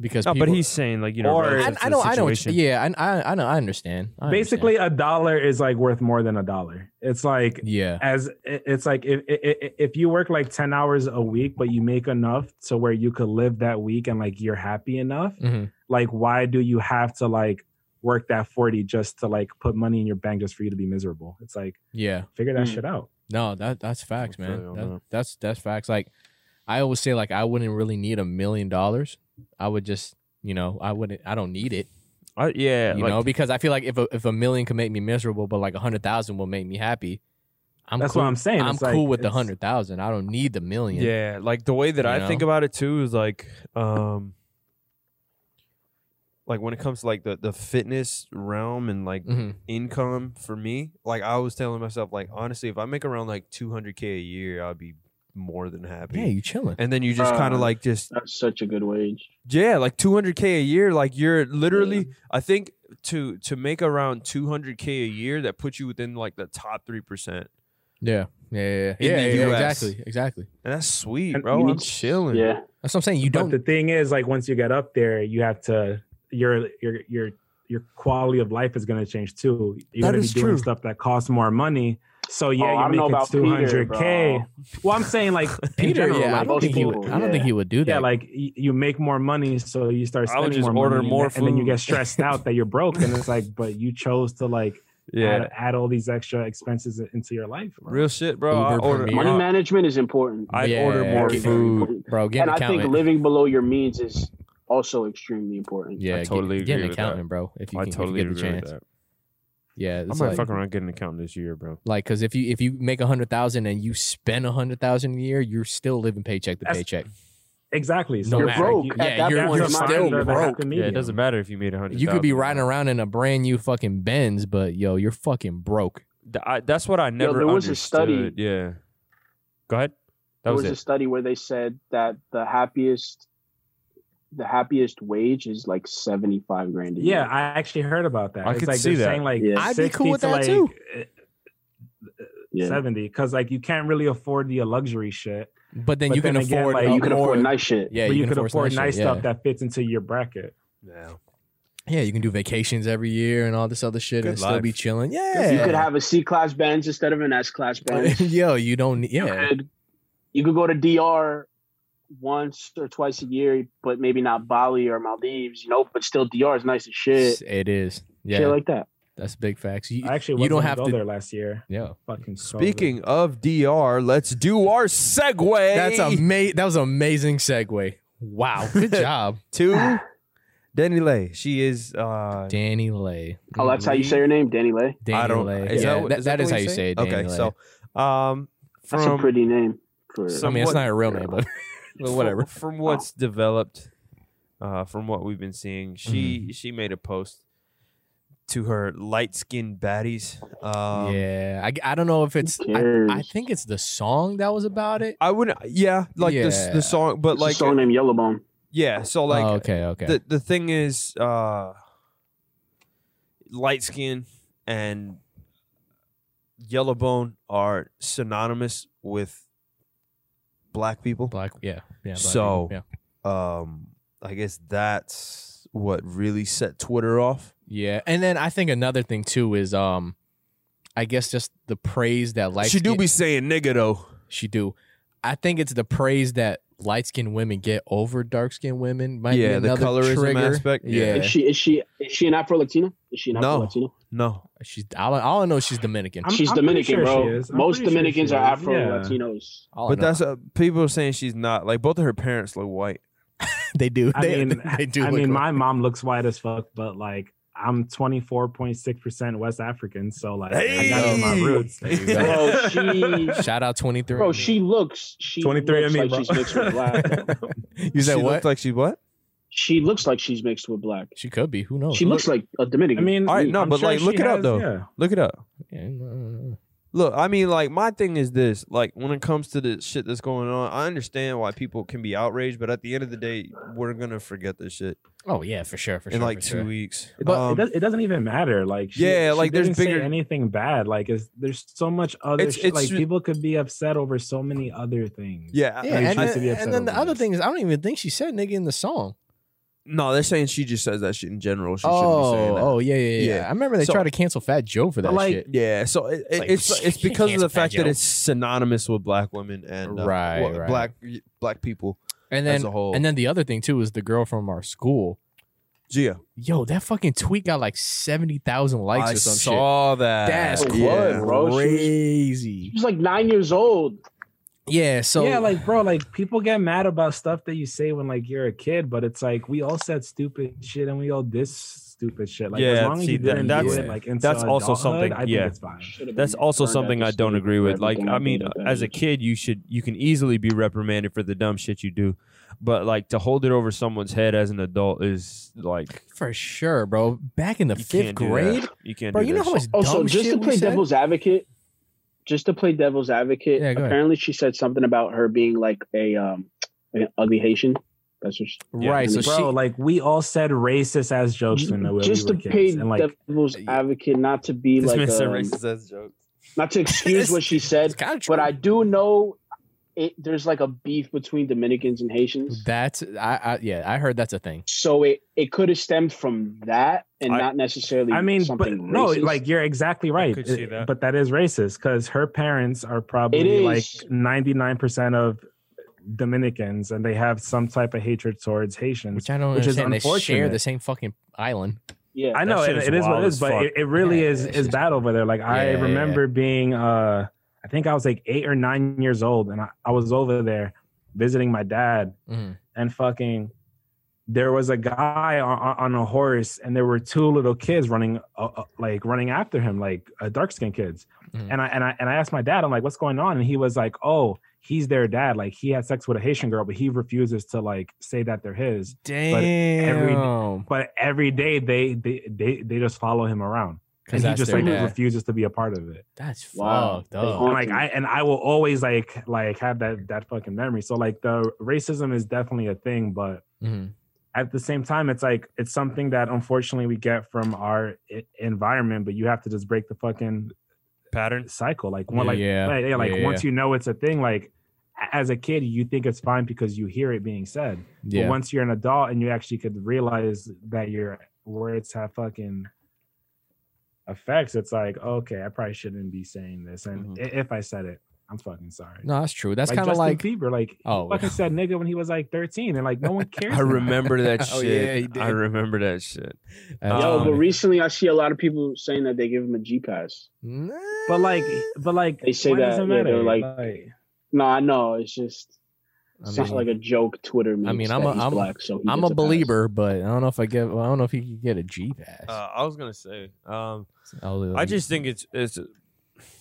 [SPEAKER 2] because
[SPEAKER 1] No,
[SPEAKER 2] people,
[SPEAKER 1] but he's saying like you know,
[SPEAKER 4] Or-
[SPEAKER 1] relative to
[SPEAKER 2] I, I
[SPEAKER 1] the
[SPEAKER 2] don't. I don't.
[SPEAKER 1] situation.
[SPEAKER 2] Yeah. I. I. I know. I understand. I understand.
[SPEAKER 4] Basically, a dollar is like worth more than a dollar. It's like
[SPEAKER 2] Yeah.
[SPEAKER 4] as it- it's like if if if you work like ten hours a week, but you make enough to where you could live that week and like you're happy enough,
[SPEAKER 2] hmm
[SPEAKER 4] like why do you have to like work that forty just to like put money in your bank just for you to be miserable? It's like
[SPEAKER 2] Yeah.
[SPEAKER 4] figure that
[SPEAKER 3] Mm.
[SPEAKER 4] shit out.
[SPEAKER 2] No, that that's facts,
[SPEAKER 1] feel you
[SPEAKER 2] man.
[SPEAKER 1] on
[SPEAKER 2] That-
[SPEAKER 1] that.
[SPEAKER 2] that's that's facts. Like I always say, like I wouldn't really need a million dollars. I would just, you know, I wouldn't. I don't need it,
[SPEAKER 1] I, Uh, yeah,
[SPEAKER 2] you
[SPEAKER 1] like,
[SPEAKER 2] know, because I feel like if a, if a million could make me miserable, but like a hundred thousand will make me happy. I'm
[SPEAKER 4] That's
[SPEAKER 2] cool.
[SPEAKER 4] what I'm saying.
[SPEAKER 2] I'm
[SPEAKER 4] It's like-
[SPEAKER 2] cool with the
[SPEAKER 4] it's-
[SPEAKER 2] hundred thousand. I don't need the million.
[SPEAKER 1] Yeah, like the way that
[SPEAKER 2] You
[SPEAKER 1] I
[SPEAKER 2] know?
[SPEAKER 1] think about it too is like um like when it comes to like the the fitness realm and like
[SPEAKER 2] hmm
[SPEAKER 1] income for me, like I was telling myself like honestly if I make around like 200k a year, I'll be more than happy.
[SPEAKER 2] Yeah, you chilling.
[SPEAKER 1] And then you just kind
[SPEAKER 3] Uh,
[SPEAKER 1] of like just
[SPEAKER 3] That's such a good wage.
[SPEAKER 1] yeah, like 200k a year, like you're literally I think to to make around 200k a year that puts you within like the top 3%. And
[SPEAKER 2] Yeah, yeah, yeah, yeah,
[SPEAKER 1] In
[SPEAKER 2] yeah,
[SPEAKER 1] the
[SPEAKER 2] yeah,
[SPEAKER 1] US.
[SPEAKER 2] exactly, exactly.
[SPEAKER 1] that's sweet,
[SPEAKER 4] And
[SPEAKER 1] bro.
[SPEAKER 3] You
[SPEAKER 1] I'm
[SPEAKER 3] need-
[SPEAKER 1] chilling.
[SPEAKER 3] Yeah.
[SPEAKER 2] That's what I'm saying. You
[SPEAKER 4] But
[SPEAKER 2] don't.
[SPEAKER 4] the thing is, like once you get up there, you have to your your your your quality of life is going to change too. You're
[SPEAKER 1] That
[SPEAKER 4] going to
[SPEAKER 1] is
[SPEAKER 4] be doing
[SPEAKER 1] true.
[SPEAKER 4] stuff that costs more money. So yeah,
[SPEAKER 3] Oh, I
[SPEAKER 4] you're
[SPEAKER 3] don't know
[SPEAKER 4] making
[SPEAKER 3] about
[SPEAKER 4] two
[SPEAKER 3] Peter,
[SPEAKER 4] hundred
[SPEAKER 3] bro.
[SPEAKER 4] k. Well, I'm saying
[SPEAKER 2] <laughs>
[SPEAKER 4] like in
[SPEAKER 2] Peter,
[SPEAKER 4] general,
[SPEAKER 2] yeah, I
[SPEAKER 4] like,
[SPEAKER 2] don't
[SPEAKER 3] most
[SPEAKER 2] think he would.
[SPEAKER 3] people,
[SPEAKER 2] I don't
[SPEAKER 3] yeah.
[SPEAKER 2] think he would do that.
[SPEAKER 4] yeah, like y- you make more money, so you start
[SPEAKER 1] I would
[SPEAKER 4] spending
[SPEAKER 1] just
[SPEAKER 4] more money,
[SPEAKER 1] order
[SPEAKER 4] and
[SPEAKER 1] more
[SPEAKER 4] then- and then you
[SPEAKER 1] food.
[SPEAKER 4] get stressed out that you're broke, and it's like, but you chose to like add, add all these extra expenses into your life. bro.
[SPEAKER 1] Real shit, bro. I
[SPEAKER 2] Uber
[SPEAKER 1] order,
[SPEAKER 2] Premier.
[SPEAKER 3] Money
[SPEAKER 1] I-
[SPEAKER 3] management is important.
[SPEAKER 1] I
[SPEAKER 2] Yeah.
[SPEAKER 1] order more
[SPEAKER 3] Very, very
[SPEAKER 1] food.
[SPEAKER 3] important.
[SPEAKER 2] bro, get
[SPEAKER 3] And
[SPEAKER 2] an
[SPEAKER 3] I think
[SPEAKER 2] accountant.
[SPEAKER 3] living below your means is also extremely important.
[SPEAKER 2] yeah,
[SPEAKER 1] I totally
[SPEAKER 2] get, get
[SPEAKER 1] agree
[SPEAKER 2] an
[SPEAKER 1] with that.
[SPEAKER 2] accountant, bro. If you
[SPEAKER 1] I
[SPEAKER 2] can,
[SPEAKER 1] totally
[SPEAKER 2] if you get the
[SPEAKER 1] agree with
[SPEAKER 2] chance.
[SPEAKER 1] that.
[SPEAKER 2] Yeah,
[SPEAKER 1] I
[SPEAKER 2] it's
[SPEAKER 1] might
[SPEAKER 2] like-
[SPEAKER 1] fuck around getting an accountant this year, bro.
[SPEAKER 2] Like, cause if you if you make a hundred thousand and you spend a hundred thousand a year, you're still living paycheck to
[SPEAKER 4] That's-
[SPEAKER 2] paycheck.
[SPEAKER 4] Exactly.
[SPEAKER 2] No
[SPEAKER 4] you're
[SPEAKER 2] matter.
[SPEAKER 4] broke.
[SPEAKER 2] You-
[SPEAKER 4] You,
[SPEAKER 2] yeah, you're-
[SPEAKER 4] have
[SPEAKER 2] you're
[SPEAKER 4] to find
[SPEAKER 2] still
[SPEAKER 4] the
[SPEAKER 2] broke.
[SPEAKER 4] happy
[SPEAKER 1] Yeah, it
[SPEAKER 4] medium.
[SPEAKER 1] doesn't matter if you made a hundred.
[SPEAKER 2] You could be riding around in a brand new fucking Benz, but yo, you're fucking broke.
[SPEAKER 1] I, that's what I never
[SPEAKER 3] there was a
[SPEAKER 1] understood.
[SPEAKER 3] study-
[SPEAKER 1] Yeah. Go ahead. That
[SPEAKER 3] there
[SPEAKER 1] was,
[SPEAKER 3] was a
[SPEAKER 1] it.
[SPEAKER 3] study where they said that the happiest the happiest wage is like 75 grand a year.
[SPEAKER 4] Yeah, I actually heard about that.
[SPEAKER 1] I
[SPEAKER 4] it's
[SPEAKER 1] could
[SPEAKER 4] like
[SPEAKER 1] see
[SPEAKER 4] they're
[SPEAKER 1] that.
[SPEAKER 4] saying like
[SPEAKER 3] Yeah.
[SPEAKER 2] I'd be cool
[SPEAKER 4] 60
[SPEAKER 2] with
[SPEAKER 4] to,
[SPEAKER 2] that,
[SPEAKER 4] like,
[SPEAKER 2] too.
[SPEAKER 4] uh,
[SPEAKER 3] Yeah.
[SPEAKER 4] 70 because like you can't really afford the luxury shit
[SPEAKER 2] But then
[SPEAKER 4] But
[SPEAKER 2] you can
[SPEAKER 4] then again,
[SPEAKER 2] afford.
[SPEAKER 4] like,
[SPEAKER 3] And
[SPEAKER 2] a
[SPEAKER 3] you can afford
[SPEAKER 2] more-
[SPEAKER 3] nice shit.
[SPEAKER 2] Yeah,
[SPEAKER 4] but you, could
[SPEAKER 2] can
[SPEAKER 4] afford nice
[SPEAKER 2] shit,
[SPEAKER 4] stuff
[SPEAKER 2] yeah.
[SPEAKER 4] that fits into your bracket
[SPEAKER 1] Yeah.
[SPEAKER 2] Yeah, you can do vacations every year and all this other shit,
[SPEAKER 1] Good
[SPEAKER 2] and still
[SPEAKER 1] life.
[SPEAKER 2] be chilling. Yeah,
[SPEAKER 3] You
[SPEAKER 2] <laughs>
[SPEAKER 3] could have a C class Benz instead of an S class Benz.
[SPEAKER 2] yo, you don't. need-
[SPEAKER 3] You
[SPEAKER 2] Yeah,
[SPEAKER 3] could you could go to DR once or twice a year, but maybe not Bali or Maldives, you know. But still, DR is nice as shit.
[SPEAKER 2] It is. Yeah,
[SPEAKER 3] Shit like that.
[SPEAKER 2] that's big facts. You,
[SPEAKER 4] I actually
[SPEAKER 2] you don't
[SPEAKER 4] wasn't
[SPEAKER 2] have
[SPEAKER 4] go
[SPEAKER 2] to.
[SPEAKER 4] there last year.
[SPEAKER 2] Yeah,
[SPEAKER 4] Fucking COVID.
[SPEAKER 1] Speaking of DR, let's do our segue. <gasps>
[SPEAKER 2] that's ama- That was an amazing segue. Wow,
[SPEAKER 4] <laughs>
[SPEAKER 2] good job,
[SPEAKER 1] to Danny Lay. She is. Uh,
[SPEAKER 2] Danny Lay.
[SPEAKER 3] <gasps> Oh, that's how you say your name, Danny Lay.
[SPEAKER 2] Danny
[SPEAKER 1] I don't.
[SPEAKER 2] Lay.
[SPEAKER 1] Is
[SPEAKER 2] yeah,
[SPEAKER 1] that, what-
[SPEAKER 2] that-
[SPEAKER 1] is
[SPEAKER 2] that
[SPEAKER 1] the
[SPEAKER 2] is
[SPEAKER 1] way
[SPEAKER 2] how you say it. Danny
[SPEAKER 1] okay,
[SPEAKER 2] Lay.
[SPEAKER 1] so um, from
[SPEAKER 3] That's a pretty name. For,
[SPEAKER 1] So-
[SPEAKER 2] I mean, it's
[SPEAKER 1] somewhat-
[SPEAKER 2] not a real name, but but
[SPEAKER 1] from- <laughs>
[SPEAKER 2] whatever.
[SPEAKER 1] From, what's developed, uh, from what we've been seeing, she she made a post to her light skinned baddies. Um,
[SPEAKER 2] yeah, I, I don't know if it's.
[SPEAKER 3] Who
[SPEAKER 2] I, I
[SPEAKER 3] cares?
[SPEAKER 2] think it's the song that was about it.
[SPEAKER 1] I wouldn't. Yeah, like the s-
[SPEAKER 2] Yeah.
[SPEAKER 1] the song, but
[SPEAKER 3] it's a
[SPEAKER 1] like
[SPEAKER 3] song named Yellowbone.
[SPEAKER 1] yeah. So like
[SPEAKER 2] oh, okay, okay.
[SPEAKER 1] the the thing is, uh, light skin and yellow bone are synonymous with black people.
[SPEAKER 2] black, yeah, yeah. Black
[SPEAKER 1] So-
[SPEAKER 2] people,
[SPEAKER 1] Um, I guess that's what really set Twitter off.
[SPEAKER 2] yeah, yeah. And then I think another thing too is, um, I guess just the praise that light
[SPEAKER 1] she do be saying nigga though.
[SPEAKER 2] She do. I think it's the praise that light skinned women get over dark skinned women. Might
[SPEAKER 1] Yeah,
[SPEAKER 2] be
[SPEAKER 1] the
[SPEAKER 2] another
[SPEAKER 1] colorism
[SPEAKER 2] trigger.
[SPEAKER 1] aspect.
[SPEAKER 2] Yeah.
[SPEAKER 1] Yeah.
[SPEAKER 3] Is she is she is she an Afro Latina? Is she an Afro
[SPEAKER 1] No.
[SPEAKER 3] Latina?
[SPEAKER 1] No,
[SPEAKER 2] She's all I, all I know is she's Dominican.
[SPEAKER 4] I'm-
[SPEAKER 3] She's
[SPEAKER 4] pretty
[SPEAKER 3] Dominican,
[SPEAKER 4] sure she
[SPEAKER 3] bro.
[SPEAKER 4] is. I'm
[SPEAKER 3] Most
[SPEAKER 4] pretty sure she
[SPEAKER 3] Dominicans are
[SPEAKER 4] is.
[SPEAKER 3] Afro
[SPEAKER 4] Yeah.
[SPEAKER 3] Latinos.
[SPEAKER 2] All I
[SPEAKER 1] but
[SPEAKER 2] know-
[SPEAKER 1] that's uh, people are saying she's not like both of her parents look white.
[SPEAKER 2] <laughs> they do.
[SPEAKER 4] I
[SPEAKER 2] They,
[SPEAKER 4] mean,
[SPEAKER 2] <laughs> they do.
[SPEAKER 4] I
[SPEAKER 2] look
[SPEAKER 4] mean,
[SPEAKER 2] like-
[SPEAKER 4] my mom looks white as fuck, but like I'm 24.6% West African, so like I got my
[SPEAKER 1] Hey!
[SPEAKER 4] roots.
[SPEAKER 2] There you go.
[SPEAKER 4] <laughs>
[SPEAKER 3] Bro, Oh, she
[SPEAKER 2] Shout out twenty three.
[SPEAKER 3] bro, she looks she
[SPEAKER 4] 23
[SPEAKER 3] looks
[SPEAKER 4] and me,
[SPEAKER 3] like
[SPEAKER 4] bro.
[SPEAKER 3] she's mixed with black.
[SPEAKER 2] you
[SPEAKER 1] <laughs>
[SPEAKER 2] said
[SPEAKER 1] she
[SPEAKER 2] what?
[SPEAKER 1] looked like she what?
[SPEAKER 3] <laughs> she looks like she's mixed with black.
[SPEAKER 2] she could be.
[SPEAKER 1] Oh,
[SPEAKER 2] Who knows?
[SPEAKER 3] She looks like a
[SPEAKER 4] <laughs> I
[SPEAKER 3] Dominican.
[SPEAKER 4] mean,
[SPEAKER 1] All right, no,
[SPEAKER 4] I'm
[SPEAKER 1] but,
[SPEAKER 4] sure
[SPEAKER 1] like, look
[SPEAKER 4] she
[SPEAKER 1] it up,
[SPEAKER 4] has-
[SPEAKER 1] though.
[SPEAKER 4] Yeah.
[SPEAKER 1] Look it up.
[SPEAKER 2] Yeah, no, no, no.
[SPEAKER 1] Look, I mean, like my thing is this: like when it comes to the shit that's going on, I understand why people can be outraged, but at the end of the day, we're gonna forget this shit
[SPEAKER 2] Oh yeah, for sure. For
[SPEAKER 1] in
[SPEAKER 2] sure,
[SPEAKER 1] like
[SPEAKER 2] for
[SPEAKER 1] two
[SPEAKER 2] sure.
[SPEAKER 1] weeks.
[SPEAKER 4] But
[SPEAKER 1] Um,
[SPEAKER 4] it, does, it doesn't even matter. Like, she,
[SPEAKER 1] Yeah,
[SPEAKER 4] she
[SPEAKER 1] like, there's
[SPEAKER 4] didn't say
[SPEAKER 1] bigger-
[SPEAKER 4] anything bad. Like, is there's so much other
[SPEAKER 1] It's-
[SPEAKER 4] shit.
[SPEAKER 1] it's
[SPEAKER 4] like
[SPEAKER 1] ju-
[SPEAKER 4] people could be upset over so many other things.
[SPEAKER 1] yeah,
[SPEAKER 2] Yeah,
[SPEAKER 1] I-
[SPEAKER 2] and,
[SPEAKER 4] she
[SPEAKER 1] I-
[SPEAKER 4] used to be
[SPEAKER 2] then-
[SPEAKER 4] upset
[SPEAKER 2] and then the
[SPEAKER 4] over
[SPEAKER 2] other
[SPEAKER 4] this.
[SPEAKER 2] thing is, I don't even think she said nigga in the song.
[SPEAKER 1] no, they're saying she just says that shit in general. She shouldn't be saying
[SPEAKER 2] Oh,
[SPEAKER 1] that.
[SPEAKER 2] oh yeah, yeah, yeah,
[SPEAKER 1] Yeah.
[SPEAKER 2] I remember they
[SPEAKER 1] So-
[SPEAKER 2] tried to cancel Fat Joe for that
[SPEAKER 4] But, like,
[SPEAKER 2] shit.
[SPEAKER 1] Yeah, so it, it-
[SPEAKER 2] Like,
[SPEAKER 1] it's it's
[SPEAKER 2] <laughs> you
[SPEAKER 1] because of
[SPEAKER 2] can't
[SPEAKER 1] the
[SPEAKER 2] spell
[SPEAKER 1] fact that
[SPEAKER 2] Joe.
[SPEAKER 1] it's synonymous with black women and uh,
[SPEAKER 2] Right,
[SPEAKER 1] well,
[SPEAKER 2] right.
[SPEAKER 1] black black people
[SPEAKER 2] And then
[SPEAKER 1] as a whole.
[SPEAKER 2] and then the other thing too is the girl from our school.
[SPEAKER 1] Gia,
[SPEAKER 2] Yo, that fucking tweet got like seventy thousand likes
[SPEAKER 1] I
[SPEAKER 2] or some shit.
[SPEAKER 1] saw that.
[SPEAKER 2] That's
[SPEAKER 3] Oh,
[SPEAKER 1] yeah.
[SPEAKER 3] what, bro? She was-
[SPEAKER 2] crazy.
[SPEAKER 3] she's like nine years old.
[SPEAKER 2] Yeah, so
[SPEAKER 4] yeah, like bro, like people get mad about stuff that you say when like you're a kid, but it's like we all said stupid shit and we all diss stupid shit. Like as
[SPEAKER 1] Yeah,
[SPEAKER 4] long as
[SPEAKER 1] see,
[SPEAKER 4] you
[SPEAKER 1] that-
[SPEAKER 4] didn't do
[SPEAKER 2] that's-
[SPEAKER 4] it, like into
[SPEAKER 1] that's also
[SPEAKER 4] adulthood,
[SPEAKER 1] something-
[SPEAKER 4] I think
[SPEAKER 1] yeah.
[SPEAKER 4] it's fine.
[SPEAKER 3] Should've
[SPEAKER 1] That's
[SPEAKER 3] been
[SPEAKER 1] also
[SPEAKER 3] burned at
[SPEAKER 1] something
[SPEAKER 3] the
[SPEAKER 1] I don't
[SPEAKER 3] stake
[SPEAKER 1] agree
[SPEAKER 3] for
[SPEAKER 1] with. Like,
[SPEAKER 3] everything
[SPEAKER 1] I
[SPEAKER 3] did
[SPEAKER 1] mean,
[SPEAKER 3] at that
[SPEAKER 1] as a
[SPEAKER 3] age.
[SPEAKER 1] kid, you should you can easily be reprimanded for the dumb shit you do, but like to hold it over someone's head as an adult is like
[SPEAKER 2] for sure, bro. Back in the
[SPEAKER 1] you
[SPEAKER 2] fifth
[SPEAKER 1] can't do
[SPEAKER 2] grade,
[SPEAKER 1] that. You can't,
[SPEAKER 2] bro.
[SPEAKER 1] do
[SPEAKER 2] You know
[SPEAKER 1] that
[SPEAKER 2] how
[SPEAKER 1] shit. Oh,
[SPEAKER 2] much dumb
[SPEAKER 3] Also, Oh, just
[SPEAKER 2] shit
[SPEAKER 3] to
[SPEAKER 2] we
[SPEAKER 3] play
[SPEAKER 2] said?
[SPEAKER 3] devil's advocate, just to play devil's advocate.
[SPEAKER 2] Yeah, go ahead.
[SPEAKER 3] apparently, she said something about her being like a um like an ugly Haitian. That's what she,
[SPEAKER 1] Yeah.
[SPEAKER 2] right? So
[SPEAKER 4] bro,
[SPEAKER 2] she,
[SPEAKER 4] like we all said racist ass jokes when we were
[SPEAKER 3] just to play
[SPEAKER 4] kids, and like
[SPEAKER 3] devil's advocate, not to
[SPEAKER 1] <laughs>
[SPEAKER 3] be
[SPEAKER 1] This
[SPEAKER 3] like
[SPEAKER 1] man said
[SPEAKER 3] um,
[SPEAKER 1] racist ass jokes.
[SPEAKER 3] not
[SPEAKER 4] <laughs>
[SPEAKER 3] to excuse what she
[SPEAKER 2] it's
[SPEAKER 3] said,
[SPEAKER 2] kind of true.
[SPEAKER 3] but I do know it, there's like a beef between Dominicans and Haitians.
[SPEAKER 2] that's I, I yeah, I heard that's a thing.
[SPEAKER 3] so it, it could have stemmed from that and
[SPEAKER 1] I-
[SPEAKER 3] not necessarily
[SPEAKER 4] I mean, but
[SPEAKER 3] something
[SPEAKER 4] no,
[SPEAKER 3] racist.
[SPEAKER 4] like you're exactly right.
[SPEAKER 1] could see
[SPEAKER 4] It-
[SPEAKER 1] that.
[SPEAKER 4] But that is racist because her parents are
[SPEAKER 3] It
[SPEAKER 4] probably like
[SPEAKER 3] is.
[SPEAKER 4] 99% of Dominicans and they have some type of hatred towards Haitians.
[SPEAKER 2] Which I don't
[SPEAKER 4] Which is
[SPEAKER 2] understand. they share
[SPEAKER 4] unfortunate.
[SPEAKER 2] the same fucking island.
[SPEAKER 3] yeah,
[SPEAKER 4] I know
[SPEAKER 1] shit
[SPEAKER 4] it,
[SPEAKER 1] is
[SPEAKER 4] it is what
[SPEAKER 1] wild
[SPEAKER 4] it
[SPEAKER 1] as
[SPEAKER 4] is,
[SPEAKER 1] fuck.
[SPEAKER 4] but it, it really
[SPEAKER 2] Yeah,
[SPEAKER 4] is
[SPEAKER 2] it's
[SPEAKER 1] <laughs>
[SPEAKER 4] is
[SPEAKER 2] just-
[SPEAKER 4] bad over there. Like
[SPEAKER 2] Yeah,
[SPEAKER 4] I
[SPEAKER 2] yeah, yeah.
[SPEAKER 4] remember being uh I think I was like eight or nine years old and I, I was over there visiting my dad
[SPEAKER 2] Mhm.
[SPEAKER 4] and fucking there was a guy on, on- on a horse and there were two little kids running uh, uh, like running after him like uh, dark skinned kids
[SPEAKER 2] Mhm.
[SPEAKER 4] and i and i and i asked my dad i'm like what's going on and he was like oh he's their dad like he had sex with a haitian girl but he refuses to like say that they're his every-
[SPEAKER 2] Damn.
[SPEAKER 4] but every day they they they, they just follow him around and he
[SPEAKER 2] that's
[SPEAKER 4] just
[SPEAKER 2] their
[SPEAKER 4] like
[SPEAKER 2] dad.
[SPEAKER 4] refuses to be a part of it
[SPEAKER 2] That's
[SPEAKER 3] Wow.
[SPEAKER 2] fucked up.
[SPEAKER 4] and like I and I will always like like have that that fucking memory. So like the racism is definitely a thing, but
[SPEAKER 2] Mhm.
[SPEAKER 4] at the same time, it's like it's something that unfortunately we get from our I- environment, but you have to just break the fucking
[SPEAKER 1] <laughs> Patterns.
[SPEAKER 4] cycle. Like one, like
[SPEAKER 2] Yeah.
[SPEAKER 4] like, yeah, like
[SPEAKER 2] Yeah, yeah,
[SPEAKER 4] once you know it's a thing, like a- as a kid, you think it's fine because you hear it being said. But
[SPEAKER 2] Yeah.
[SPEAKER 4] once you're an adult and you actually could realize that your words have fucking effects, it's like okay, I probably shouldn't be saying this, and
[SPEAKER 1] Mhm.
[SPEAKER 4] i- if I said it, I'm fucking sorry.
[SPEAKER 2] Mm-hmm. No, that's true. That's kind of
[SPEAKER 4] Justin
[SPEAKER 2] like
[SPEAKER 4] Bieber, like he
[SPEAKER 2] Oh.
[SPEAKER 4] fucking said nigga when he was like 13, and like no
[SPEAKER 2] <laughs>
[SPEAKER 4] one cares.
[SPEAKER 1] I
[SPEAKER 4] now.
[SPEAKER 1] remember that shit.
[SPEAKER 2] Oh, yeah, he did.
[SPEAKER 1] I remember that shit.
[SPEAKER 2] that's
[SPEAKER 1] Yo,
[SPEAKER 3] Yo,
[SPEAKER 1] Um,
[SPEAKER 3] but recently I see a lot of people saying that they give him a G pass.
[SPEAKER 2] Nah.
[SPEAKER 4] But like, but like,
[SPEAKER 3] They say
[SPEAKER 4] why
[SPEAKER 3] that,
[SPEAKER 4] does it
[SPEAKER 3] yeah, they're
[SPEAKER 4] matter?
[SPEAKER 3] like- No, I know it's just
[SPEAKER 2] I
[SPEAKER 3] it's just
[SPEAKER 2] mean,
[SPEAKER 3] like a joke Twitter. Makes
[SPEAKER 2] I mean, I'm
[SPEAKER 3] that
[SPEAKER 2] a-
[SPEAKER 3] he's
[SPEAKER 2] I'm a-
[SPEAKER 3] black, so he
[SPEAKER 2] I'm
[SPEAKER 3] gets
[SPEAKER 2] a
[SPEAKER 3] pass.
[SPEAKER 2] believer, but I don't know if I get. Well, I don't know if he could get a G pass.
[SPEAKER 1] Uh, I was gonna say, um,
[SPEAKER 2] I'll-
[SPEAKER 1] I just think it's it's
[SPEAKER 2] you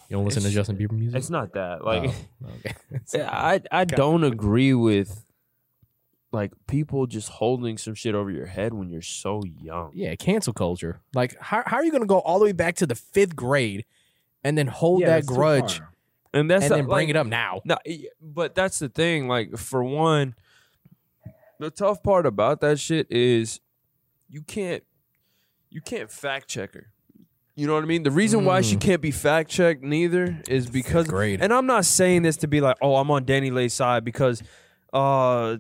[SPEAKER 2] don't listen to
[SPEAKER 1] it's-
[SPEAKER 2] Justin Bieber music.
[SPEAKER 1] it's not that <laughs> like
[SPEAKER 2] Oh, okay. <laughs>
[SPEAKER 1] I I don't agree with like people just holding some shit over your head when you're so young.
[SPEAKER 2] yeah, cancel culture. Like, how how are you going to go all the way back to the fifth grade and then hold
[SPEAKER 4] Yeah,
[SPEAKER 2] that
[SPEAKER 4] it's too
[SPEAKER 2] grudge
[SPEAKER 4] far.
[SPEAKER 1] And that's
[SPEAKER 2] and then bring
[SPEAKER 1] like,
[SPEAKER 2] it up now?
[SPEAKER 1] No, y- but that's the thing. Like for one, the tough part about that shit is you can't you can't fact check her. You know what I mean? The reason why she
[SPEAKER 2] Mm.
[SPEAKER 1] can't be fact checked neither is because
[SPEAKER 2] grade.
[SPEAKER 1] and I'm not saying this to be like, oh, I'm on Danny Lay's side because uh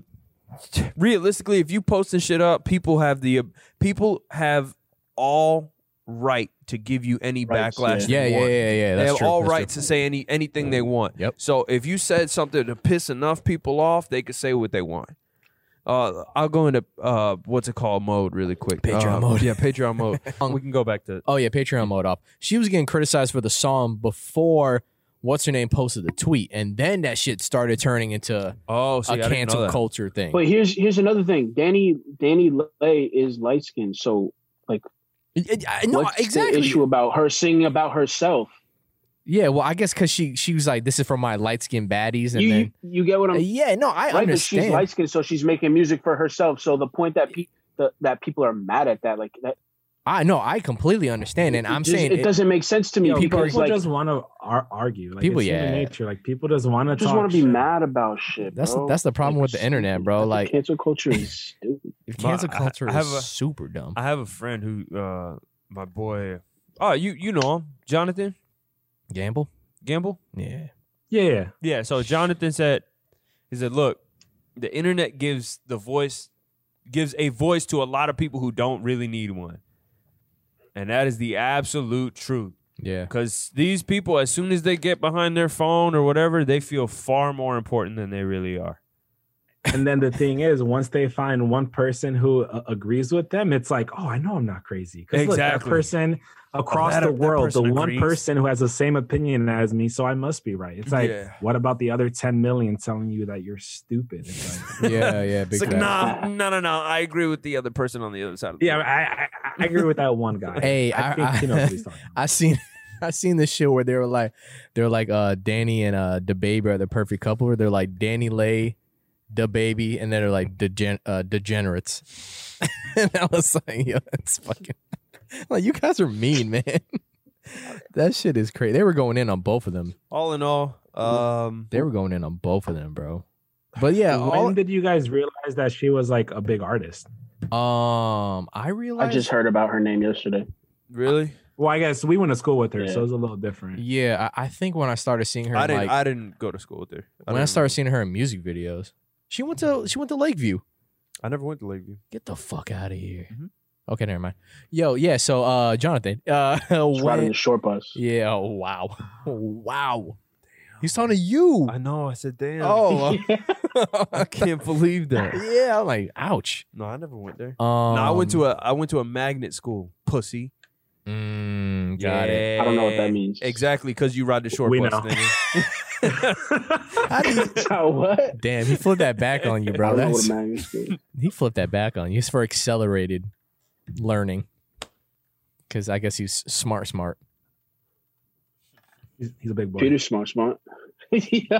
[SPEAKER 1] realistically, if you post this shit up, people have the people have all right to give you any
[SPEAKER 3] Rights,
[SPEAKER 1] backlash.
[SPEAKER 2] yeah,
[SPEAKER 1] they
[SPEAKER 2] yeah,
[SPEAKER 1] want.
[SPEAKER 2] yeah,
[SPEAKER 1] They
[SPEAKER 2] yeah. That's
[SPEAKER 1] have
[SPEAKER 2] true.
[SPEAKER 1] all
[SPEAKER 2] that's
[SPEAKER 1] right
[SPEAKER 2] true. Mm-hmm.
[SPEAKER 1] to say any anything they want.
[SPEAKER 2] Yep.
[SPEAKER 1] So if you said something to piss enough people off, they could say what they want. Uh, I'll go into uh, what's it called mode really quick.
[SPEAKER 2] Patreon
[SPEAKER 1] Uh,
[SPEAKER 2] mode.
[SPEAKER 1] Yeah, Patreon
[SPEAKER 2] <laughs>
[SPEAKER 1] mode. we can go back to.
[SPEAKER 2] Oh yeah, Patreon mode off. She was getting criticized for the song before what's her name posted the tweet, and then that shit started turning into
[SPEAKER 1] Oh, see, I
[SPEAKER 2] a
[SPEAKER 1] didn't know
[SPEAKER 2] cancel
[SPEAKER 1] that.
[SPEAKER 2] culture thing.
[SPEAKER 3] But here's here's another thing. Danny Danny Lay is light skinned, so
[SPEAKER 2] I- I- no,
[SPEAKER 3] what's the
[SPEAKER 2] exactly.
[SPEAKER 3] issue about her singing about herself?
[SPEAKER 2] Yeah, well, I guess because she she was like, "This is for my light skinned baddies," and
[SPEAKER 3] You,
[SPEAKER 2] then
[SPEAKER 3] you you get what I'm
[SPEAKER 2] Uh, yeah, no, I
[SPEAKER 3] right? But she's
[SPEAKER 2] understand.
[SPEAKER 3] light skinned, so she's making music for herself. So the point that pe- the, that people are mad at that, like that,
[SPEAKER 2] I no, I completely understand, and
[SPEAKER 3] it
[SPEAKER 2] I'm
[SPEAKER 3] just-
[SPEAKER 2] saying
[SPEAKER 3] it,
[SPEAKER 2] it-
[SPEAKER 3] doesn't make sense to me.
[SPEAKER 4] Yo, people
[SPEAKER 3] people are like,
[SPEAKER 4] just want to ar- argue. Like,
[SPEAKER 2] People,
[SPEAKER 4] it's human
[SPEAKER 2] yeah.
[SPEAKER 4] nature. Like people just want to
[SPEAKER 3] just
[SPEAKER 4] want to
[SPEAKER 3] be mad about shit.
[SPEAKER 2] that's
[SPEAKER 3] bro.
[SPEAKER 2] that's the problem with
[SPEAKER 3] Like,
[SPEAKER 2] the internet,
[SPEAKER 3] stupid.
[SPEAKER 2] bro.
[SPEAKER 3] Like,
[SPEAKER 2] Like
[SPEAKER 3] cancel
[SPEAKER 2] <laughs>
[SPEAKER 3] culture is stupid.
[SPEAKER 2] cancel
[SPEAKER 1] I- I
[SPEAKER 2] culture
[SPEAKER 1] have
[SPEAKER 2] is
[SPEAKER 1] a-
[SPEAKER 2] super dumb.
[SPEAKER 1] I have a friend who, uh, my boy. Oh, you you know him, Jonathan
[SPEAKER 2] Gamble,
[SPEAKER 1] Gamble. <laughs>
[SPEAKER 2] yeah,
[SPEAKER 4] Yeah, yeah.
[SPEAKER 1] Yeah. So Jonathan said, he said, look, the internet gives the voice, gives a voice to a lot of people who don't really need one, and that is the absolute truth.
[SPEAKER 2] yeah,
[SPEAKER 1] Because these people, as soon as they get behind their phone or whatever, they feel far more important than they really are.
[SPEAKER 4] And then the thing is, once they find one person who uh, agrees with them, it's like, oh, I know I'm not crazy. Because that
[SPEAKER 1] Exactly.
[SPEAKER 4] person across
[SPEAKER 1] that-
[SPEAKER 4] the
[SPEAKER 1] that
[SPEAKER 4] world,
[SPEAKER 1] person
[SPEAKER 4] the one
[SPEAKER 1] agrees.
[SPEAKER 4] person who has the same opinion as me, so I must be right. It's like,
[SPEAKER 1] Yeah.
[SPEAKER 4] what about the other 10 million telling you that you're stupid? It's like, <laughs>
[SPEAKER 2] yeah, yeah. Big
[SPEAKER 1] It's like,
[SPEAKER 2] facts.
[SPEAKER 1] nah, no, no, no. I agree with the other person on the other side of the
[SPEAKER 4] yeah, I, I, I agree with that one guy.
[SPEAKER 2] Hey, I- I-
[SPEAKER 4] he
[SPEAKER 2] <laughs>
[SPEAKER 4] knows what he's talking about.
[SPEAKER 2] I seen I seen this shit where they were like they were like uh Danny and uh the baby are the perfect couple where they're like Danny Lay, the baby, and then they're like degen- uh, degenerates. <laughs> and I was like, yo, that's fucking <laughs> like you guys are mean, man. <laughs> that shit is crazy. They were going in on both of them.
[SPEAKER 1] All in all, um,
[SPEAKER 2] They were going in on both of them, bro. But yeah,
[SPEAKER 4] when did you guys realize that she was like a big artist?
[SPEAKER 2] all, um, I
[SPEAKER 3] I
[SPEAKER 2] realized
[SPEAKER 3] just heard about her name yesterday.
[SPEAKER 1] really,
[SPEAKER 4] Well, I guess we went to school with her,
[SPEAKER 3] Yeah.
[SPEAKER 4] so it was a little different.
[SPEAKER 2] yeah, I, I think when I started seeing her,
[SPEAKER 1] I
[SPEAKER 2] in,
[SPEAKER 1] didn't.
[SPEAKER 2] like,
[SPEAKER 1] I didn't go to school with her.
[SPEAKER 2] when I
[SPEAKER 1] didn't-
[SPEAKER 2] started seeing her in music videos, she went to she went to Lakeview.
[SPEAKER 1] I never went to Lakeview.
[SPEAKER 2] Get the fuck out of here.
[SPEAKER 1] Mhm.
[SPEAKER 2] Okay, never mind. Yo, yeah, so uh Jonathan. Uh <laughs>
[SPEAKER 3] It's riding
[SPEAKER 2] when,
[SPEAKER 3] the short bus. <laughs>
[SPEAKER 2] Yeah, oh, wow. <laughs> Wow. He's talking to you.
[SPEAKER 1] I know. I said,
[SPEAKER 2] <laughs>
[SPEAKER 1] damn.
[SPEAKER 2] Oh. <laughs>
[SPEAKER 1] I can't believe that.
[SPEAKER 2] yeah, I'm like, ouch.
[SPEAKER 1] No, I never went there.
[SPEAKER 2] Um,
[SPEAKER 1] no, I went to a. I went to a magnet school. Pussy. Eh,
[SPEAKER 2] Mm, got it.
[SPEAKER 3] I don't know what that means. <laughs>
[SPEAKER 1] Exactly, because you ride the short
[SPEAKER 4] We
[SPEAKER 1] bus.
[SPEAKER 4] know. <laughs>
[SPEAKER 1] nigga.
[SPEAKER 2] How do you-
[SPEAKER 3] So what?
[SPEAKER 2] Damn, he flipped that back on
[SPEAKER 3] <laughs>
[SPEAKER 2] you,
[SPEAKER 3] I
[SPEAKER 2] bro.
[SPEAKER 3] don't know what
[SPEAKER 2] That's,
[SPEAKER 3] a man
[SPEAKER 2] <laughs>
[SPEAKER 3] is doing.
[SPEAKER 2] he flipped that back on you. It's for accelerated learning. Cause I guess he's smart, smart.
[SPEAKER 4] He's, he's a big boy.
[SPEAKER 3] Peter's smart, smart. <laughs> yo,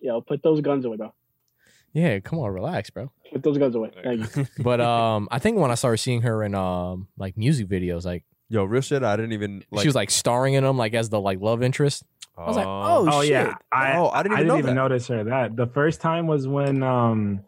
[SPEAKER 3] yo, put those guns away, bro.
[SPEAKER 2] Yeah, come on, relax, bro.
[SPEAKER 3] Put those guns away. Thank you.
[SPEAKER 1] <laughs>
[SPEAKER 2] But <laughs> um, I think when I started seeing her in um like music videos, like
[SPEAKER 1] Yo, real shit. I didn't even. Like,
[SPEAKER 2] she was like starring in them, like as the like love interest. I was like, oh,
[SPEAKER 4] oh
[SPEAKER 2] shit.
[SPEAKER 4] yeah, I,
[SPEAKER 1] oh, I didn't
[SPEAKER 4] I
[SPEAKER 1] even know
[SPEAKER 4] didn't even
[SPEAKER 1] that.
[SPEAKER 4] notice her that. The first time was when um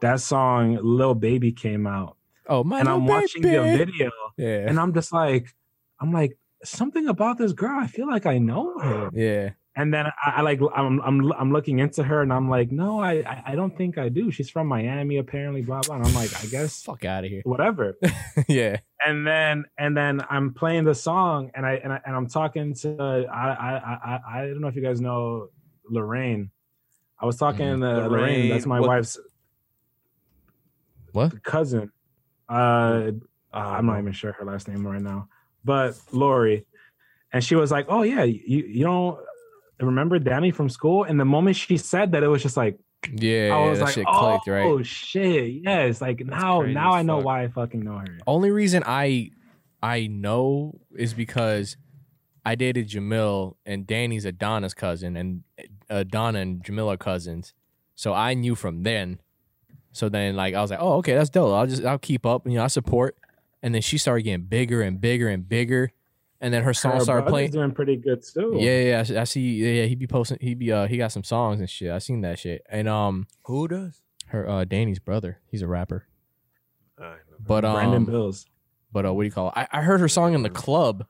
[SPEAKER 4] that song Lil Baby came out.
[SPEAKER 2] Oh my
[SPEAKER 4] and
[SPEAKER 2] little
[SPEAKER 4] I'm watching
[SPEAKER 2] baby.
[SPEAKER 4] the video
[SPEAKER 2] Yeah,
[SPEAKER 4] and I'm just like I'm like something about this girl. I feel like I know her.
[SPEAKER 2] yeah.
[SPEAKER 4] And then I, I like I'm I'm I'm looking into her and I'm like, no, I I- I don't think I do. She's from Miami apparently, blah blah. And I'm like, I guess
[SPEAKER 2] Fuck out of here. <laughs>
[SPEAKER 4] whatever.
[SPEAKER 2] yeah,
[SPEAKER 4] and then and then I'm playing the song and I and, I, and I'm talking to I, I I I don't know if you guys know Lorraine. I was talking
[SPEAKER 2] Mm.
[SPEAKER 4] to Lorraine.
[SPEAKER 1] Lorraine,
[SPEAKER 4] That's my
[SPEAKER 1] what-
[SPEAKER 4] wife's
[SPEAKER 2] What?
[SPEAKER 4] cousin. Uh,
[SPEAKER 1] I
[SPEAKER 4] I'm
[SPEAKER 1] don't
[SPEAKER 4] not
[SPEAKER 1] know.
[SPEAKER 4] even sure her last name right now, but Lori, and she was like, "Oh yeah, you you don't remember Danny from school?" And the moment she said that, it was just like
[SPEAKER 2] Yeah,
[SPEAKER 4] I
[SPEAKER 2] yeah,
[SPEAKER 4] was
[SPEAKER 2] that
[SPEAKER 4] like,
[SPEAKER 2] shit
[SPEAKER 4] "Oh
[SPEAKER 2] clicked, right?
[SPEAKER 4] shit, yes!" Like now
[SPEAKER 1] crazy
[SPEAKER 4] now
[SPEAKER 1] as
[SPEAKER 4] I know
[SPEAKER 1] fuck.
[SPEAKER 4] why I fucking know her.
[SPEAKER 2] Only reason I I know is because I dated Jamil and Danny's Adonna's cousin, and Adonna and Jamil are cousins. So I knew from then. So then, like, I was like, oh, okay, that's dope. I'll just I'll keep up. You know, I support. And then she started getting bigger and bigger and bigger. And then her song
[SPEAKER 4] Her
[SPEAKER 2] started
[SPEAKER 4] brother's
[SPEAKER 2] playing.
[SPEAKER 4] doing pretty good too.
[SPEAKER 2] Yeah, yeah, I s- I see. Yeah, yeah, he be posting. He be uh, he got some songs and shit. I seen that shit. And um,
[SPEAKER 1] Who does?
[SPEAKER 2] her uh, Danny's brother, he's a rapper.
[SPEAKER 1] I
[SPEAKER 2] But um,
[SPEAKER 4] Brandon Bills.
[SPEAKER 2] but uh, what do you call it? I, I heard her song in the club,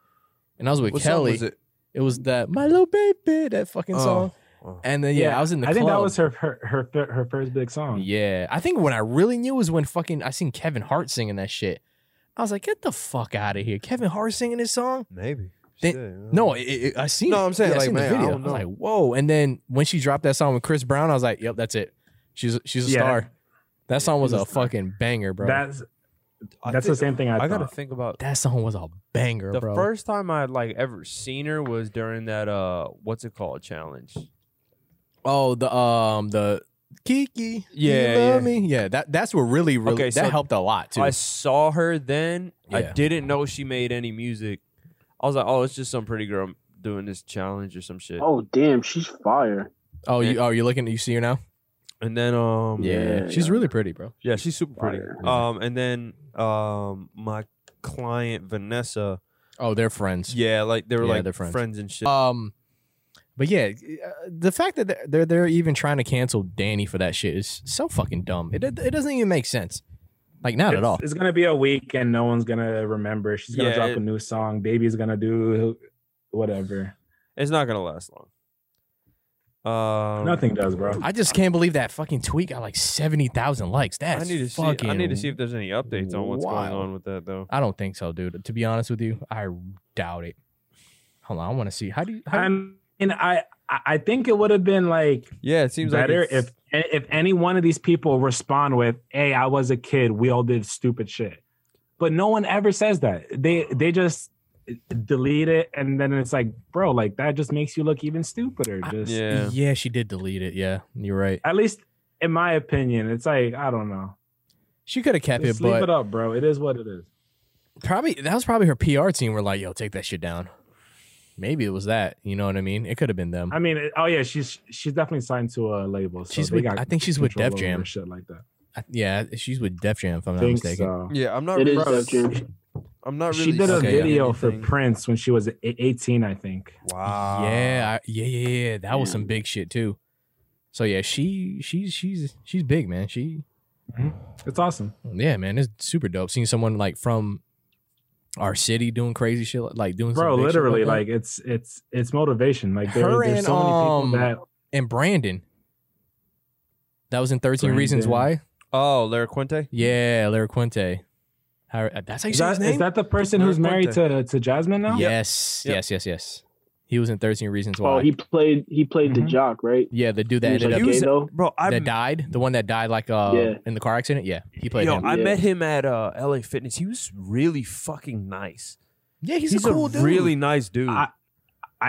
[SPEAKER 2] and I was with
[SPEAKER 1] What song
[SPEAKER 2] Kelly.
[SPEAKER 1] was
[SPEAKER 2] it?
[SPEAKER 1] it?
[SPEAKER 2] was that my little baby, that fucking
[SPEAKER 1] Oh.
[SPEAKER 2] song.
[SPEAKER 1] Oh.
[SPEAKER 2] And then yeah, I was in the
[SPEAKER 4] I
[SPEAKER 2] club.
[SPEAKER 4] think that was her her her, fir- her first big song.
[SPEAKER 2] Yeah, I think when I really knew was when fucking I seen Kevin Hart singing that shit. I was like, get the fuck out of here, Kevin Hart singing this song.
[SPEAKER 1] Maybe.
[SPEAKER 2] They-
[SPEAKER 1] Shit, I don't know.
[SPEAKER 2] No, it, it, I seen.
[SPEAKER 1] No,
[SPEAKER 2] it.
[SPEAKER 1] I'm saying,
[SPEAKER 2] Yeah, I
[SPEAKER 1] like,
[SPEAKER 2] seen the
[SPEAKER 1] man, I
[SPEAKER 2] video.
[SPEAKER 1] don't
[SPEAKER 2] was like,
[SPEAKER 1] know.
[SPEAKER 2] whoa! And then when she dropped that song with Chris Brown, I was like, yep, that's it. She's she's a
[SPEAKER 4] Yeah.
[SPEAKER 2] star. That song was
[SPEAKER 4] she's
[SPEAKER 2] a
[SPEAKER 4] a star.
[SPEAKER 2] fucking banger, bro. That,
[SPEAKER 4] That's
[SPEAKER 1] I
[SPEAKER 4] that's
[SPEAKER 1] thi-
[SPEAKER 4] the same thing I,
[SPEAKER 1] I
[SPEAKER 4] thought.
[SPEAKER 1] gotta think about
[SPEAKER 2] song was a banger,
[SPEAKER 1] The
[SPEAKER 2] bro.
[SPEAKER 1] first time I had like ever seen her was during that uh what's it called challenge.
[SPEAKER 2] Oh, the um the Kiki.
[SPEAKER 1] Yeah,
[SPEAKER 2] you love
[SPEAKER 1] yeah.
[SPEAKER 2] me. Yeah, that that's what really really
[SPEAKER 1] Okay,
[SPEAKER 2] that
[SPEAKER 1] so
[SPEAKER 2] helped a lot too.
[SPEAKER 1] I saw her then.
[SPEAKER 2] Yeah.
[SPEAKER 1] I didn't know she made any music. I was like, oh, it's just some pretty girl doing this challenge or some shit.
[SPEAKER 3] Oh damn, she's fire.
[SPEAKER 2] oh, you oh you're looking you see her now?
[SPEAKER 1] And then um yeah,
[SPEAKER 3] Yeah,
[SPEAKER 2] she's
[SPEAKER 3] yeah.
[SPEAKER 2] really pretty, bro.
[SPEAKER 1] she's super pretty.
[SPEAKER 3] Fire.
[SPEAKER 1] Um and then um my client Vanessa,
[SPEAKER 2] Oh, they're friends.
[SPEAKER 1] yeah, like they were
[SPEAKER 2] Yeah,
[SPEAKER 1] like
[SPEAKER 2] they're friends.
[SPEAKER 1] friends. and shit.
[SPEAKER 2] Um, but yeah, uh, the fact that they're, they're they're even trying to cancel Danny for that shit is so fucking dumb. It it doesn't even make sense. Like not at
[SPEAKER 4] it's,
[SPEAKER 2] all.
[SPEAKER 4] It's gonna be a week and no one's gonna remember. She's gonna
[SPEAKER 1] Yeah,
[SPEAKER 4] drop
[SPEAKER 1] it-
[SPEAKER 4] a new song. Baby's gonna do whatever.
[SPEAKER 1] it's not gonna last long. Um,
[SPEAKER 4] Nothing does, bro.
[SPEAKER 2] I just can't believe that fucking tweet got like seventy thousand likes. That's
[SPEAKER 1] I need to see.
[SPEAKER 2] fucking.
[SPEAKER 1] I need to see if there's any updates on what's
[SPEAKER 2] wild.
[SPEAKER 1] going on with that though.
[SPEAKER 2] I don't think so, dude. To be honest with you, I doubt it. Hold on, I want to see. How do you? How do
[SPEAKER 4] I
[SPEAKER 2] you-
[SPEAKER 4] mean, I I I think it would have been like
[SPEAKER 1] Yeah, it seems
[SPEAKER 4] better
[SPEAKER 1] like it's-
[SPEAKER 4] if if any one of these people respond with, "Hey, I was a kid. We all did stupid shit," but no one ever says that. They they just delete it, and then it's like, bro, like that just makes you look even stupider.
[SPEAKER 2] I-
[SPEAKER 4] Just
[SPEAKER 1] yeah.
[SPEAKER 2] Yeah, she did delete it. Yeah, you're right.
[SPEAKER 4] at least in my opinion, it's like I don't know.
[SPEAKER 2] She could have kept
[SPEAKER 4] Just
[SPEAKER 2] it,
[SPEAKER 4] leave
[SPEAKER 2] but
[SPEAKER 4] it up, bro. It is what it is.
[SPEAKER 2] probably that was probably her PR team were like, "Yo, take that shit down." Maybe it was that. You know what I mean? It could have been them.
[SPEAKER 4] I mean, it- oh yeah, she's she's definitely signed to a label. So
[SPEAKER 2] She's
[SPEAKER 4] they
[SPEAKER 2] with-
[SPEAKER 4] got
[SPEAKER 2] I think she's with
[SPEAKER 4] control
[SPEAKER 2] Def
[SPEAKER 4] over
[SPEAKER 2] Jam.
[SPEAKER 4] shit like that.
[SPEAKER 2] I- yeah, she's with Def Jam, if I'm not
[SPEAKER 4] think
[SPEAKER 2] mistaken.
[SPEAKER 4] so.
[SPEAKER 1] Yeah, I'm not.
[SPEAKER 3] It is
[SPEAKER 1] really,
[SPEAKER 3] Def Jam.
[SPEAKER 1] I'm not really.
[SPEAKER 4] She did a
[SPEAKER 1] seeing
[SPEAKER 2] Okay, yeah.
[SPEAKER 4] video for
[SPEAKER 1] anything.
[SPEAKER 4] Prince when she was e- 18, I think.
[SPEAKER 1] Wow.
[SPEAKER 2] yeah, I, yeah, yeah, yeah. That was
[SPEAKER 3] Yeah.
[SPEAKER 2] some big shit too. So yeah, she she's she's she's big, man. She Mm-hmm.
[SPEAKER 4] It's awesome.
[SPEAKER 2] yeah, man, it's super dope. Seeing someone like from our city doing crazy shit like doing some
[SPEAKER 4] Bro,
[SPEAKER 2] big shit
[SPEAKER 4] literally,
[SPEAKER 2] that.
[SPEAKER 4] like it's it's it's motivation. Like there,
[SPEAKER 2] Her
[SPEAKER 4] there's
[SPEAKER 2] and,
[SPEAKER 4] so many people
[SPEAKER 2] um,
[SPEAKER 4] that
[SPEAKER 2] and Brandon. That was in 13 Reasons Why.
[SPEAKER 4] Brandon.
[SPEAKER 1] Oh, Lara Quinte.
[SPEAKER 2] Yeah, Larry Quinte. How, uh, that's how you
[SPEAKER 4] is
[SPEAKER 2] say
[SPEAKER 4] that,
[SPEAKER 2] his
[SPEAKER 4] is
[SPEAKER 2] name?
[SPEAKER 4] that the person who's married to, to Jasmine now?
[SPEAKER 2] Yes,
[SPEAKER 1] Yep.
[SPEAKER 2] yes, yes, yes. He was in 13 Reasons Why.
[SPEAKER 3] Oh, he played he played the
[SPEAKER 4] Mhm.
[SPEAKER 3] jock, right?
[SPEAKER 2] yeah, the dude that
[SPEAKER 3] he was
[SPEAKER 2] ended
[SPEAKER 3] like
[SPEAKER 2] up
[SPEAKER 3] gay
[SPEAKER 1] Use it.
[SPEAKER 3] though.
[SPEAKER 1] Bro, I
[SPEAKER 2] that died, the one that died like uh
[SPEAKER 3] Yeah.
[SPEAKER 2] in the car accident. Yeah, he played
[SPEAKER 1] yo,
[SPEAKER 2] him.
[SPEAKER 1] I
[SPEAKER 3] Yeah.
[SPEAKER 1] met him at uh, LA Fitness. He was really fucking nice.
[SPEAKER 2] yeah, he's,
[SPEAKER 1] He's
[SPEAKER 2] a cool dude.
[SPEAKER 1] really nice dude. I,
[SPEAKER 4] I,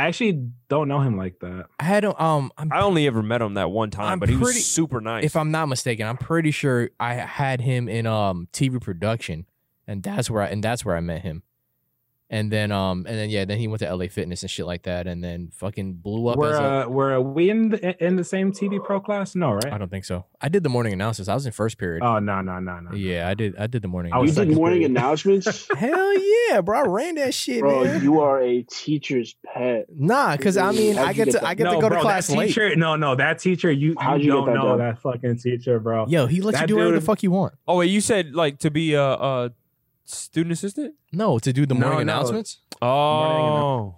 [SPEAKER 4] I actually don't know him like that.
[SPEAKER 2] I had him, um, I'm,
[SPEAKER 1] only ever met him that one time,
[SPEAKER 2] I'm
[SPEAKER 1] but he
[SPEAKER 2] pretty-
[SPEAKER 1] was super nice.
[SPEAKER 2] if I'm not mistaken, I'm pretty sure I had him in um TV production, and that's where I and that's where I met him. And then um and then yeah, then he went to LA Fitness and shit like that, and then fucking blew up.
[SPEAKER 4] Were
[SPEAKER 2] as a-
[SPEAKER 4] uh, were we in the, in the same TV pro class? No,
[SPEAKER 2] I
[SPEAKER 4] right?
[SPEAKER 2] don't think so. I did the morning announcers. I was in first period.
[SPEAKER 4] Oh no no no no.
[SPEAKER 2] yeah, I did. I did the morning.
[SPEAKER 4] I
[SPEAKER 3] You
[SPEAKER 4] was
[SPEAKER 3] did
[SPEAKER 4] second
[SPEAKER 3] morning <laughs>
[SPEAKER 4] grade.
[SPEAKER 3] announcements,
[SPEAKER 2] Hell yeah, bro! I ran that shit,
[SPEAKER 3] bro.
[SPEAKER 2] man.
[SPEAKER 3] You are a teacher's pet.
[SPEAKER 2] nah, because I mean,
[SPEAKER 3] How'd
[SPEAKER 2] I
[SPEAKER 3] you
[SPEAKER 2] get
[SPEAKER 3] get
[SPEAKER 2] to
[SPEAKER 3] that-
[SPEAKER 2] I get
[SPEAKER 4] no,
[SPEAKER 2] to go
[SPEAKER 4] bro,
[SPEAKER 2] to class
[SPEAKER 4] that
[SPEAKER 2] late.
[SPEAKER 4] teacher, No, no, that teacher, you, you
[SPEAKER 3] How'd you get
[SPEAKER 4] don't
[SPEAKER 3] that
[SPEAKER 4] know
[SPEAKER 3] done?
[SPEAKER 4] that fucking teacher, bro.
[SPEAKER 2] Yo, he lets you
[SPEAKER 4] That
[SPEAKER 2] do whatever the
[SPEAKER 4] dude-
[SPEAKER 2] fuck you want.
[SPEAKER 1] oh wait, you said like to be a, a student assistant?
[SPEAKER 2] No, to do the
[SPEAKER 4] No,
[SPEAKER 2] morning
[SPEAKER 4] no.
[SPEAKER 2] announcements.
[SPEAKER 1] Oh,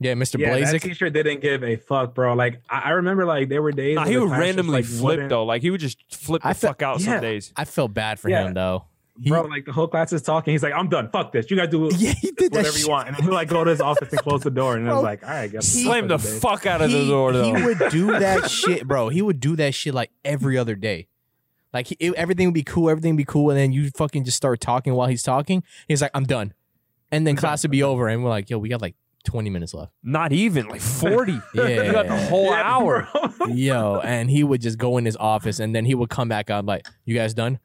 [SPEAKER 2] Yeah, Mr.
[SPEAKER 4] Yeah, that
[SPEAKER 2] Blazik.
[SPEAKER 4] teacher didn't give a fuck, bro. Like I, I remember, like there were days
[SPEAKER 1] Nah,
[SPEAKER 4] where
[SPEAKER 1] he
[SPEAKER 4] the
[SPEAKER 1] would
[SPEAKER 4] class just,
[SPEAKER 1] randomly
[SPEAKER 4] like,
[SPEAKER 1] flip
[SPEAKER 4] wouldn't-
[SPEAKER 1] though. Like he would just flip the
[SPEAKER 2] I fe-
[SPEAKER 1] fuck out
[SPEAKER 4] Yeah.
[SPEAKER 1] some days.
[SPEAKER 2] I felt bad for
[SPEAKER 4] Yeah.
[SPEAKER 2] him though. He-
[SPEAKER 4] bro, like the whole class is talking. He's like, I'm done. Fuck this. You gotta do
[SPEAKER 2] <laughs> yeah, he did that.
[SPEAKER 4] whatever you
[SPEAKER 2] shit.
[SPEAKER 4] want. And he'll like go to his office and close the door. And I
[SPEAKER 2] Bro,
[SPEAKER 4] was like, all right, guys.
[SPEAKER 2] he-
[SPEAKER 1] Slam the fuck out of the
[SPEAKER 2] He-
[SPEAKER 1] door
[SPEAKER 2] He
[SPEAKER 1] though.
[SPEAKER 2] would
[SPEAKER 1] <laughs>
[SPEAKER 2] do that shit, bro. He would do that shit like every other day. Like he, it- everything would be cool, everything would be cool, and then you fucking just start talking while he's talking. He's like, "I'm done," and then class would be over, and we're like, "Yo, we got like 20 minutes left."
[SPEAKER 1] Not even like forty. <laughs> You got the
[SPEAKER 2] <laughs> Yeah,
[SPEAKER 1] whole
[SPEAKER 4] Yeah,
[SPEAKER 1] hour.
[SPEAKER 4] <laughs> bro.
[SPEAKER 2] <laughs> yo, and he would just go in his office, and then he would come back out like, "You guys done?"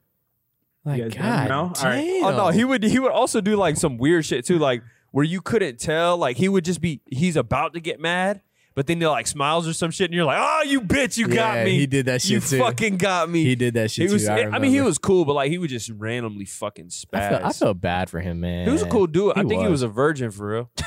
[SPEAKER 2] Like,
[SPEAKER 4] You
[SPEAKER 2] God,
[SPEAKER 4] guys done now? All right.
[SPEAKER 2] damn.
[SPEAKER 1] Oh no, he would he would also do like some weird shit too, like where you couldn't tell. Like he would just be he's about to get mad, but then he like smiles or some shit, and you're like, oh, you bitch, you
[SPEAKER 2] Yeah,
[SPEAKER 1] got me.
[SPEAKER 2] He did that shit
[SPEAKER 1] you
[SPEAKER 2] too.
[SPEAKER 1] fucking got me.
[SPEAKER 2] he did that shit
[SPEAKER 1] He was.
[SPEAKER 2] too. I,
[SPEAKER 1] I, mean, he
[SPEAKER 2] remember.
[SPEAKER 1] was cool, but like he would just randomly fucking
[SPEAKER 2] I
[SPEAKER 1] spaz.
[SPEAKER 2] felt, I felt bad for him, man.
[SPEAKER 1] he was a cool dude. I
[SPEAKER 2] He
[SPEAKER 1] think he was
[SPEAKER 2] was.
[SPEAKER 1] a virgin for real. <laughs>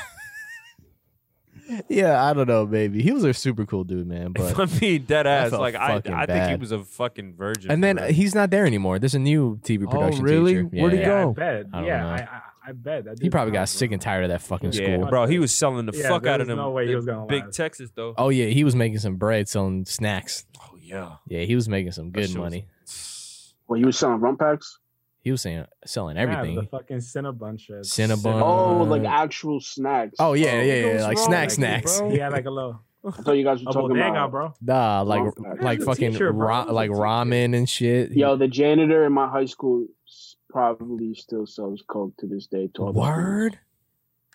[SPEAKER 2] Yeah, I don't know, baby. He was a super cool dude, man. But
[SPEAKER 1] If I'm being dead ass,
[SPEAKER 2] felt
[SPEAKER 1] like I,
[SPEAKER 2] fucking
[SPEAKER 1] I think he
[SPEAKER 2] bad.
[SPEAKER 1] was a fucking virgin.
[SPEAKER 2] and then
[SPEAKER 1] for
[SPEAKER 2] uh,
[SPEAKER 1] real.
[SPEAKER 2] he's not there anymore. There's a new TV
[SPEAKER 1] Oh,
[SPEAKER 2] production.
[SPEAKER 1] really?
[SPEAKER 2] teacher.
[SPEAKER 1] Where'd he
[SPEAKER 2] Yeah.
[SPEAKER 1] go?
[SPEAKER 4] Yeah, I bet.
[SPEAKER 2] I don't
[SPEAKER 4] yeah,
[SPEAKER 2] know.
[SPEAKER 4] I, I, I bet. That
[SPEAKER 2] He
[SPEAKER 4] dude
[SPEAKER 2] probably got
[SPEAKER 4] sounds
[SPEAKER 2] sick and
[SPEAKER 4] wrong.
[SPEAKER 2] tired of that fucking
[SPEAKER 1] yeah,
[SPEAKER 2] school.
[SPEAKER 1] bro, he was selling the
[SPEAKER 4] Yeah,
[SPEAKER 1] fuck
[SPEAKER 4] there
[SPEAKER 1] out of
[SPEAKER 4] was
[SPEAKER 1] them.
[SPEAKER 4] no way he
[SPEAKER 1] them
[SPEAKER 4] was gonna
[SPEAKER 1] big
[SPEAKER 4] lie.
[SPEAKER 1] Texas though.
[SPEAKER 2] Oh yeah, he was making some bread selling snacks.
[SPEAKER 1] Oh, yeah.
[SPEAKER 2] Yeah, he was making some good
[SPEAKER 1] shit was-
[SPEAKER 2] money.
[SPEAKER 3] When you were selling rum packs?
[SPEAKER 2] He was saying, selling
[SPEAKER 4] Yeah,
[SPEAKER 2] everything.
[SPEAKER 4] the fucking Cinnabon shit.
[SPEAKER 2] Cinnabon.
[SPEAKER 3] oh,
[SPEAKER 2] Uh,
[SPEAKER 3] like actual snacks.
[SPEAKER 2] oh yeah,
[SPEAKER 3] Oh,
[SPEAKER 2] yeah, yeah,
[SPEAKER 1] goes
[SPEAKER 2] like
[SPEAKER 1] wrong,
[SPEAKER 2] snack
[SPEAKER 1] like,
[SPEAKER 2] snacks.
[SPEAKER 1] bro.
[SPEAKER 4] Cinnabon. Yeah, like a little
[SPEAKER 3] I thought you guys were
[SPEAKER 4] a
[SPEAKER 3] talking
[SPEAKER 4] bodega,
[SPEAKER 3] about.
[SPEAKER 4] bro.
[SPEAKER 2] <laughs> Nah, like
[SPEAKER 3] Rum pack.
[SPEAKER 2] like
[SPEAKER 4] He's a
[SPEAKER 2] fucking
[SPEAKER 4] teacher, bro.
[SPEAKER 2] ra-
[SPEAKER 4] He's a
[SPEAKER 2] like
[SPEAKER 4] teacher.
[SPEAKER 2] ramen and shit.
[SPEAKER 3] Yo, the janitor in my high school s- probably still sells coke to this day. to all the kids.
[SPEAKER 2] word.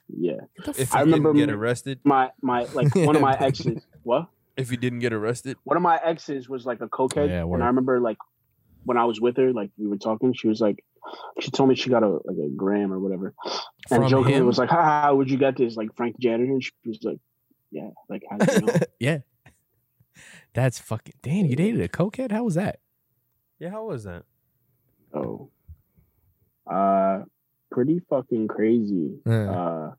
[SPEAKER 3] Yeah,
[SPEAKER 2] What the
[SPEAKER 1] <sighs> If he
[SPEAKER 2] fuck?
[SPEAKER 3] I remember
[SPEAKER 1] didn't get
[SPEAKER 3] me-
[SPEAKER 1] arrested,
[SPEAKER 3] my my like one of my exes. What?
[SPEAKER 1] if he didn't get arrested,
[SPEAKER 3] one of my exes was like a cokehead,
[SPEAKER 2] Yeah, word.
[SPEAKER 3] and I remember like when I was with her, like we were talking, she was like, she told me she got a like a gram or whatever, and
[SPEAKER 2] From
[SPEAKER 3] jokingly
[SPEAKER 2] him?
[SPEAKER 3] was like, "Ha ha, would you get this?" Like Frank Janitor, and she was like, "Yeah, like how do you know?"
[SPEAKER 2] yeah, that's fucking. Damn, you dated a cokehead? How was that?
[SPEAKER 1] yeah, how was
[SPEAKER 4] <laughs>
[SPEAKER 1] that?
[SPEAKER 2] <laughs>
[SPEAKER 3] so, uh, pretty fucking crazy.
[SPEAKER 2] Uh.
[SPEAKER 3] Uh,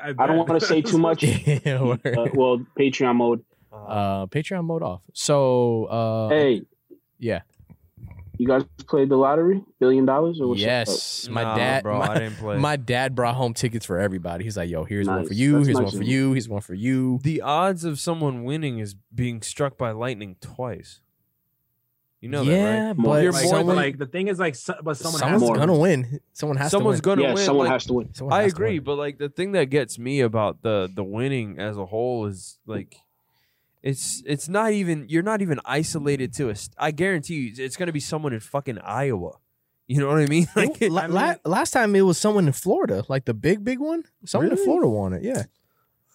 [SPEAKER 3] I
[SPEAKER 4] bet.
[SPEAKER 3] don't want to say
[SPEAKER 4] <laughs>
[SPEAKER 3] too
[SPEAKER 2] <laughs>
[SPEAKER 3] much.
[SPEAKER 2] yeah,
[SPEAKER 3] Uh,
[SPEAKER 2] word.
[SPEAKER 3] well, Patreon mode.
[SPEAKER 2] Uh, Patreon mode off. So, uh,
[SPEAKER 3] Hey,
[SPEAKER 2] yeah,
[SPEAKER 3] you guys played the lottery, billion dollars or what's up?
[SPEAKER 2] yes, my
[SPEAKER 1] Nah,
[SPEAKER 2] dad,
[SPEAKER 1] bro,
[SPEAKER 2] my,
[SPEAKER 1] I didn't play.
[SPEAKER 2] my dad brought home tickets for everybody. He's like, "Yo, here's one for
[SPEAKER 3] Nice.
[SPEAKER 2] you.
[SPEAKER 3] That's
[SPEAKER 2] here's
[SPEAKER 3] nice
[SPEAKER 2] one
[SPEAKER 3] of
[SPEAKER 2] for
[SPEAKER 3] you.
[SPEAKER 2] you. Here's one for you."
[SPEAKER 1] the odds of someone winning is being struck by lightning twice. You know
[SPEAKER 2] yeah,
[SPEAKER 1] that, right?
[SPEAKER 2] but
[SPEAKER 3] Well,
[SPEAKER 4] Like,
[SPEAKER 3] you're
[SPEAKER 4] but,
[SPEAKER 2] someone,
[SPEAKER 4] like the thing is, like, so, but someone
[SPEAKER 2] someone's
[SPEAKER 4] has
[SPEAKER 3] more.
[SPEAKER 4] to.
[SPEAKER 2] gonna win. Someone has
[SPEAKER 1] Someone's
[SPEAKER 2] to win.
[SPEAKER 1] gonna
[SPEAKER 3] yeah,
[SPEAKER 1] win.
[SPEAKER 3] someone
[SPEAKER 1] like-
[SPEAKER 3] has to win.
[SPEAKER 2] Someone
[SPEAKER 1] I
[SPEAKER 2] has to
[SPEAKER 1] agree,
[SPEAKER 2] win.
[SPEAKER 1] but like the thing that gets me about the the winning as a whole is like it's it's not even you're not even isolated to us. I guarantee you, it's gonna be someone in fucking Iowa. You know what I mean? <laughs> Like,
[SPEAKER 2] It- la-
[SPEAKER 4] I mean-
[SPEAKER 2] la- last time it was someone in Florida, like the big, big one. Someone in
[SPEAKER 1] Really?
[SPEAKER 2] Florida won it. Yeah,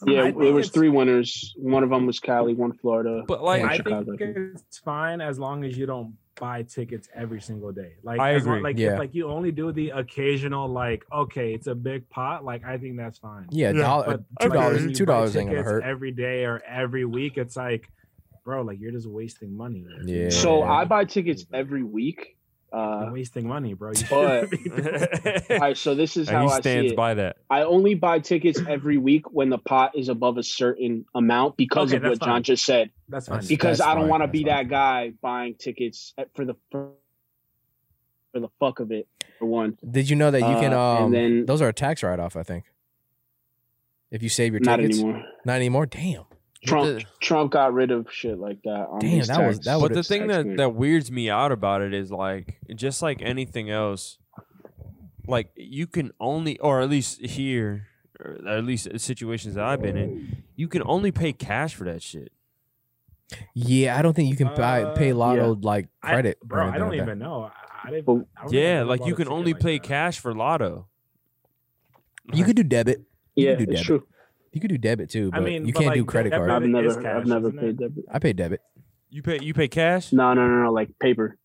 [SPEAKER 3] Yeah,
[SPEAKER 4] I
[SPEAKER 3] there
[SPEAKER 4] think
[SPEAKER 3] was
[SPEAKER 4] it's-
[SPEAKER 3] three winners. One of them was Cali, one Florida.
[SPEAKER 1] but like
[SPEAKER 2] Yeah,
[SPEAKER 4] I
[SPEAKER 3] Chicago, I
[SPEAKER 4] think
[SPEAKER 3] think.
[SPEAKER 4] it's fine as long as you don't buy tickets every single day. Like
[SPEAKER 1] I
[SPEAKER 4] as long-
[SPEAKER 1] agree.
[SPEAKER 4] like
[SPEAKER 2] Yeah.
[SPEAKER 4] if, like you only do the occasional like okay, it's a big pot. Like I think that's fine.
[SPEAKER 2] yeah.
[SPEAKER 1] Yeah,
[SPEAKER 2] dollar,
[SPEAKER 4] But
[SPEAKER 2] two
[SPEAKER 4] like,
[SPEAKER 2] dollars,
[SPEAKER 4] when you
[SPEAKER 2] two
[SPEAKER 4] buy
[SPEAKER 2] dollars ain't gonna
[SPEAKER 4] tickets
[SPEAKER 2] hurt.
[SPEAKER 4] every day or every week. It's like, bro, like you're just wasting money. Like,
[SPEAKER 2] Yeah.
[SPEAKER 3] So I buy tickets every week. Uh,
[SPEAKER 4] <laughs> You're wasting money, bro. You
[SPEAKER 3] But-
[SPEAKER 4] shouldn't be doing that. <laughs>
[SPEAKER 3] all
[SPEAKER 1] he
[SPEAKER 3] right, so this is how I see it.
[SPEAKER 1] by that.
[SPEAKER 3] I only buy tickets every week when the pot is above a certain amount because
[SPEAKER 4] Okay,
[SPEAKER 3] of what
[SPEAKER 4] that's
[SPEAKER 3] John
[SPEAKER 4] fine.
[SPEAKER 3] just said.
[SPEAKER 4] that's fine.
[SPEAKER 3] Because
[SPEAKER 2] That's
[SPEAKER 3] I don't
[SPEAKER 2] fine,
[SPEAKER 3] want to
[SPEAKER 2] that's
[SPEAKER 3] be
[SPEAKER 2] fine.
[SPEAKER 3] that guy buying tickets at- for the for, for the fuck of it. For one,
[SPEAKER 2] Did you know that you can?
[SPEAKER 3] Uh, and
[SPEAKER 2] Um,
[SPEAKER 3] then-
[SPEAKER 2] those are a tax write-off, I think. If you save your
[SPEAKER 3] not
[SPEAKER 2] tickets,
[SPEAKER 3] anymore.
[SPEAKER 2] not anymore. Damn.
[SPEAKER 3] Trump Trump got rid of shit like that. On
[SPEAKER 2] Damn,
[SPEAKER 3] these
[SPEAKER 2] that was-
[SPEAKER 3] tax-
[SPEAKER 2] that
[SPEAKER 1] But
[SPEAKER 2] would've
[SPEAKER 1] the thing
[SPEAKER 3] tax
[SPEAKER 1] that,
[SPEAKER 3] me.
[SPEAKER 1] that weirds me out about it is like just like anything else, like you can only or at least here, or at least situations that I've been in, you can only pay cash for that shit.
[SPEAKER 2] Yeah, I don't think you can buy,
[SPEAKER 4] Uh,
[SPEAKER 2] pay Lotto
[SPEAKER 3] yeah.
[SPEAKER 2] like credit.
[SPEAKER 4] I,
[SPEAKER 2] or
[SPEAKER 4] bro. I
[SPEAKER 2] anything
[SPEAKER 4] don't
[SPEAKER 2] like that.
[SPEAKER 4] even know. I, I didn't,
[SPEAKER 3] Well,
[SPEAKER 4] I don't
[SPEAKER 1] Yeah,
[SPEAKER 4] even know
[SPEAKER 1] like
[SPEAKER 4] about
[SPEAKER 1] you
[SPEAKER 4] a
[SPEAKER 1] can
[SPEAKER 4] ticket
[SPEAKER 1] only
[SPEAKER 4] like
[SPEAKER 1] pay
[SPEAKER 4] that.
[SPEAKER 1] cash for lotto.
[SPEAKER 2] You could do debit. You
[SPEAKER 3] yeah,
[SPEAKER 2] could do
[SPEAKER 3] it's
[SPEAKER 2] debit.
[SPEAKER 3] true.
[SPEAKER 2] You could do debit too, but
[SPEAKER 4] I mean,
[SPEAKER 2] you
[SPEAKER 4] but,
[SPEAKER 2] can't
[SPEAKER 4] like,
[SPEAKER 2] do credit
[SPEAKER 4] debit-
[SPEAKER 2] card.
[SPEAKER 3] I've
[SPEAKER 4] It is
[SPEAKER 3] never
[SPEAKER 4] cash,
[SPEAKER 3] I've never
[SPEAKER 4] isn't it?
[SPEAKER 3] paid debit.
[SPEAKER 2] I pay debit.
[SPEAKER 1] You pay you pay cash?
[SPEAKER 3] No, no, no, no, like paper.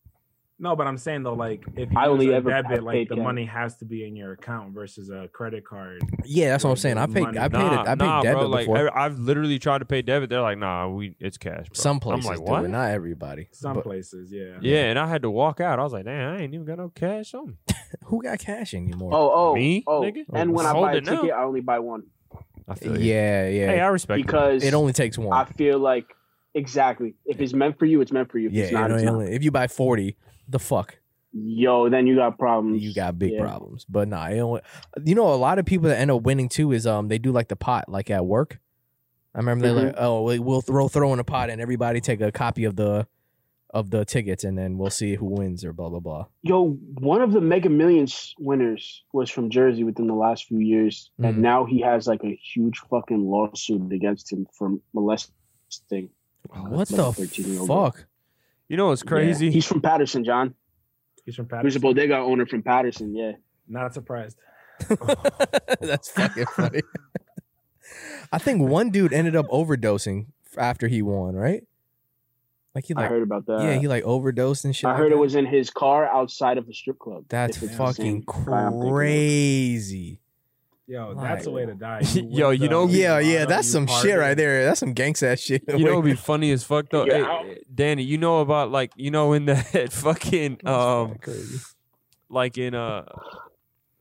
[SPEAKER 4] No, but I'm saying though, like if you
[SPEAKER 3] I
[SPEAKER 4] use
[SPEAKER 3] only
[SPEAKER 4] a
[SPEAKER 3] ever
[SPEAKER 4] debit,
[SPEAKER 3] paid
[SPEAKER 4] like the
[SPEAKER 3] cash.
[SPEAKER 4] money has to be in your account versus a credit card.
[SPEAKER 2] Yeah, that's what I'm
[SPEAKER 4] Like,
[SPEAKER 2] saying. I paid.
[SPEAKER 4] money.
[SPEAKER 2] I paid.
[SPEAKER 1] Nah,
[SPEAKER 2] it. I paid
[SPEAKER 1] nah,
[SPEAKER 2] debit
[SPEAKER 1] bro. Like
[SPEAKER 2] before.
[SPEAKER 1] I, have literally tried to pay debit. They're like, nah, we it's cash. Bro.
[SPEAKER 2] Some places
[SPEAKER 1] I'm like,
[SPEAKER 2] do
[SPEAKER 1] what?
[SPEAKER 2] it, not everybody.
[SPEAKER 4] Some
[SPEAKER 2] But
[SPEAKER 4] places, yeah.
[SPEAKER 1] Yeah, and I had to walk out. I was like, damn, I ain't even got no cash on me.
[SPEAKER 2] who got cash anymore?
[SPEAKER 3] Oh, oh,
[SPEAKER 1] Me,
[SPEAKER 3] oh.
[SPEAKER 1] nigga?
[SPEAKER 3] And when I
[SPEAKER 1] Hold
[SPEAKER 3] buy a
[SPEAKER 1] it now.
[SPEAKER 3] ticket, I only buy one
[SPEAKER 1] I feel you.
[SPEAKER 2] yeah, yeah.
[SPEAKER 1] Hey, I respect. you.
[SPEAKER 3] because
[SPEAKER 2] it only takes
[SPEAKER 3] I
[SPEAKER 2] one.
[SPEAKER 3] feel like exactly. If it's meant for you, it's meant for you. If
[SPEAKER 2] Yeah,
[SPEAKER 3] it's not,
[SPEAKER 2] it
[SPEAKER 3] it's not.
[SPEAKER 2] only- if you buy forty, the fuck,
[SPEAKER 3] Yo, then you got problems.
[SPEAKER 2] you got big
[SPEAKER 3] Yeah.
[SPEAKER 2] problems. But nah, it only, you know, a lot of people that end up winning too is um they do like the pot, like at
[SPEAKER 3] Mm-hmm.
[SPEAKER 2] work. I remember they're like, oh, we- we'll throw, throw in a pot and everybody take a copy of the of the tickets, and then we'll see who wins or blah blah blah.
[SPEAKER 3] Yo, one of the Mega Millions winners was from Jersey within the last few years,
[SPEAKER 2] Mhm.
[SPEAKER 3] and now he has like a huge fucking lawsuit against him for molesting.
[SPEAKER 2] what the
[SPEAKER 3] like 13-year-old girl.
[SPEAKER 2] fuck?
[SPEAKER 1] You know what's crazy?
[SPEAKER 3] Yeah. He's from Patterson, John.
[SPEAKER 4] He's from
[SPEAKER 3] He's a
[SPEAKER 4] Patterson.
[SPEAKER 3] bodega owner from Patterson. Yeah.
[SPEAKER 4] Not surprised.
[SPEAKER 2] <laughs> That's fucking funny. I think one dude ended up overdosing after he won, right? Like he
[SPEAKER 3] I
[SPEAKER 2] like
[SPEAKER 3] heard about that.
[SPEAKER 2] yeah, he like overdosed and shit.
[SPEAKER 3] I
[SPEAKER 2] like
[SPEAKER 3] heard it
[SPEAKER 2] that.
[SPEAKER 3] was in his car outside of a strip club.
[SPEAKER 2] That's
[SPEAKER 3] If it's the
[SPEAKER 2] fucking
[SPEAKER 3] same guy I'm thinking of.
[SPEAKER 2] crazy.
[SPEAKER 4] Yo,
[SPEAKER 2] Like-
[SPEAKER 4] that's a way to die.
[SPEAKER 2] <laughs>
[SPEAKER 1] Yo,
[SPEAKER 4] whip
[SPEAKER 1] you
[SPEAKER 4] the-
[SPEAKER 1] know-
[SPEAKER 2] Yeah,
[SPEAKER 4] you
[SPEAKER 2] yeah,
[SPEAKER 4] bottle,
[SPEAKER 2] that's
[SPEAKER 4] you
[SPEAKER 2] some shit
[SPEAKER 4] party.
[SPEAKER 2] right there. That's some gang ass shit.
[SPEAKER 1] You
[SPEAKER 2] <laughs>
[SPEAKER 1] know, it'd be funny as fuck though.
[SPEAKER 3] Yeah,
[SPEAKER 1] Hey, eh,
[SPEAKER 3] I'll-
[SPEAKER 1] Danny, you know about like you know in that <laughs> fucking um
[SPEAKER 2] crazy.
[SPEAKER 1] like in uh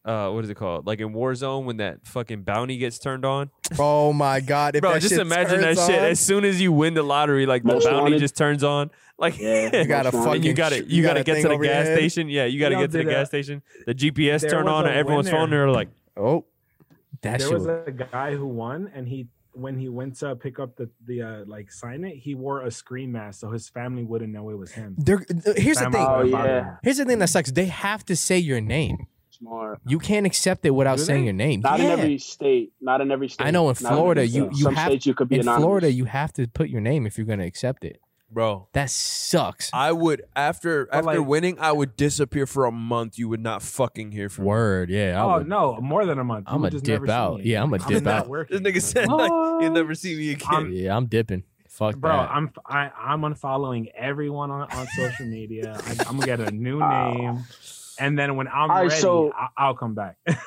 [SPEAKER 1] uh what is it called? Like in Warzone when that fucking bounty gets turned on.
[SPEAKER 2] <laughs> Oh my god, if
[SPEAKER 1] Bro,
[SPEAKER 2] that
[SPEAKER 1] just
[SPEAKER 2] shit
[SPEAKER 1] imagine that
[SPEAKER 2] turns
[SPEAKER 1] shit.
[SPEAKER 2] on,
[SPEAKER 1] As soon as you win the lottery, like the
[SPEAKER 3] Most
[SPEAKER 1] bounty
[SPEAKER 3] wanted.
[SPEAKER 1] just turns on. <laughs> Like
[SPEAKER 3] Yeah.
[SPEAKER 2] you gotta
[SPEAKER 3] And you
[SPEAKER 2] fucking
[SPEAKER 1] and <laughs> you got to
[SPEAKER 2] sh-
[SPEAKER 1] you got to
[SPEAKER 2] a
[SPEAKER 1] get
[SPEAKER 2] thing
[SPEAKER 1] to the
[SPEAKER 2] over your
[SPEAKER 1] gas
[SPEAKER 2] head.
[SPEAKER 1] station. Yeah, you got to
[SPEAKER 4] Y'all
[SPEAKER 1] get to the
[SPEAKER 4] did
[SPEAKER 1] gas
[SPEAKER 4] that.
[SPEAKER 1] station. The GPS
[SPEAKER 4] There
[SPEAKER 1] turn
[SPEAKER 4] was
[SPEAKER 1] on
[SPEAKER 4] a
[SPEAKER 1] and everyone's
[SPEAKER 4] winner.
[SPEAKER 1] phone. They're like,
[SPEAKER 2] Oh, that
[SPEAKER 4] there
[SPEAKER 2] shit.
[SPEAKER 4] was
[SPEAKER 2] Was,
[SPEAKER 4] a guy who won, and he when he went to pick up the the uh, like sign it, he wore a screen mask so his family wouldn't know it was him.
[SPEAKER 2] They're- here's the
[SPEAKER 4] Family
[SPEAKER 2] thing.
[SPEAKER 3] Oh,
[SPEAKER 4] wouldn't
[SPEAKER 3] yeah.
[SPEAKER 4] bother him.
[SPEAKER 2] Here's the thing that sucks. They have to say your name.
[SPEAKER 3] Smart.
[SPEAKER 2] You can't accept it without
[SPEAKER 4] Do
[SPEAKER 2] saying
[SPEAKER 4] they?
[SPEAKER 2] your name.
[SPEAKER 3] Not
[SPEAKER 2] yeah.
[SPEAKER 3] in every state. Not in every state.
[SPEAKER 2] I know in
[SPEAKER 3] Not every
[SPEAKER 2] Florida,
[SPEAKER 3] state.
[SPEAKER 2] you- you
[SPEAKER 3] some
[SPEAKER 2] have-
[SPEAKER 3] states you could be
[SPEAKER 2] in
[SPEAKER 3] anonymous.
[SPEAKER 2] Florida, <laughs> you have to put your name if you're gonna accept it.
[SPEAKER 1] bro,
[SPEAKER 2] That sucks.
[SPEAKER 1] I would after
[SPEAKER 4] But, like-
[SPEAKER 1] winning, I would disappear for a month. You would not fucking hear
[SPEAKER 2] <laughs> Word, yeah. I
[SPEAKER 4] Oh
[SPEAKER 2] would-
[SPEAKER 4] no, more than a month.
[SPEAKER 2] I'm
[SPEAKER 4] You
[SPEAKER 2] a
[SPEAKER 4] just
[SPEAKER 2] dip
[SPEAKER 4] never see
[SPEAKER 2] out.
[SPEAKER 4] me.
[SPEAKER 2] Yeah, I'm a
[SPEAKER 4] I'm
[SPEAKER 2] dip
[SPEAKER 4] not
[SPEAKER 2] out.
[SPEAKER 1] This
[SPEAKER 4] working.
[SPEAKER 1] <laughs> nigga said like you'll never see me again.
[SPEAKER 4] I'm-
[SPEAKER 2] Yeah, I'm dipping. Fuck
[SPEAKER 4] Bro,
[SPEAKER 2] that.
[SPEAKER 4] I'm I, I'm unfollowing everyone on, on social media. I, I'm gonna get a new
[SPEAKER 3] Wow.
[SPEAKER 4] name, and then when I'm
[SPEAKER 3] All right,
[SPEAKER 4] ready,
[SPEAKER 3] so-
[SPEAKER 4] I, I'll come back. <laughs>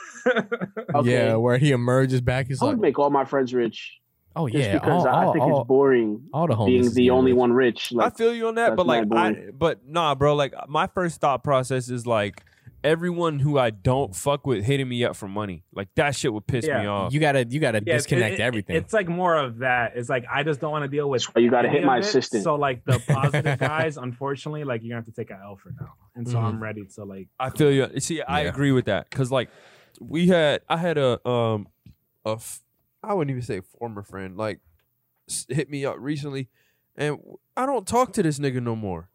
[SPEAKER 3] Okay.
[SPEAKER 2] Yeah, where he emerges back, he's
[SPEAKER 3] I
[SPEAKER 2] like,
[SPEAKER 3] would make all my friends rich.
[SPEAKER 2] oh
[SPEAKER 3] Just
[SPEAKER 2] yeah,
[SPEAKER 3] because
[SPEAKER 2] all,
[SPEAKER 3] I,
[SPEAKER 2] all,
[SPEAKER 3] I think
[SPEAKER 2] all,
[SPEAKER 3] it's boring
[SPEAKER 2] all the homies
[SPEAKER 3] being
[SPEAKER 2] is
[SPEAKER 3] the
[SPEAKER 2] getting
[SPEAKER 3] only
[SPEAKER 2] rich.
[SPEAKER 3] one rich. Like
[SPEAKER 1] I feel you on that,
[SPEAKER 3] that's
[SPEAKER 1] but like,
[SPEAKER 3] mad
[SPEAKER 1] I, but nah, bro. Like, my first thought process is like everyone who I don't fuck with hitting me up for money. Like that shit would piss me
[SPEAKER 4] Yeah.
[SPEAKER 1] off.
[SPEAKER 2] You gotta, you gotta
[SPEAKER 4] Yeah, it-
[SPEAKER 2] disconnect
[SPEAKER 4] it-
[SPEAKER 2] everything.
[SPEAKER 4] It's like more of that. It's like I just don't want to deal with.
[SPEAKER 3] you got to
[SPEAKER 4] any
[SPEAKER 3] hit my
[SPEAKER 4] of it.
[SPEAKER 3] assistant. <laughs>
[SPEAKER 4] So like the positive guys, unfortunately, like you're gonna have to take an L for now. And so I'm ready to like
[SPEAKER 1] Mm-hmm. I feel you. See, I
[SPEAKER 2] Yeah.
[SPEAKER 1] agree with that because like we had, I had a um a f- I wouldn't even say former friend like s- hit me up recently, and w- I don't talk to this nigga no more.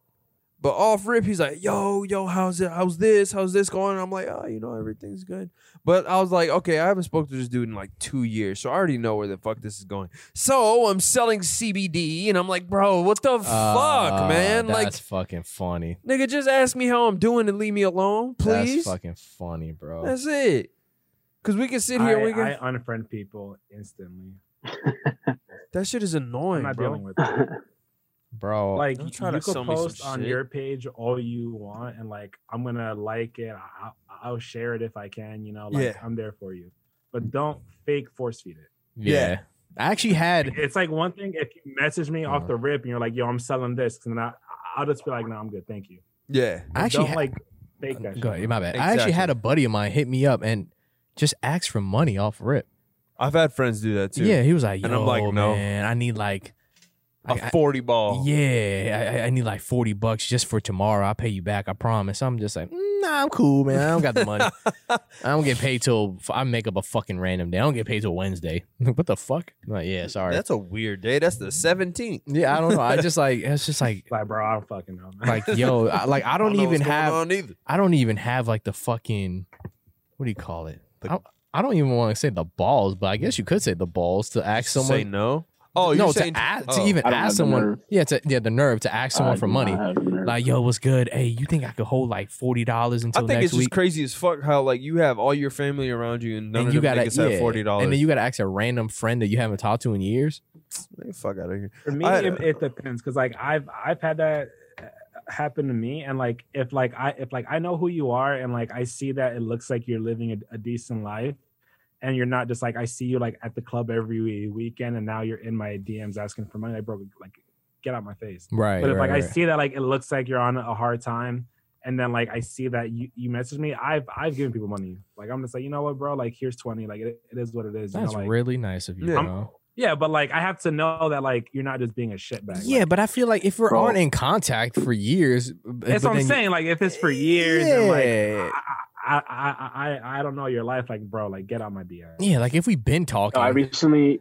[SPEAKER 1] But off rip, he's like, "Yo, yo, how's it? How's this? How's this going?" I'm like, "Oh, you know, everything's good." But I was like, "Okay, I haven't spoke to this dude in like two years, so I already know where the fuck this is going." So I'm selling CBD, and I'm like, "Bro, what the
[SPEAKER 2] Uh,
[SPEAKER 1] fuck, man?
[SPEAKER 2] That's
[SPEAKER 1] Like,
[SPEAKER 2] fucking funny.
[SPEAKER 1] nigga, just ask me how I'm doing and leave me alone, please."
[SPEAKER 2] That's fucking funny, bro.
[SPEAKER 1] That's it. Cause we can sit here.
[SPEAKER 4] I,
[SPEAKER 1] and we can.
[SPEAKER 4] I unfriend people instantly.
[SPEAKER 1] that shit is
[SPEAKER 4] I'm
[SPEAKER 1] annoying,
[SPEAKER 4] not
[SPEAKER 1] bro.
[SPEAKER 4] dealing with it.
[SPEAKER 2] bro.
[SPEAKER 4] Like
[SPEAKER 1] Oh, Don't
[SPEAKER 4] you
[SPEAKER 1] try to
[SPEAKER 4] could
[SPEAKER 1] sell me some
[SPEAKER 4] post on
[SPEAKER 1] shit.
[SPEAKER 4] your page all you want, and like I'm gonna like it. I, I- I'll share it if I can. You know, like
[SPEAKER 1] Yeah.
[SPEAKER 4] I'm there for you. But don't fake force feed it.
[SPEAKER 2] yeah.
[SPEAKER 1] yeah.
[SPEAKER 2] I actually had.
[SPEAKER 4] It's like one thing if you message me
[SPEAKER 2] Uh.
[SPEAKER 4] off
[SPEAKER 1] Uh-huh.
[SPEAKER 4] the rip and you're like, "Yo, I'm selling this," and I I'll just be like, "No, I'm good, thank you."
[SPEAKER 1] yeah.
[SPEAKER 2] I actually
[SPEAKER 4] don't
[SPEAKER 2] ha-
[SPEAKER 4] like fake that.
[SPEAKER 2] Go
[SPEAKER 4] shit.
[SPEAKER 2] ahead, my bad. I actually
[SPEAKER 1] Exactly.
[SPEAKER 2] had a buddy of mine hit me up and just asked for money off rip.
[SPEAKER 1] I've had friends do that too.
[SPEAKER 2] Yeah, he was like, "Yo,
[SPEAKER 1] And I'm like, no. Oh.
[SPEAKER 2] man, I need like, I-
[SPEAKER 1] A
[SPEAKER 2] I-
[SPEAKER 1] forty ball.
[SPEAKER 2] yeah, I- I, I need like forty bucks just for tomorrow. I'll pay you back, I promise." I'm just like, "Mm, "Nah, I'm cool, man. I don't got the
[SPEAKER 1] <laughs>
[SPEAKER 2] money. I don't get paid till I make up a fucking random day. I don't get paid till Wednesday. <laughs> what the fuck? I'm like, yeah, sorry.
[SPEAKER 1] That's a weird day. That's the seventeenth.
[SPEAKER 2] yeah, I don't know. I just like it's just like
[SPEAKER 4] Like, bro, I don't fucking know. Man.
[SPEAKER 2] like
[SPEAKER 1] <laughs>
[SPEAKER 2] yo, I, like I don't even have
[SPEAKER 1] on either.
[SPEAKER 2] I don't even have like the fucking what do you call it? I, I don't even want to say the balls, but I guess you could say the balls to ask someone.
[SPEAKER 1] Say no. Oh,
[SPEAKER 2] no,
[SPEAKER 1] you're
[SPEAKER 2] to,
[SPEAKER 1] saying
[SPEAKER 2] ask, to
[SPEAKER 1] oh.
[SPEAKER 2] even
[SPEAKER 3] I don't have
[SPEAKER 2] ask
[SPEAKER 3] the
[SPEAKER 2] someone.
[SPEAKER 3] nerve.
[SPEAKER 2] Yeah, to, yeah, the nerve to ask someone for money. Like, yo, what's good? Hey, you think I could hold like forty dollars
[SPEAKER 1] I
[SPEAKER 2] until
[SPEAKER 1] think
[SPEAKER 2] next
[SPEAKER 1] it's just
[SPEAKER 2] week?
[SPEAKER 1] crazy as fuck how like you have all your family around you and none
[SPEAKER 2] and
[SPEAKER 1] of
[SPEAKER 2] you
[SPEAKER 1] them
[SPEAKER 2] gotta
[SPEAKER 1] niggas have
[SPEAKER 2] yeah,
[SPEAKER 1] forty dollars.
[SPEAKER 2] and then you gotta ask a random friend that you haven't talked to in years.
[SPEAKER 1] fuck out of here.
[SPEAKER 4] For me,
[SPEAKER 1] I-
[SPEAKER 4] it, it depends because like I've I've had that uh, happen to me, and like if like I if like I know who you are, and like I see that it looks like you're living a, a decent life, and you're not just like I see you like at the club every wee- weekend, and now you're in my DMs asking for money. Like, bro, like get out my face.
[SPEAKER 2] Right.
[SPEAKER 4] But if like I see that like it looks like you're on a hard time, and then like I see that you you message me, I've I've given people money. Like I'm just like you know what, bro, like here's twenty. Like it, it is what it is. you know,
[SPEAKER 2] that's
[SPEAKER 4] like-
[SPEAKER 2] really nice of you,
[SPEAKER 1] Yeah.
[SPEAKER 2] bro.
[SPEAKER 4] Yeah, but like I have to know that like you're not just being a shitbag.
[SPEAKER 2] Yeah, but I feel like if we
[SPEAKER 3] Bro.
[SPEAKER 2] aren't in contact for years,
[SPEAKER 4] That's what I'm saying. Like, if it's for years, and
[SPEAKER 2] Yeah.
[SPEAKER 4] like, I, I, I, I, I don't know your life. Like, bro, like, get out my DM.
[SPEAKER 2] Yeah, like if we've been talking,
[SPEAKER 3] I recently,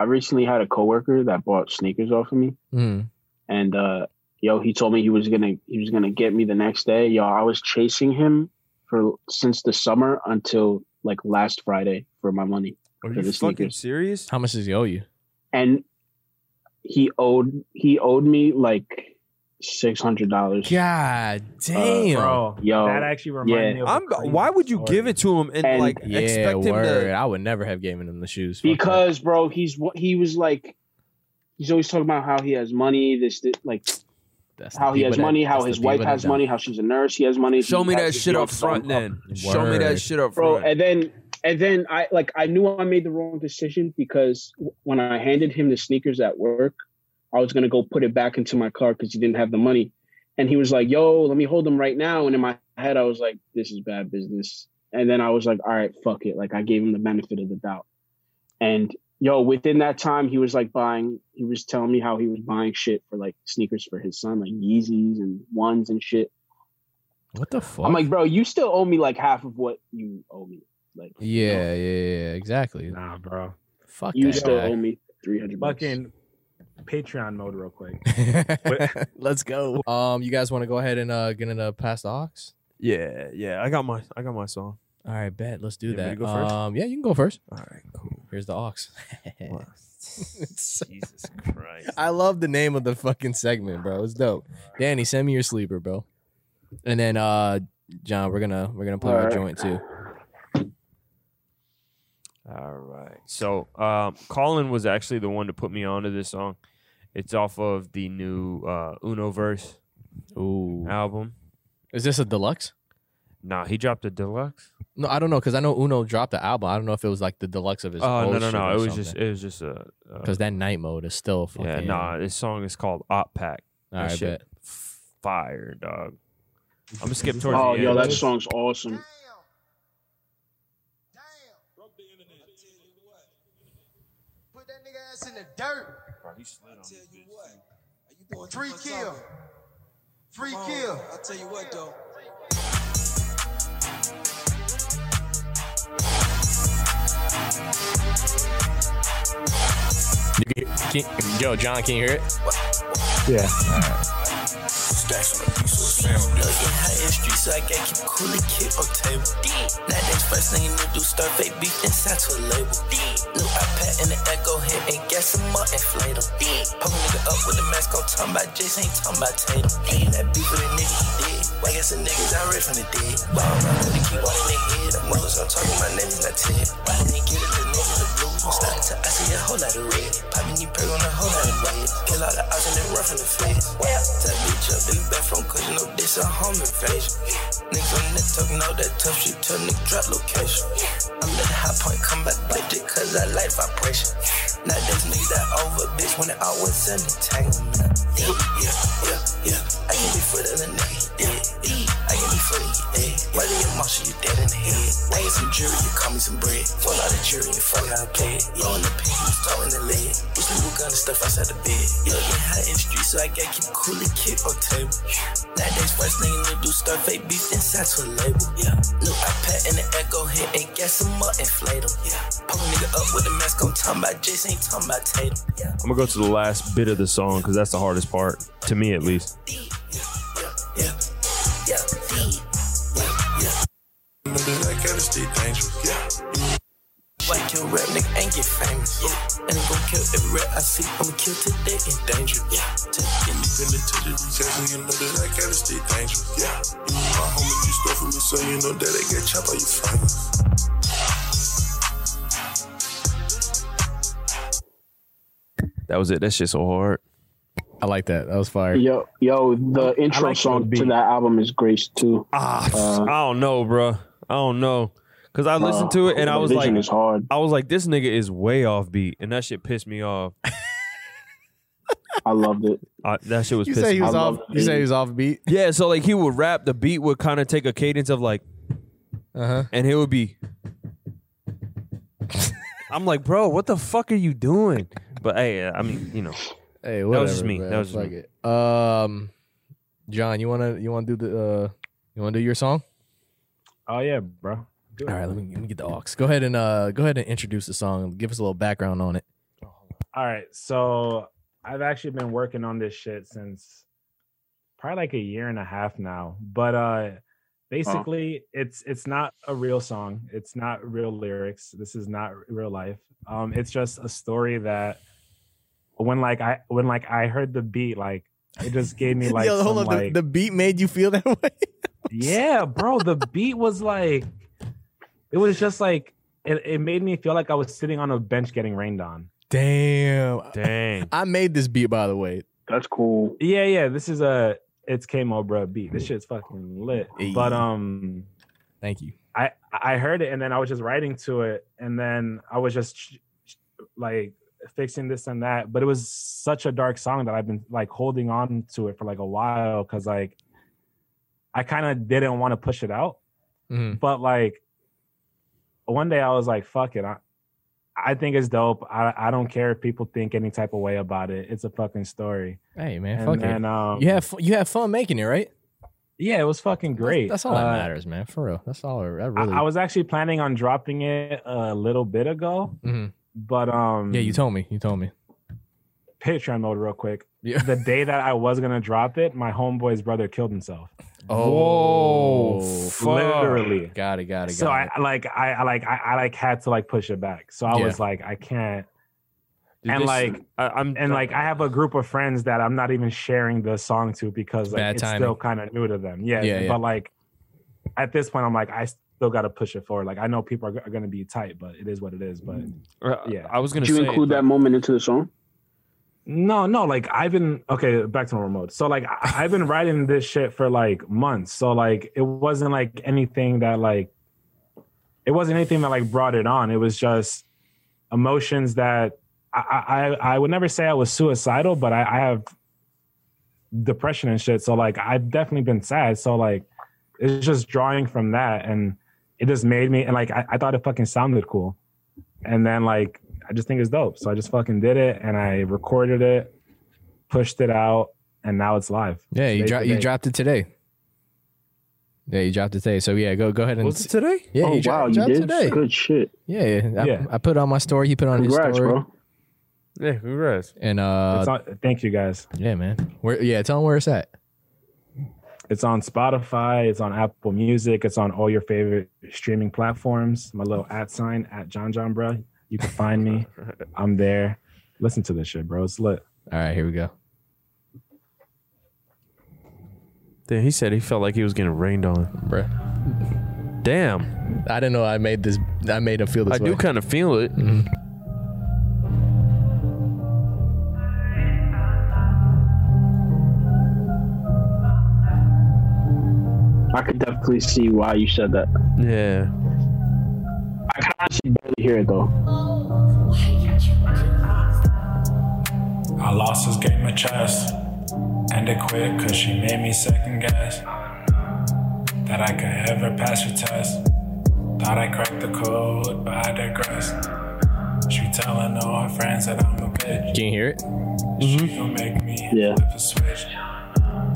[SPEAKER 3] I recently had a coworker that bought sneakers off of me,
[SPEAKER 2] Mm.
[SPEAKER 3] and uh, yo, he told me he was gonna he was gonna get me the next day. Yo, I was chasing him for since the summer until like last Friday for my money.
[SPEAKER 1] Are
[SPEAKER 3] For
[SPEAKER 1] you
[SPEAKER 3] the
[SPEAKER 1] fucking
[SPEAKER 3] sneakers.
[SPEAKER 1] serious?
[SPEAKER 2] How much does he owe you?
[SPEAKER 3] And he owed he owed me like six hundred dollars.
[SPEAKER 2] God damn.
[SPEAKER 4] bro.
[SPEAKER 3] Yo,
[SPEAKER 4] that actually reminded
[SPEAKER 3] yeah.
[SPEAKER 4] me of. a
[SPEAKER 1] I'm.
[SPEAKER 4] crazy
[SPEAKER 1] Why would you
[SPEAKER 4] story.
[SPEAKER 1] give it to him and,
[SPEAKER 3] And-
[SPEAKER 1] like
[SPEAKER 2] yeah,
[SPEAKER 1] expect him
[SPEAKER 2] word.
[SPEAKER 1] to?
[SPEAKER 2] I would never have given him the shoes. Fuck that.
[SPEAKER 3] because bro, he's what he was like. He's always talking about how he has money. This, this like
[SPEAKER 2] That's the
[SPEAKER 3] how he
[SPEAKER 2] people
[SPEAKER 3] has
[SPEAKER 2] that-
[SPEAKER 3] money, how
[SPEAKER 2] that's the
[SPEAKER 3] his wife
[SPEAKER 2] people that
[SPEAKER 3] has
[SPEAKER 2] don't.
[SPEAKER 3] money, how she's a nurse, he has money.
[SPEAKER 1] Show
[SPEAKER 3] he
[SPEAKER 1] me that
[SPEAKER 3] has his
[SPEAKER 1] shit
[SPEAKER 3] young
[SPEAKER 1] up front,
[SPEAKER 3] son
[SPEAKER 1] then. Show me that
[SPEAKER 2] Word.
[SPEAKER 1] shit up
[SPEAKER 3] bro.
[SPEAKER 1] front.
[SPEAKER 3] And then, and then I like I knew I made the wrong decision because w- when I handed him the sneakers at work, I was gonna go put it back into my car because he didn't have the money, and he was like, "Yo, let me hold them right now." And in my head, I was like, "This is bad business." And then I was like, "All right, fuck it." Like I gave him the benefit of the doubt, and yo, within that time, he was like buying. He was telling me how he was buying shit for like sneakers for his son, like Yeezys and ones and shit.
[SPEAKER 2] What the fuck?
[SPEAKER 3] I'm like, bro, you still owe me like half of what you owe me. Like,
[SPEAKER 2] yeah, yeah, yeah, exactly.
[SPEAKER 4] Nah, bro.
[SPEAKER 2] Fuck
[SPEAKER 3] you
[SPEAKER 2] that
[SPEAKER 3] still
[SPEAKER 2] guy. <laughs>
[SPEAKER 3] owe me three hundred bucks.
[SPEAKER 4] Fucking Patreon mode, real quick.
[SPEAKER 2] Let's go. Um, you guys want to go ahead and uh get into past the ox?
[SPEAKER 1] yeah, yeah. I got my. I got my song.
[SPEAKER 2] All right, bet. Let's do
[SPEAKER 1] You want me
[SPEAKER 2] that.
[SPEAKER 1] to go first?
[SPEAKER 2] Um, yeah, you can go first.
[SPEAKER 1] All right, cool.
[SPEAKER 2] Here's the ox. <laughs>
[SPEAKER 1] Jesus Christ.
[SPEAKER 2] I love the name of the fucking segment, bro. It's dope. Danny, send me your sleeper, bro. And then uh, John, we're gonna we're gonna play our
[SPEAKER 3] Alright.
[SPEAKER 2] joint too.
[SPEAKER 1] All right. So, um, Colin was actually the one to put me onto this song. It's off of the new uh, Unoverse
[SPEAKER 2] Ooh,
[SPEAKER 1] album.
[SPEAKER 2] is this a deluxe?
[SPEAKER 1] Nah, he dropped a deluxe.
[SPEAKER 2] No, I don't know because I know Uno dropped the album. I don't know if it was like the deluxe of his.
[SPEAKER 1] Oh no
[SPEAKER 2] old
[SPEAKER 1] no
[SPEAKER 2] shit
[SPEAKER 1] no!
[SPEAKER 2] or
[SPEAKER 1] It was
[SPEAKER 2] something.
[SPEAKER 1] just it was just a. a
[SPEAKER 2] because that night mode is still fucking. uh,
[SPEAKER 1] yeah, nah. This song is called Op Pack.
[SPEAKER 2] All
[SPEAKER 1] That
[SPEAKER 2] right,
[SPEAKER 1] shit
[SPEAKER 2] bet.
[SPEAKER 1] fire, dog. I'm gonna skip towards
[SPEAKER 3] Oh,
[SPEAKER 1] the
[SPEAKER 3] yo,
[SPEAKER 1] end.
[SPEAKER 3] that song's awesome.
[SPEAKER 5] Broke the internet. I tell you what. Put that nigga ass in the dirt. I tell you what. Are you doing Free kill. Free kill. I tell you what though.
[SPEAKER 2] Can- yo, John, can you hear it?
[SPEAKER 4] Yeah.
[SPEAKER 6] Stacks on a piece of sound. Yo, yeah, high in street, so I gotta keep cool and keep on table. Nowadays, first thing you do, start fake beef and sign to a label. New iPad and the echo hit and gas some more inflator. Pump a nigga up with the mask on, talking about Jason, ain't talking about Tatum. Ain't that beef with a nigga, he did. Why got some niggas out rich from the dead? Why don't I really keep on in their head? I'm always gonna talk to my name is not Ted. Why don't they get it, the niggas the blue? Stop till I see a whole lot of red. Popping you perk on a whole lot of red. Kill all the odds and then run from the feds. Well, that bitch up in the bathroom, cause you know this a home invasion. Niggas on net talking all that tough shit, tell nigga drop location. I'm at a high point, come back blipped it, cause I like vibration. Nowadays, niggas that over, bitch, when it always an entanglement. Yeah, yeah, yeah, yeah. I can be for the other nigga, yeah, yeah. I can be for the yeah. Why do your monster, you dead in the head? I get some jewelry, you call me some bread. Fall out of jury, you fuck out of bed. Low in the pit, you start in the lead. We sleep with gun and stuff outside the bed. Yo, yeah, high in the street, so I gotta keep cool and keep on table. Nowadays, first thing you do, start fake beef inside to a label. Yeah, new iPad and the echo hit and got some more inflatable. Yeah, pump a nigga up with a mask on, talking about Jason, ain't talking about Tatum. Yeah.
[SPEAKER 1] I'm gonna go to the last bit of the song because that's the hardest part to me, at least.
[SPEAKER 6] Niggas like gotta stay dangerous. Yeah. White kill rap, nigga, ain't get famous. Yeah. And I'm gon' kill every rap I see. I'ma kill today in danger. Yeah. Independent to the recession, you know that I gotta stay dangerous. Yeah. My homies do stuff for me, so you know that they get chopped out your finest.
[SPEAKER 1] That was it. That shit so hard.
[SPEAKER 2] I like that. That was fire.
[SPEAKER 3] Yo, yo, the intro
[SPEAKER 4] like
[SPEAKER 3] song
[SPEAKER 4] the
[SPEAKER 3] to
[SPEAKER 4] beat.
[SPEAKER 3] that album is Grace too.
[SPEAKER 1] Ah,
[SPEAKER 3] Uh,
[SPEAKER 1] I don't know, bro. I don't know, cause I listened to it and I was like,
[SPEAKER 3] uh, "Vision is hard."
[SPEAKER 1] I was like, this nigga is way off beat, and that shit pissed me off.
[SPEAKER 3] I loved it.
[SPEAKER 1] I, that shit was
[SPEAKER 2] You
[SPEAKER 1] pissing.
[SPEAKER 2] say
[SPEAKER 1] me
[SPEAKER 2] he was
[SPEAKER 3] I
[SPEAKER 2] off.
[SPEAKER 3] love
[SPEAKER 2] You say he
[SPEAKER 3] it.
[SPEAKER 2] was off beat.
[SPEAKER 1] Yeah, so like he would rap, the beat would kind of take a cadence of like,
[SPEAKER 2] Uh huh.
[SPEAKER 1] and it would be. <laughs> I'm like, bro, what the fuck are you doing? But hey, I mean, you know,
[SPEAKER 2] Hey, whatever.
[SPEAKER 1] was just me.
[SPEAKER 2] man.
[SPEAKER 1] That was just
[SPEAKER 2] Fuck
[SPEAKER 1] me.
[SPEAKER 2] it. Um, John, you wanna you wanna do the uh, you wanna do your song?
[SPEAKER 4] Oh yeah, bro. Do it.
[SPEAKER 2] All right, let me let me get the aux. Go ahead and uh, go ahead and introduce the song. and Give us a little background on it.
[SPEAKER 4] All right. So I've actually been working on this shit since probably like a year and a half now. But uh
[SPEAKER 2] Uh-huh.
[SPEAKER 4] basically it's it's not a real song. It's not real lyrics. This is not r- real life. Um it's just a story that when like I when like I heard the beat like it just gave
[SPEAKER 2] <laughs>
[SPEAKER 4] me like,
[SPEAKER 2] Yo, hold
[SPEAKER 4] some,
[SPEAKER 2] on.
[SPEAKER 4] like-
[SPEAKER 2] the, the beat made you feel that <laughs> way.
[SPEAKER 4] yeah, bro. The beat was like, it was just like, it, it made me feel like I was sitting on a bench getting rained on.
[SPEAKER 2] Damn.
[SPEAKER 1] Dang.
[SPEAKER 2] I made this beat, by the way.
[SPEAKER 3] That's cool.
[SPEAKER 4] Yeah, yeah. This is a, it's K-Mo, bro. Beat. This shit's fucking lit.
[SPEAKER 2] Hey.
[SPEAKER 4] But um,
[SPEAKER 2] Thank you.
[SPEAKER 4] I I heard it and then I was just writing to it and then I was just ch- ch- like fixing this and that. But it was such a dark song that I've been like holding on to it for like a while because like I kind of didn't want to push it out.
[SPEAKER 2] Mhm.
[SPEAKER 4] but like one day I was like, fuck it. I I think it's dope. I, I don't care if people think any type of way about it. It's a fucking story.
[SPEAKER 2] Hey man,
[SPEAKER 4] And
[SPEAKER 2] fuck
[SPEAKER 4] then, um,
[SPEAKER 2] it. You have fu- you have fun making it, right?
[SPEAKER 4] yeah, it was fucking great.
[SPEAKER 2] That's, that's all that
[SPEAKER 4] Uh,
[SPEAKER 2] matters, man. For real. That's all. I I
[SPEAKER 4] I-
[SPEAKER 2] really.
[SPEAKER 4] I, was actually planning on dropping it a little bit ago,
[SPEAKER 2] Mhm.
[SPEAKER 4] but um
[SPEAKER 2] Yeah, you told me. You told me.
[SPEAKER 4] Patreon mode real quick.
[SPEAKER 2] Yeah.
[SPEAKER 4] the day that I was gonna drop it, my homeboy's brother killed himself.
[SPEAKER 1] Whoa,
[SPEAKER 2] Oh,
[SPEAKER 1] fuck.
[SPEAKER 4] Literally.
[SPEAKER 2] Got it. Got it. Got
[SPEAKER 4] So
[SPEAKER 2] it.
[SPEAKER 4] I like I, I like I, I like had to like push it back. So I
[SPEAKER 2] Yeah.
[SPEAKER 4] was like, I can't
[SPEAKER 1] Dude,
[SPEAKER 4] And,
[SPEAKER 1] this-
[SPEAKER 4] like-
[SPEAKER 1] I, I'm
[SPEAKER 4] and like I have a group of friends that I'm not even sharing the song to because like,
[SPEAKER 2] Bad
[SPEAKER 4] it's
[SPEAKER 2] timing.
[SPEAKER 4] still kind of new to them. Yeah,
[SPEAKER 2] Yeah, yeah.
[SPEAKER 4] but like at this point, I'm like I still got to push it forward. Like I know people are, going to be tight, but it is what it is. But
[SPEAKER 1] uh,
[SPEAKER 4] yeah.
[SPEAKER 1] I was gonna
[SPEAKER 3] Did you
[SPEAKER 1] say,
[SPEAKER 3] include that moment into the song?
[SPEAKER 4] no, no, like I've been okay. Back to normal mode. So like I, I've been writing this shit for like months. So like it wasn't like anything that like it wasn't anything that like brought it on. It was just emotions that I I, I would never say I was suicidal, but I, I have depression and shit. So like I've definitely been sad. So like it's just drawing from that and it just made me and like I, I thought it fucking sounded cool. And then like I just think it's dope. So I just fucking did it and I recorded it, pushed it out, and now it's live.
[SPEAKER 2] yeah, you
[SPEAKER 4] Today-
[SPEAKER 2] dro- you
[SPEAKER 4] today.
[SPEAKER 2] dropped it today. Yeah, you dropped it today. So yeah, go go ahead and.
[SPEAKER 1] was it today?
[SPEAKER 2] yeah,
[SPEAKER 3] oh
[SPEAKER 2] you dro-
[SPEAKER 3] wow, you
[SPEAKER 2] dropped
[SPEAKER 3] did
[SPEAKER 2] today.
[SPEAKER 3] good shit.
[SPEAKER 2] Yeah, yeah. I,
[SPEAKER 4] Yeah.
[SPEAKER 2] I put it on my story. He put it on his
[SPEAKER 3] Congrats,
[SPEAKER 2] story.
[SPEAKER 3] bro.
[SPEAKER 1] Yeah, congrats.
[SPEAKER 2] And uh,
[SPEAKER 4] It's on, thank you guys.
[SPEAKER 2] yeah, man. Where? Yeah, tell him where it's at.
[SPEAKER 4] It's on Spotify. It's on Apple Music. It's on all your favorite streaming platforms. My little at sign at John John bro. You can find
[SPEAKER 1] <laughs>
[SPEAKER 4] me. I'm there. Listen to this shit, bro. It's lit.
[SPEAKER 2] All right, here we go.
[SPEAKER 1] Then he said he felt like he was getting rained on.
[SPEAKER 2] Bruh.
[SPEAKER 1] Damn,
[SPEAKER 2] I didn't know I made this. I made him feel this
[SPEAKER 1] I
[SPEAKER 2] way.
[SPEAKER 1] do kind of feel it.
[SPEAKER 3] I could definitely see why you said that.
[SPEAKER 1] Yeah,
[SPEAKER 3] I can honestly barely hear it though.
[SPEAKER 7] I lost this game of chess. Ended quick cause she made me second guess that I could ever pass her test. Thought I cracked the code, but I digress. She telling all her friends that I'm a bitch.
[SPEAKER 2] Can you hear it?
[SPEAKER 7] She gon' make me
[SPEAKER 3] Yeah.
[SPEAKER 7] flip a switch.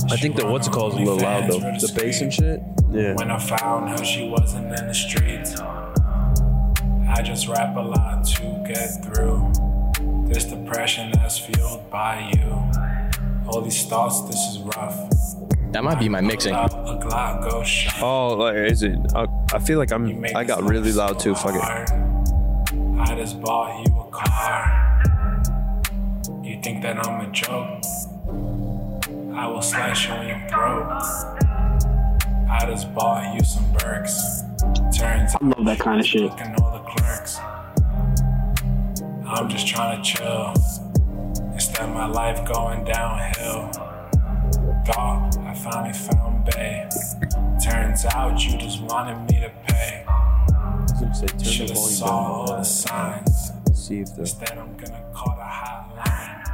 [SPEAKER 1] I think that what's it called is a little loud though. The bass and shit. Yeah.
[SPEAKER 7] When I found her, she wasn't in the streets. I just rap a lot to get through this depression that's fueled by you. All these thoughts, this is rough.
[SPEAKER 2] That might be my mixing.
[SPEAKER 7] Pull up A Glock, go shot.
[SPEAKER 1] Oh, like, is it? I, I feel like
[SPEAKER 7] You
[SPEAKER 1] I'm.
[SPEAKER 7] make
[SPEAKER 1] I
[SPEAKER 7] this
[SPEAKER 1] got
[SPEAKER 7] life
[SPEAKER 1] really
[SPEAKER 7] so
[SPEAKER 1] loud too. Fuck it.
[SPEAKER 7] hard. I just bought you a car. You think that I'm a joke? I will slice you in your throat. I just bought you some Birks. Turns
[SPEAKER 3] I love that kind of shit.
[SPEAKER 7] Fucking all the clerks. I'm just trying to chill. Instead, my life going downhill. Thought I finally found bae. Turns out you just wanted me to pay. Should have saw all the signs.
[SPEAKER 1] See if the.
[SPEAKER 7] Instead, I'm gonna call the hotline.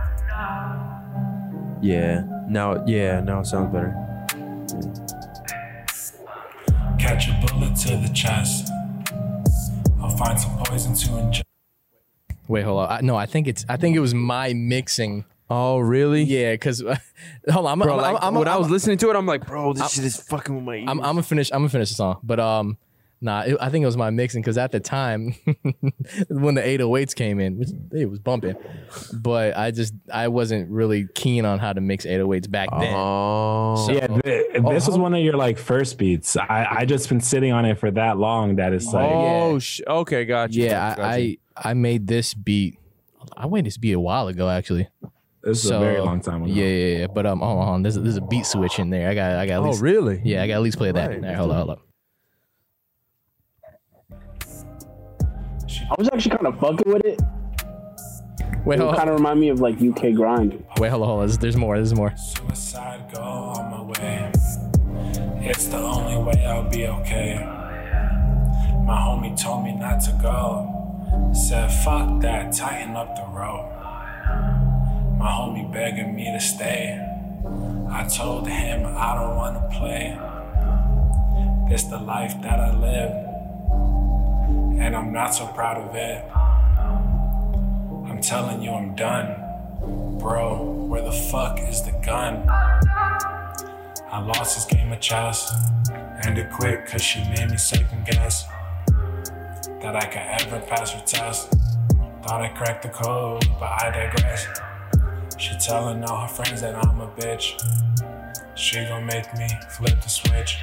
[SPEAKER 1] Yeah. Now. Yeah. Now it sounds better.
[SPEAKER 7] Catch a bullet to the chest. I'll find some poison to ingest.
[SPEAKER 2] Wait, hold on. I, no, I think it's. I think it was my mixing.
[SPEAKER 1] Oh really?
[SPEAKER 2] Yeah, because <laughs> hold on. I'm,
[SPEAKER 1] Bro,
[SPEAKER 2] I'm,
[SPEAKER 1] like,
[SPEAKER 2] I'm, I'm,
[SPEAKER 1] when i
[SPEAKER 2] I'm,
[SPEAKER 1] was listening to it, I'm like, bro, this shit is fucking with my ears.
[SPEAKER 2] I'm, I'm gonna finish. I'm gonna finish the song, but um, Nah, it, I think it was my mixing because at the time <laughs> when the 808s came in, which it was bumping, but I just I wasn't really keen on how to mix 808s back then.
[SPEAKER 1] Oh,
[SPEAKER 2] So-
[SPEAKER 4] Yeah, th- this was one of your like first beats. I I just been sitting on it for that long that it's like
[SPEAKER 1] oh, sh- okay, gotcha.
[SPEAKER 2] yeah,
[SPEAKER 1] gotcha.
[SPEAKER 2] I, I I made this beat. I made this beat a while ago actually.
[SPEAKER 4] this is
[SPEAKER 2] so-
[SPEAKER 4] a very long time ago.
[SPEAKER 2] Yeah, yeah, yeah. But um, hold on, there's there's a beat switch in there. I got I got. At
[SPEAKER 1] oh,
[SPEAKER 2] least,
[SPEAKER 1] really?
[SPEAKER 2] Yeah, I got at least play that.
[SPEAKER 1] Right.
[SPEAKER 2] All right, hold on, hold on.
[SPEAKER 3] I was actually kind of fucking with it.
[SPEAKER 2] Wait,
[SPEAKER 3] It
[SPEAKER 2] hold
[SPEAKER 3] kind
[SPEAKER 2] on.
[SPEAKER 3] of remind me of like UK grind.
[SPEAKER 2] Wait, hold on, hold on. There's, there's more. There's more.
[SPEAKER 8] Suicide, go on my way. It's the only way I'll be okay. My homie told me not to go. Said, fuck that, tighten up the rope. My homie begging me to stay. I told him I don't wanna play. This the life that I live. And I'm not so proud of it. I'm telling you, I'm done. Bro, where the fuck is the gun? I lost this game of chess and it quit cause she made me second guess that I could ever pass her test. Thought I cracked the code, but I digress. She telling all her friends that I'm a bitch. She gon' make me flip the switch.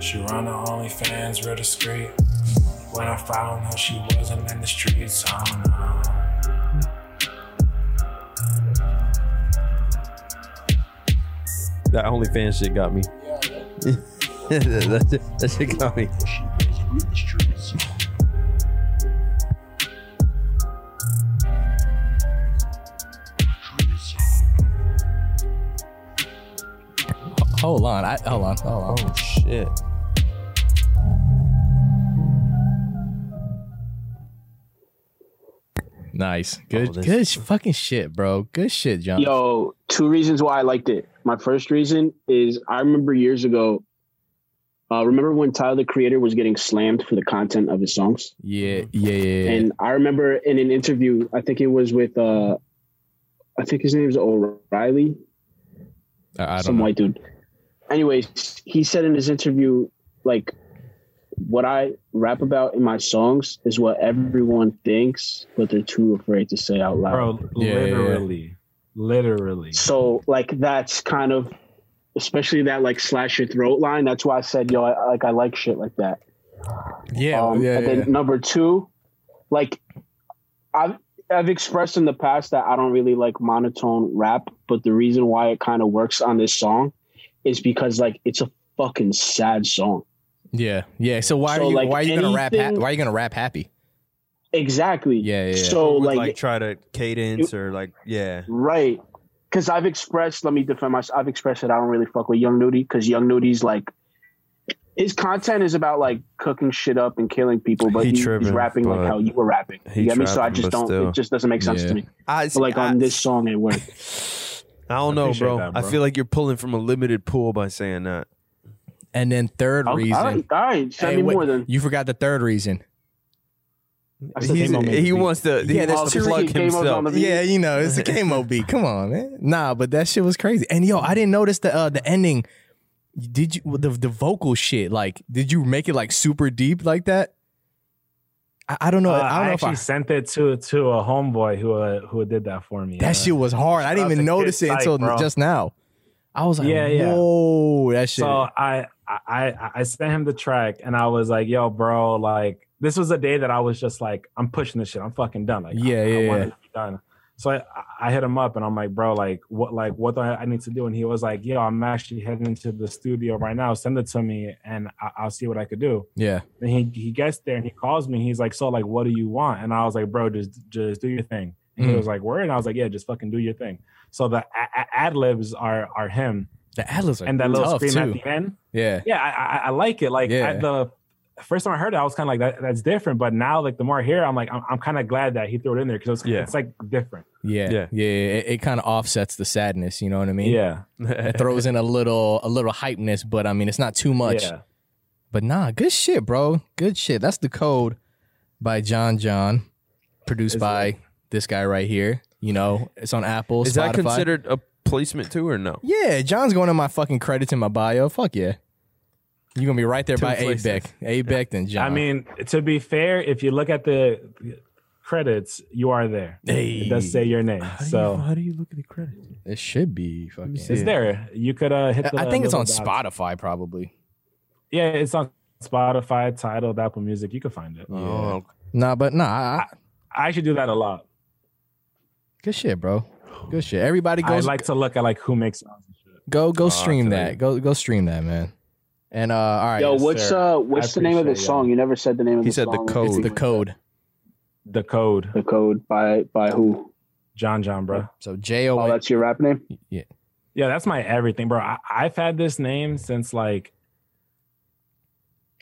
[SPEAKER 8] She run her OnlyFans real discreet. When I found her, she wasn't in the streets. I don't know.
[SPEAKER 1] That OnlyFans shit got me. <laughs> that, shit, that shit got me.
[SPEAKER 2] Hold on. I hold on. Hold on.
[SPEAKER 1] Oh shit.
[SPEAKER 2] Nice. Good.
[SPEAKER 1] Oh, this-
[SPEAKER 2] good. sh- Fucking shit, bro. Good shit, John.
[SPEAKER 3] Yo, two reasons why I liked it. My first reason is I remember years ago. Uh, remember when Tyler the Creator was getting slammed for the content of his songs?
[SPEAKER 2] Yeah. Yeah. Yeah. yeah.
[SPEAKER 3] And I remember in an interview, I think it was with, uh, I think his name is O'Reilly,
[SPEAKER 2] I, I don't
[SPEAKER 3] some
[SPEAKER 2] know.
[SPEAKER 3] white dude. Anyways, he said in his interview, like, what I rap about in my songs is what everyone thinks, but they're too afraid to say out loud.
[SPEAKER 4] bro,
[SPEAKER 2] Yeah, yeah, yeah.
[SPEAKER 4] literally, literally.
[SPEAKER 3] So like that's kind of especially that like slash your throat line. That's why I said yo, I, like I like shit like that.
[SPEAKER 2] yeah.
[SPEAKER 3] um,
[SPEAKER 2] yeah.
[SPEAKER 3] and then
[SPEAKER 2] yeah.
[SPEAKER 3] number two, like I've I've expressed in the past that I don't really like monotone rap, but the reason why it kind of works on this song is because like it's a fucking sad song.
[SPEAKER 2] Yeah. Yeah. So why
[SPEAKER 3] So,
[SPEAKER 2] are you
[SPEAKER 3] like,
[SPEAKER 2] why are you gonna rap? Ha-
[SPEAKER 3] anything-
[SPEAKER 2] why are you gonna rap happy?
[SPEAKER 3] Exactly.
[SPEAKER 2] Yeah, yeah, yeah.
[SPEAKER 3] So
[SPEAKER 1] Would,
[SPEAKER 3] like,
[SPEAKER 1] like try to cadence or like yeah.
[SPEAKER 3] right. Cause I've expressed, let me defend myself. I've expressed that I don't really fuck with Young Nudie because Young Nudie's like his content is about like cooking shit up and killing people, but
[SPEAKER 1] He
[SPEAKER 3] he- he's
[SPEAKER 1] tripping,
[SPEAKER 3] rapping
[SPEAKER 1] but-
[SPEAKER 3] like how you were rapping.
[SPEAKER 1] He
[SPEAKER 3] You get me? So I
[SPEAKER 1] trapping,
[SPEAKER 3] just
[SPEAKER 1] but
[SPEAKER 3] don't.
[SPEAKER 1] still.
[SPEAKER 3] It just doesn't make sense
[SPEAKER 2] Yeah.
[SPEAKER 3] to me.
[SPEAKER 1] I
[SPEAKER 3] But like on
[SPEAKER 1] I-
[SPEAKER 3] this song, it worked.
[SPEAKER 1] I don't know,
[SPEAKER 4] Appreciate
[SPEAKER 1] bro.
[SPEAKER 4] that,
[SPEAKER 1] I
[SPEAKER 4] bro.
[SPEAKER 1] feel like you're pulling from a limited pool by saying that.
[SPEAKER 2] And then third
[SPEAKER 3] All
[SPEAKER 2] reason.
[SPEAKER 3] right, all right. Send
[SPEAKER 2] Hey,
[SPEAKER 3] me
[SPEAKER 2] wait,
[SPEAKER 3] more than
[SPEAKER 2] you forgot the third reason.
[SPEAKER 3] I said
[SPEAKER 1] He's,
[SPEAKER 3] Kamo made the
[SPEAKER 1] he
[SPEAKER 3] beat.
[SPEAKER 1] wants to. He
[SPEAKER 2] Yeah, there's
[SPEAKER 1] wants to
[SPEAKER 3] two-
[SPEAKER 1] plug
[SPEAKER 3] Kamo's on
[SPEAKER 1] himself.
[SPEAKER 3] the beat.
[SPEAKER 2] Yeah, you know,
[SPEAKER 4] <laughs>
[SPEAKER 2] it's a Kmo beat. Come on, man. Nah, but that shit was crazy. And yo, I didn't notice the uh, the ending. Did you the the vocal shit? Like, did you make it like super deep like that? I, I don't know.
[SPEAKER 4] Uh,
[SPEAKER 2] I don't know if
[SPEAKER 4] actually
[SPEAKER 2] I,
[SPEAKER 4] sent it to to a homeboy who uh, who did that for me.
[SPEAKER 2] that shit was hard. I didn't
[SPEAKER 4] Shout out
[SPEAKER 2] even
[SPEAKER 4] to
[SPEAKER 2] notice
[SPEAKER 4] Kid
[SPEAKER 2] it until
[SPEAKER 4] Psych, bro.
[SPEAKER 2] just now. I was like,
[SPEAKER 4] Yeah, yeah.
[SPEAKER 2] whoa, that shit.
[SPEAKER 4] So I, I I I sent him the track and I was like, yo, bro, like this was a day that I was just like, I'm pushing this shit. I'm fucking done. Like,
[SPEAKER 2] Yeah,
[SPEAKER 4] I,
[SPEAKER 2] yeah,
[SPEAKER 4] I want
[SPEAKER 2] yeah.
[SPEAKER 4] it to be done. So I, I hit him up and I'm like, bro, like what like what do I, I need to do? And he was like, yo, I'm actually heading into the studio right now. Send it to me and I, I'll see what I could do.
[SPEAKER 2] yeah,
[SPEAKER 4] And he he gets there and he calls me. He's like, "So like, what do you want?" And I was like, "Bro, just just do your thing." And
[SPEAKER 2] Mm.
[SPEAKER 4] he was like, "Word," and I was like, "Yeah, just fucking do your thing." So the a- a- ad libs are are him
[SPEAKER 2] the atlas
[SPEAKER 4] and that little scream at the end.
[SPEAKER 2] Yeah,
[SPEAKER 4] Yeah, I I, I like it. Like
[SPEAKER 2] Yeah.
[SPEAKER 4] at the first time I heard it, I was kind of like, that, "That's different." But now, like the more I hear, it, I'm like, I'm, I'm kind of glad that he threw it in there because it's,
[SPEAKER 1] Yeah.
[SPEAKER 4] it's like different.
[SPEAKER 2] yeah, yeah,
[SPEAKER 1] Yeah.
[SPEAKER 2] yeah. It, it kind of offsets the sadness. You know what I mean?
[SPEAKER 4] Yeah,
[SPEAKER 2] It throws in a little a little hypeness, but I mean, it's not too much.
[SPEAKER 4] yeah.
[SPEAKER 2] But nah, good shit, bro. Good shit. That's the code by John John, produced
[SPEAKER 4] Is
[SPEAKER 2] by this guy right here. You know, it's on Apple.
[SPEAKER 1] Is
[SPEAKER 2] Spotify.
[SPEAKER 1] that considered a placement too or no?
[SPEAKER 2] Yeah, John's going in my fucking credits in my bio. Fuck yeah. You're gonna be right there
[SPEAKER 1] Two
[SPEAKER 2] by
[SPEAKER 1] places.
[SPEAKER 2] Abeck, Abeck, then John.
[SPEAKER 4] I mean, to be fair, if you look at the credits, you are there.
[SPEAKER 2] Hey.
[SPEAKER 4] It does say your name.
[SPEAKER 1] How do, you,
[SPEAKER 4] So
[SPEAKER 1] how do you look at the credits?
[SPEAKER 2] it should be fucking.
[SPEAKER 1] see.
[SPEAKER 4] it's there. You could uh, hit the
[SPEAKER 2] I think it's
[SPEAKER 4] little
[SPEAKER 2] on
[SPEAKER 4] dots.
[SPEAKER 2] Spotify probably.
[SPEAKER 4] Yeah, it's on Spotify, Tidal, Apple Music. You could find it.
[SPEAKER 1] Oh, okay.
[SPEAKER 2] Nah, but nah, I,
[SPEAKER 4] I should do that a lot.
[SPEAKER 2] good shit, bro. Good shit. Everybody
[SPEAKER 4] I
[SPEAKER 2] goes
[SPEAKER 4] like to look at like who makes songs and shit.
[SPEAKER 2] go go
[SPEAKER 1] Oh, I
[SPEAKER 2] stream
[SPEAKER 1] feel
[SPEAKER 2] that.
[SPEAKER 1] you.
[SPEAKER 2] Go go stream that, man. And uh, all right,
[SPEAKER 3] Yo,
[SPEAKER 4] yes,
[SPEAKER 3] what's
[SPEAKER 4] sir.
[SPEAKER 3] uh, what's the
[SPEAKER 4] I
[SPEAKER 3] name of
[SPEAKER 4] appreciate
[SPEAKER 3] this
[SPEAKER 4] it,
[SPEAKER 3] song?
[SPEAKER 4] yeah.
[SPEAKER 3] You never said the name of
[SPEAKER 9] He
[SPEAKER 3] the
[SPEAKER 9] said The
[SPEAKER 3] song.
[SPEAKER 9] Code.
[SPEAKER 2] it's the code.
[SPEAKER 4] The Code,
[SPEAKER 3] The code by by who?
[SPEAKER 4] John John, bro.
[SPEAKER 2] So J O
[SPEAKER 3] Oh,
[SPEAKER 2] N.
[SPEAKER 3] that's your rap name.
[SPEAKER 2] Yeah,
[SPEAKER 4] Yeah, that's my everything, bro. I, I've had this name since like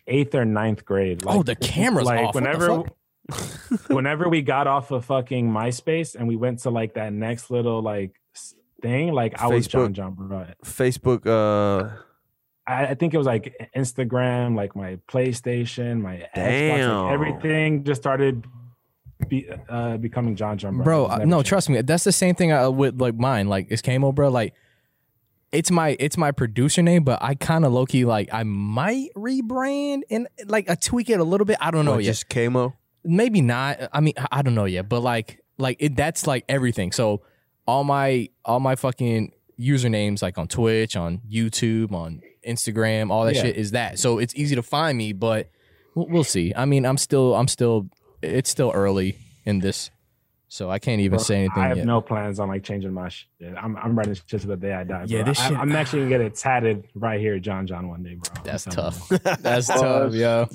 [SPEAKER 4] eighth or ninth grade. <laughs> Like,
[SPEAKER 2] Oh, the camera's off. What the
[SPEAKER 4] Whenever, <laughs> whenever we got off of fucking MySpace and we went to like that next little like s- thing, like I was John
[SPEAKER 1] Facebook.
[SPEAKER 4] John, bro.
[SPEAKER 1] Facebook. Uh,
[SPEAKER 4] I, I think it was like Instagram, like my PlayStation, my Xbox,
[SPEAKER 1] Damn.
[SPEAKER 4] like everything just started be, uh, becoming John John, bro.
[SPEAKER 2] bro.
[SPEAKER 4] It
[SPEAKER 2] uh,
[SPEAKER 4] never
[SPEAKER 2] no,
[SPEAKER 4] changed.
[SPEAKER 2] trust me. That's the same thing uh, with like mine. Like it's Camo, bro. Like it's my it's my producer name, but I kind of low key like I might rebrand and like I tweak it a little bit. I don't know
[SPEAKER 9] Like,
[SPEAKER 2] yet.
[SPEAKER 9] just Camo.
[SPEAKER 2] maybe not. I mean, I- I don't know yet, but like, like it, that's like everything. So all my all my fucking usernames, like on Twitch, on YouTube, on Instagram, all that
[SPEAKER 4] Yeah.
[SPEAKER 2] shit is that. So it's easy to find me, but we'll, we'll see. I mean, I'm still, I'm still, it's still early in this, so I can't even
[SPEAKER 4] Bro,
[SPEAKER 2] say anything
[SPEAKER 4] I have
[SPEAKER 2] yet.
[SPEAKER 4] no plans on like changing my shit. I'm I'm writing this shit to the day I die. Bro.
[SPEAKER 2] Yeah, this
[SPEAKER 4] I,
[SPEAKER 2] shit-
[SPEAKER 4] I'm actually gonna get it tatted right here, at John John, one day, bro. I'm
[SPEAKER 2] that's
[SPEAKER 4] telling
[SPEAKER 2] tough. That's tough, yo.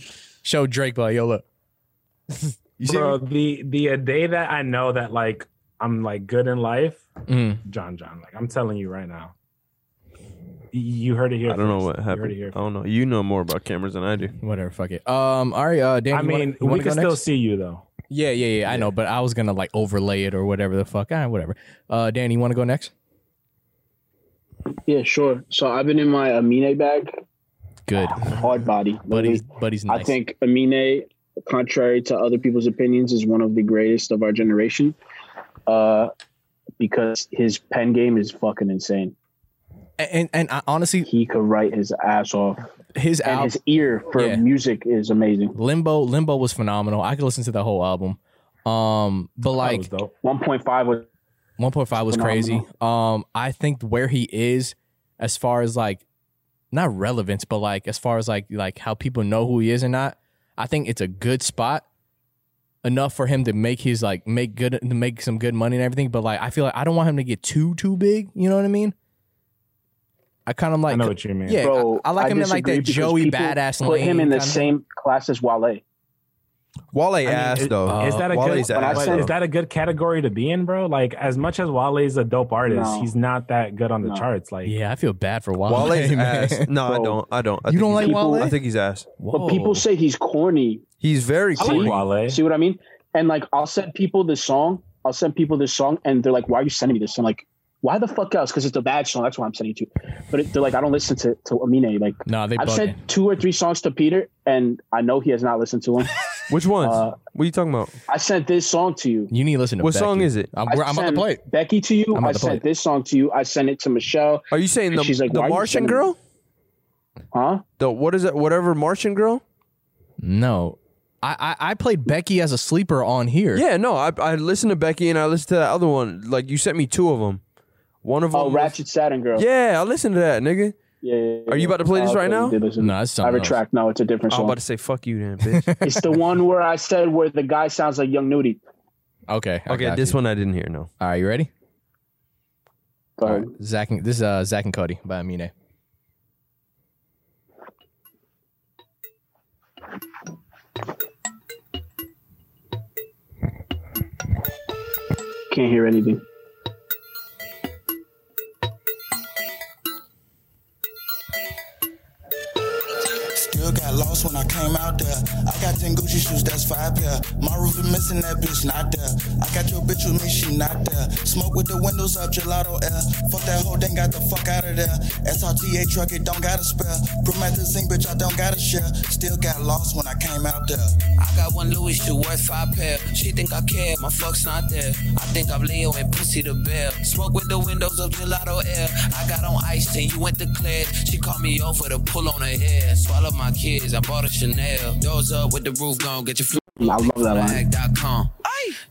[SPEAKER 2] Show Drake, like, yo, look. <laughs>
[SPEAKER 9] You
[SPEAKER 4] you.
[SPEAKER 9] see
[SPEAKER 4] Bro, the the uh, day that I know that like I'm like good in life,
[SPEAKER 2] Mm.
[SPEAKER 4] John John. Like I'm telling you right now. Y- You heard it here.
[SPEAKER 1] I don't know
[SPEAKER 4] first.
[SPEAKER 1] what
[SPEAKER 4] You heard
[SPEAKER 1] happened.
[SPEAKER 4] it here
[SPEAKER 1] I don't know. You know more about cameras than I do.
[SPEAKER 2] Whatever, fuck it. Um, all right, uh, Dan.
[SPEAKER 4] I
[SPEAKER 2] you wanna-
[SPEAKER 4] mean,
[SPEAKER 2] you wanna
[SPEAKER 4] we
[SPEAKER 2] go
[SPEAKER 4] can still
[SPEAKER 2] next?
[SPEAKER 4] see you though.
[SPEAKER 2] Yeah, yeah, yeah. I know, but I was gonna like overlay it or whatever the fuck. Ah, whatever. Uh, Dan, you want to go next?
[SPEAKER 3] Yeah, sure. So I've been in my Amine bag, <laughs>
[SPEAKER 2] Good,
[SPEAKER 3] hard body.
[SPEAKER 2] buddy's buddy's nice.
[SPEAKER 3] I think Amine, contrary to other people's opinions, is one of the greatest of our generation, uh, because his pen game is fucking insane.
[SPEAKER 2] and and I, honestly,
[SPEAKER 3] He could write his ass off,
[SPEAKER 2] his
[SPEAKER 3] and
[SPEAKER 2] album
[SPEAKER 3] his ear for
[SPEAKER 2] Yeah.
[SPEAKER 3] music is amazing.
[SPEAKER 2] Limbo Limbo was phenomenal. I could listen to the whole album. Um, but
[SPEAKER 4] that
[SPEAKER 2] like
[SPEAKER 4] was dope.
[SPEAKER 3] One point five was
[SPEAKER 2] 1.5 was crazy. Um, I think where he is, as far as like, not relevance, but like as far as like like how people know who he is or not, I think it's a good spot enough for him to make his like make good to make some good money and everything. But like I feel like I don't want him to get too too big. You know what I mean? I kind of
[SPEAKER 4] I
[SPEAKER 2] like
[SPEAKER 4] know what you mean.
[SPEAKER 2] yeah.
[SPEAKER 3] bro.
[SPEAKER 2] I, I like him in like
[SPEAKER 3] disagree
[SPEAKER 2] that
[SPEAKER 3] because
[SPEAKER 2] Joey
[SPEAKER 3] people
[SPEAKER 2] badass
[SPEAKER 3] Put him
[SPEAKER 2] lane
[SPEAKER 3] in the
[SPEAKER 2] kinda-
[SPEAKER 3] same class as Wale.
[SPEAKER 9] Wale
[SPEAKER 4] mean,
[SPEAKER 9] ass
[SPEAKER 4] it-
[SPEAKER 9] though.
[SPEAKER 2] uh,
[SPEAKER 4] Is that a
[SPEAKER 9] Wale's
[SPEAKER 4] good?
[SPEAKER 3] when I
[SPEAKER 9] ass.
[SPEAKER 4] but
[SPEAKER 3] said-
[SPEAKER 4] is that a good category to be in, bro? Like, as much as Wale's a dope artist,
[SPEAKER 3] No.
[SPEAKER 4] he's not that good on the
[SPEAKER 3] No.
[SPEAKER 4] charts. Like,
[SPEAKER 2] Yeah, I feel bad for Wale. <laughs>
[SPEAKER 9] Wale's
[SPEAKER 2] man.
[SPEAKER 9] ass. No, I
[SPEAKER 3] Bro.
[SPEAKER 9] don't. I don't. I
[SPEAKER 2] You
[SPEAKER 9] think
[SPEAKER 2] don't like
[SPEAKER 9] he's-
[SPEAKER 2] Wale?
[SPEAKER 9] I think he's ass.
[SPEAKER 2] Whoa.
[SPEAKER 3] But people say he's corny.
[SPEAKER 9] He's very
[SPEAKER 3] I like
[SPEAKER 4] I
[SPEAKER 9] cool.
[SPEAKER 4] like Wale.
[SPEAKER 3] See what I mean? And like, I'll send people this song. I'll send people this song, and they're like, "Why are you sending me this?" I'm like, "Why the fuck else?" Because it's a bad song. That's why I'm sending it to. you. But it, they're like, "I don't listen to to Amine." Like,
[SPEAKER 2] nah, they
[SPEAKER 3] I've
[SPEAKER 2] bugging.
[SPEAKER 3] sent two or three songs to Peter, and I know he has not listened
[SPEAKER 2] <laughs>
[SPEAKER 3] to them.
[SPEAKER 1] Which ones?
[SPEAKER 3] Uh,
[SPEAKER 1] what are you talking about?
[SPEAKER 3] I sent this song to you.
[SPEAKER 2] you need to listen to
[SPEAKER 1] What song
[SPEAKER 2] Becky.
[SPEAKER 1] is it?
[SPEAKER 2] I'm,
[SPEAKER 3] I
[SPEAKER 2] we're- I'm about to
[SPEAKER 3] sent
[SPEAKER 2] play it.
[SPEAKER 3] Becky to you.
[SPEAKER 2] I'm about
[SPEAKER 3] I
[SPEAKER 2] to play
[SPEAKER 3] sent
[SPEAKER 2] it.
[SPEAKER 3] this song to you. I sent it to Michelle.
[SPEAKER 1] Are you saying
[SPEAKER 3] And
[SPEAKER 1] the,
[SPEAKER 3] she's like,
[SPEAKER 1] the
[SPEAKER 3] "Why you
[SPEAKER 1] Martian
[SPEAKER 3] sending me-"
[SPEAKER 1] girl?
[SPEAKER 3] Huh? Oh,
[SPEAKER 1] The what is it? Whatever Martian girl?
[SPEAKER 2] No. I, I, I played Becky as a sleeper on here.
[SPEAKER 1] Yeah, no. I I listened to Becky and I listened to that other one. Like you sent me two of them. One of them.
[SPEAKER 3] Oh, Ratchet Saturn girl.
[SPEAKER 1] Was, yeah, I listened to that, nigga.
[SPEAKER 3] Yeah, yeah, yeah.
[SPEAKER 1] Are you about to play this
[SPEAKER 3] Oh,
[SPEAKER 1] right
[SPEAKER 3] okay, you
[SPEAKER 1] now?
[SPEAKER 3] did listen.
[SPEAKER 2] No, that's
[SPEAKER 3] I
[SPEAKER 2] something
[SPEAKER 3] retract. No, it's a different
[SPEAKER 1] I'm
[SPEAKER 3] song.
[SPEAKER 1] about to say fuck you, then,
[SPEAKER 3] <laughs>
[SPEAKER 1] bitch.
[SPEAKER 2] <laughs>
[SPEAKER 3] it's the one where I said where the guy sounds like Young Nudie.
[SPEAKER 2] else. Okay. I
[SPEAKER 1] okay,
[SPEAKER 2] got
[SPEAKER 1] this
[SPEAKER 2] you.
[SPEAKER 1] one I didn't hear. No.
[SPEAKER 2] All right, you ready?
[SPEAKER 3] But
[SPEAKER 2] All right. Zach and, this is uh, Zach and Cody by Amine.
[SPEAKER 3] can't hear anything.
[SPEAKER 6] Still got lost when I came out there. I got 10 Gucci shoes, that's five pair. My roof is missing, that bitch not there. I got your bitch with me, she not there. Smoke with the windows up, gelato air. Fuck that hoe, then got the fuck out of there. SRTA truck, it don't got a spare. Promethazine, bitch, I don't got a share. Still got lost when I came out there.
[SPEAKER 10] I got one Louis, she worth five pair. She think I care, my fuck's not there. I think I'm Leo and pussy the bear. Smoke with the windows of gelato air. I got on ice and you went to clear. She called me over to pull on her hair. Swallow my kids, I bought a Chanel. Doors up with the roof gone, get your flu.
[SPEAKER 11] I love that line.
[SPEAKER 10] Flag.com.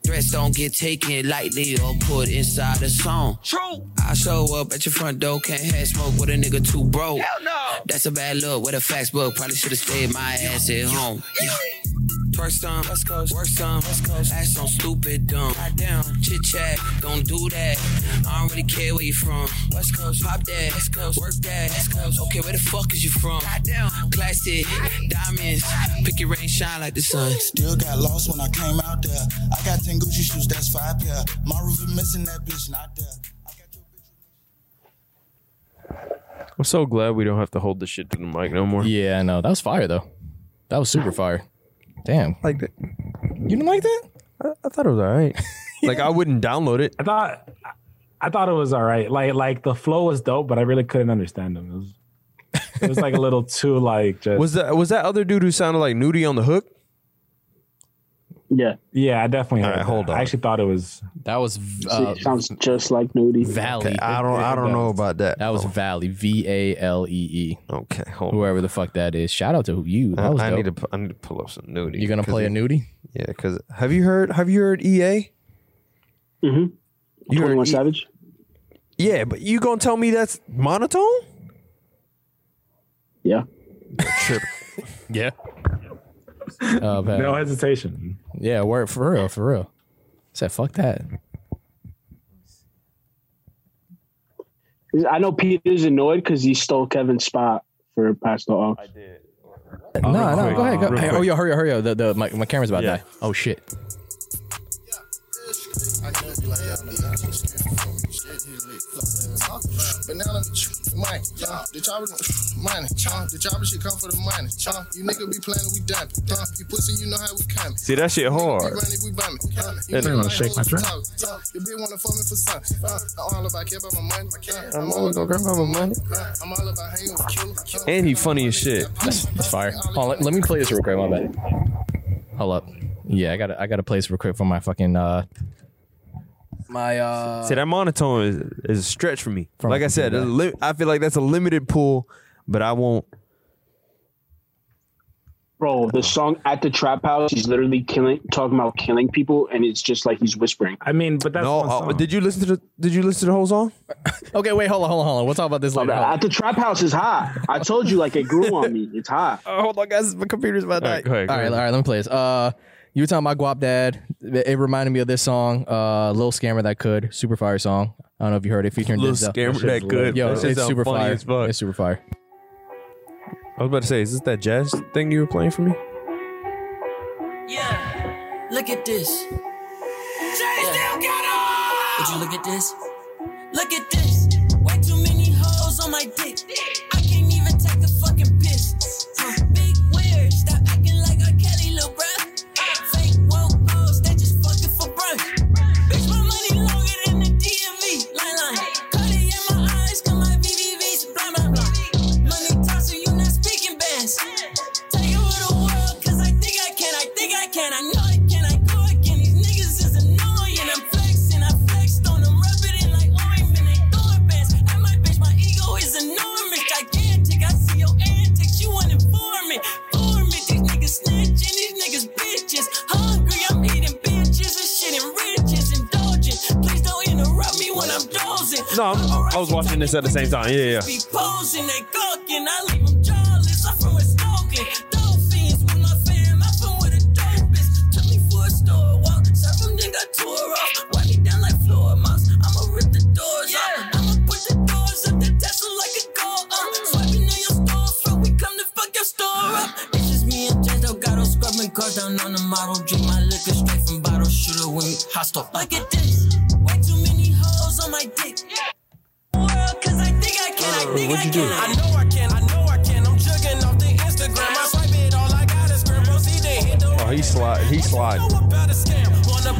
[SPEAKER 10] Threats don't get taken lightly or put inside a song. True. I show up at your front door, can't have smoke with a nigga too broke. Hell no. That's a bad look with a fax book. Probably should have stayed my ass at home. Twerk some, West Coast, work some, West Coast. Act so stupid, dumb. Goddamn, chit chat, don't do that. I don't really care where you from. West Coast, pop that, West Coast, work that, West Coast. Okay, where the fuck is you from? Goddamn, classic, diamonds, pick your rain, shine like the sun.
[SPEAKER 6] Still got lost when I came out there. I got 10 Gucci shoes, that's five pair. My roof is missing, that bitch not there. I got your bitch with me.
[SPEAKER 1] I'm so glad we don't have to hold this shit to the mic no more.
[SPEAKER 2] Yeah, I know. That was fire though. That was super fire. Damn.
[SPEAKER 1] Like that.
[SPEAKER 2] You didn't like that?
[SPEAKER 1] I, I thought it was all right. <laughs> Like I wouldn't download it.
[SPEAKER 4] I thought I thought it was all right. Like like the flow was dope, but I really couldn't understand them. It was, it was like
[SPEAKER 1] <laughs>
[SPEAKER 4] a little too like just
[SPEAKER 1] Was that was that other dude who sounded like Nudie on the hook?
[SPEAKER 11] Yeah,
[SPEAKER 4] yeah. I definitely
[SPEAKER 1] All
[SPEAKER 4] heard.
[SPEAKER 1] right,
[SPEAKER 4] that.
[SPEAKER 1] hold on.
[SPEAKER 4] I actually thought it was
[SPEAKER 2] That was uh,
[SPEAKER 11] it sounds just like Nudie.
[SPEAKER 2] Valley.
[SPEAKER 1] Okay, I don't I don't know about that. Oh,
[SPEAKER 2] that was Valley. V A L E E.
[SPEAKER 1] okay. Hold on.
[SPEAKER 2] Whoever the fuck that is. Shout out to you. That was
[SPEAKER 1] Uh, I, I
[SPEAKER 2] dope.
[SPEAKER 1] need to pu- I need to pull up some nudie.
[SPEAKER 2] You're gonna
[SPEAKER 1] 'cause
[SPEAKER 2] play a
[SPEAKER 1] it- <laughs>
[SPEAKER 2] nudie?
[SPEAKER 1] Yeah, because have you heard have you heard EA?
[SPEAKER 3] Mm-hmm.
[SPEAKER 11] hmm
[SPEAKER 1] You
[SPEAKER 11] Twenty
[SPEAKER 1] heard
[SPEAKER 11] One
[SPEAKER 1] E-
[SPEAKER 11] Savage.
[SPEAKER 1] Yeah, but you gonna tell me that's monotone?
[SPEAKER 11] Yeah,
[SPEAKER 1] Trip.
[SPEAKER 2] Yeah. Uh, Val-
[SPEAKER 4] no hesitation.
[SPEAKER 2] Yeah, word for real, for real. said fuck that.
[SPEAKER 11] I know Peter's annoyed because he stole Kevin's spot for Pastor Off.
[SPEAKER 2] No, no,
[SPEAKER 1] quick,
[SPEAKER 2] go ahead. Go.
[SPEAKER 1] real
[SPEAKER 2] Hey,
[SPEAKER 1] quick.
[SPEAKER 2] oh, yo, hurry up, hurry up. The, the, my, my camera's about
[SPEAKER 1] Yeah.
[SPEAKER 2] to die. Oh, shit.
[SPEAKER 12] I can't be like, yeah, nigga, I was scared for him. Shit, he lit. Fuck, man, talk about it. But now let me money, y'all. The chopper money, chomp. The chopper shit come for the money, chomp. You nigga be playing, we dump it, thump. You pussy, you know how we coming.
[SPEAKER 1] See that shit
[SPEAKER 12] We
[SPEAKER 1] hard.
[SPEAKER 12] run it, we bum it. Uh, you
[SPEAKER 1] That
[SPEAKER 12] know how
[SPEAKER 1] nigga
[SPEAKER 4] shake my
[SPEAKER 12] hoes
[SPEAKER 4] trap.
[SPEAKER 12] talk, talk. Your bitch wanna fuck me for something. Uh, I'm all about care about my money. Uh,
[SPEAKER 1] I'm only gonna grab my money.
[SPEAKER 12] uh, I'm all about hanging with killers. Uh,
[SPEAKER 1] And he funny as shit.
[SPEAKER 2] That's, that's fire. Hold on, let, let me play this real quick. My bad. Hold up. Yeah, I gotta I gotta play this real quick for my fucking uh my uh
[SPEAKER 1] See that monotone is, is a stretch for me.
[SPEAKER 2] From
[SPEAKER 1] like I said,
[SPEAKER 2] computer.
[SPEAKER 1] a li- I feel like that's a limited pool, but I won't.
[SPEAKER 11] Bro, the song at the trap house, he's literally killing, talking about killing people, and it's just like he's whispering.
[SPEAKER 4] I mean, but that's
[SPEAKER 1] no,
[SPEAKER 4] one
[SPEAKER 1] uh,
[SPEAKER 4] song.
[SPEAKER 1] did you listen to the Did you listen to the whole song?
[SPEAKER 2] Okay, wait, hold on, hold on, hold on. We'll talk about this later. Hold on.
[SPEAKER 11] At the trap house is hot. I told you, like it grew on me. It's hot.
[SPEAKER 2] Oh, hold on, guys. My computer's about to
[SPEAKER 1] All right, go ahead, go
[SPEAKER 2] all right,
[SPEAKER 1] ahead.
[SPEAKER 2] all right, let me play this. Uh you were talking about Guap Dad. It it reminded me of this song, uh Lil Scammer That Could, super fire song. I don't know if you heard it featuring
[SPEAKER 1] Little
[SPEAKER 2] Denzel.
[SPEAKER 1] scammer
[SPEAKER 4] shit's
[SPEAKER 1] that good.
[SPEAKER 4] lit.
[SPEAKER 2] Yo,
[SPEAKER 1] That shit
[SPEAKER 2] it's
[SPEAKER 1] sound
[SPEAKER 2] super
[SPEAKER 1] funny
[SPEAKER 2] fire.
[SPEAKER 1] as fuck.
[SPEAKER 2] It's super fire.
[SPEAKER 1] I was about to say, is this that jazz thing you were playing for me?
[SPEAKER 10] Yeah, look at this. Yeah. Would you look at this? Look at this. Way too many hoes on my dick. I can't even take a fucking piss. Huh. Big weird, stop acting like I Kelly, little bruh. Fake woke hoes, they just fucking for brunch. Bitch, my money longer than the DMV. Line line. Cutty in my eyes, come like BBVs. Blah blah blah. Money tosser, you not speaking bands. Take over the world, cause I think I can. I think I can. I know I can. I go again. These niggas is annoying. I'm flexing. I flexed on them, rubbing in like ointment. They throwing bands. At my bitch, my ego is enormous. Gigantic. I see your antics. You an informant. Dormant. These niggas snitching. These niggas bitches. Hungry. I'm eating bitches. This shit enriches. Indulgent. Please don't interrupt me when I'm dozing.
[SPEAKER 1] No, I'm, I was watching this at the same time. Yeah, yeah.
[SPEAKER 10] Be posing, they gawking. I leave them jawless. I'm from West Oakland. Dolphins with my fam. I'm from where the dope is. Took me for a store walk. Serve them, then got tore off. Wipe me down like floor mops. I'ma rip the doors off. I'ma push the doors up. The Tesla like a car. Um, swiping on your storefront. We come to fuck your store up. It's just me and Jazz Delgado scrubbing cars down on the model. Drink my liquor straight from bottle. Shooter when we hostile. Look at this. Way too many hoes on my dick world, cause I think I can, I think I can. I know I can, I know I can. I'm jugging off the Instagram. I'm swiping
[SPEAKER 1] Oh, he slide. He slide.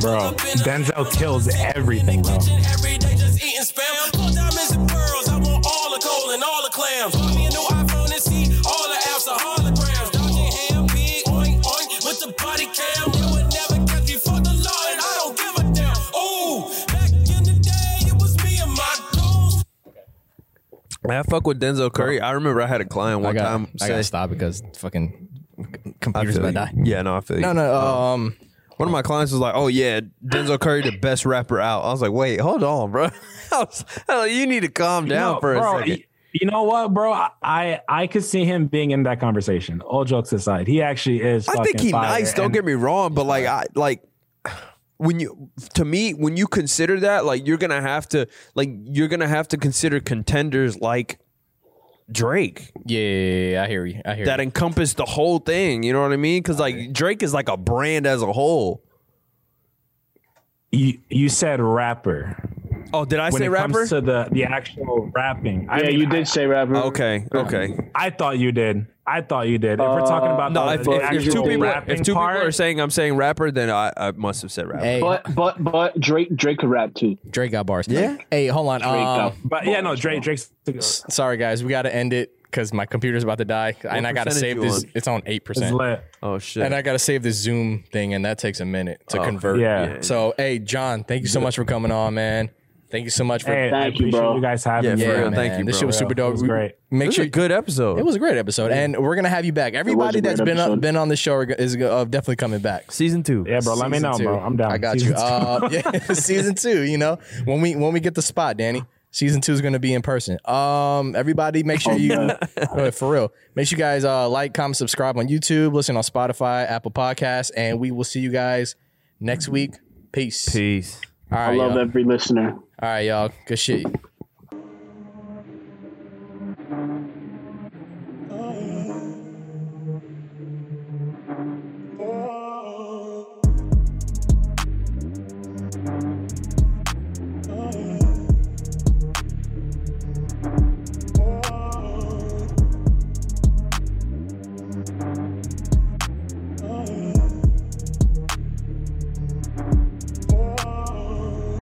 [SPEAKER 4] Bro, Denzel kills everything, bro.
[SPEAKER 6] Every day just eating spam. Gold diamonds and pearls. I want all the gold and all the clams. Buy me a new iPhone and see all the apps are holograms. Dodging ham, pig, oink, oink with the body cam. You would never catch me for the Lord. I don't give a damn. Ooh, back in the day, it was me and my dudes.
[SPEAKER 1] Man, I fuck with Denzel Curry. I remember I had a client
[SPEAKER 2] I
[SPEAKER 1] one
[SPEAKER 2] got.
[SPEAKER 1] time.
[SPEAKER 2] I
[SPEAKER 1] say-
[SPEAKER 2] gotta stop because fucking c-
[SPEAKER 1] I
[SPEAKER 2] computers
[SPEAKER 1] feel
[SPEAKER 2] about to
[SPEAKER 1] you.
[SPEAKER 2] die.
[SPEAKER 1] Yeah, Oh. no, I feel you.
[SPEAKER 2] No, no. Um,
[SPEAKER 1] One of my clients was like, "Oh yeah, Denzel Curry, the best rapper out." I was like, "Wait, hold on, bro. <laughs> I was, I was like, you need to calm down
[SPEAKER 4] No,
[SPEAKER 1] for a
[SPEAKER 4] bro,
[SPEAKER 1] second.
[SPEAKER 4] y- You know what, bro? I, I I could see him being in that conversation. All jokes aside, he actually is.
[SPEAKER 1] I think
[SPEAKER 4] fucking
[SPEAKER 1] he
[SPEAKER 4] fire,
[SPEAKER 1] nice. Don't
[SPEAKER 4] and-
[SPEAKER 1] get me wrong, but like, I like when you to me when you consider that, like, you're gonna have to like you're gonna have to consider contenders like Drake
[SPEAKER 2] yeah, yeah, yeah, I hear you. I hear
[SPEAKER 1] that
[SPEAKER 2] you.
[SPEAKER 1] encompass the whole thing. You know what I mean? Because like Drake is like a brand as a whole.
[SPEAKER 4] You, you said rapper.
[SPEAKER 1] Oh, did I
[SPEAKER 4] when
[SPEAKER 1] say
[SPEAKER 4] it
[SPEAKER 1] rapper?
[SPEAKER 4] comes to the the actual rapping, I
[SPEAKER 3] Yeah,
[SPEAKER 4] mean,
[SPEAKER 3] you did say rapper.
[SPEAKER 1] okay, okay.
[SPEAKER 4] I, I thought you did. I thought you did. If we're talking
[SPEAKER 3] Uh,
[SPEAKER 4] about
[SPEAKER 1] No, if,
[SPEAKER 4] the, Uh,
[SPEAKER 1] if-
[SPEAKER 4] the
[SPEAKER 1] if
[SPEAKER 4] actual
[SPEAKER 1] two people
[SPEAKER 4] rapping
[SPEAKER 1] if two
[SPEAKER 4] part,
[SPEAKER 1] people are saying I'm saying rapper, then I, I must have said rapper.
[SPEAKER 2] Hey,
[SPEAKER 3] But but but Drake Drake could rap too.
[SPEAKER 2] Drake got bars.
[SPEAKER 1] Yeah?
[SPEAKER 2] Hey, hold on. Um,
[SPEAKER 3] got-
[SPEAKER 4] but yeah, no, Drake Drake's is
[SPEAKER 2] sorry guys, we gotta end it because my computer's about to die, and I gotta
[SPEAKER 1] percentage
[SPEAKER 2] save
[SPEAKER 1] you
[SPEAKER 2] this.
[SPEAKER 1] on?
[SPEAKER 2] It's on eight percent,
[SPEAKER 4] lit.
[SPEAKER 1] Oh shit!
[SPEAKER 2] and I gotta save this Zoom thing, and that takes a minute to convert.
[SPEAKER 4] Yeah.
[SPEAKER 2] So, hey, John, thank you so much for coming on, man. Thank you so much for.
[SPEAKER 4] Hey, I
[SPEAKER 3] Thank you,
[SPEAKER 4] appreciate
[SPEAKER 3] bro.
[SPEAKER 4] you guys having
[SPEAKER 1] Yeah,
[SPEAKER 4] me.
[SPEAKER 1] for real,
[SPEAKER 2] man.
[SPEAKER 1] thank you,
[SPEAKER 2] This
[SPEAKER 1] bro.
[SPEAKER 2] shit was super dope.
[SPEAKER 4] It was
[SPEAKER 2] We-
[SPEAKER 4] great.
[SPEAKER 1] it
[SPEAKER 2] Make
[SPEAKER 1] was
[SPEAKER 2] sure
[SPEAKER 1] a good episode.
[SPEAKER 2] It was a great episode, and we're gonna have you back. Everybody
[SPEAKER 3] a great
[SPEAKER 2] that's been up,
[SPEAKER 3] episode.
[SPEAKER 2] been on the show are go- is go- uh, definitely coming back.
[SPEAKER 1] season two.
[SPEAKER 4] Yeah, bro. Oh, Let me
[SPEAKER 2] Season
[SPEAKER 4] know,
[SPEAKER 2] two.
[SPEAKER 4] bro. I'm down.
[SPEAKER 2] I got
[SPEAKER 4] Season
[SPEAKER 2] you.
[SPEAKER 4] two. <laughs>
[SPEAKER 2] Uh, yeah, <laughs> season two. You know when we when we get the spot, Danny. Season two is going to be in person. Um, everybody, make sure you <laughs>
[SPEAKER 3] <laughs>
[SPEAKER 2] uh, for real. Make sure you guys uh, like, comment, subscribe on YouTube, listen on Spotify, Apple Podcasts, and we will see you guys next week. Peace.
[SPEAKER 1] Peace.
[SPEAKER 2] All right,
[SPEAKER 3] I love
[SPEAKER 2] y'all.
[SPEAKER 3] every listener.
[SPEAKER 2] All right, y'all. Good shit.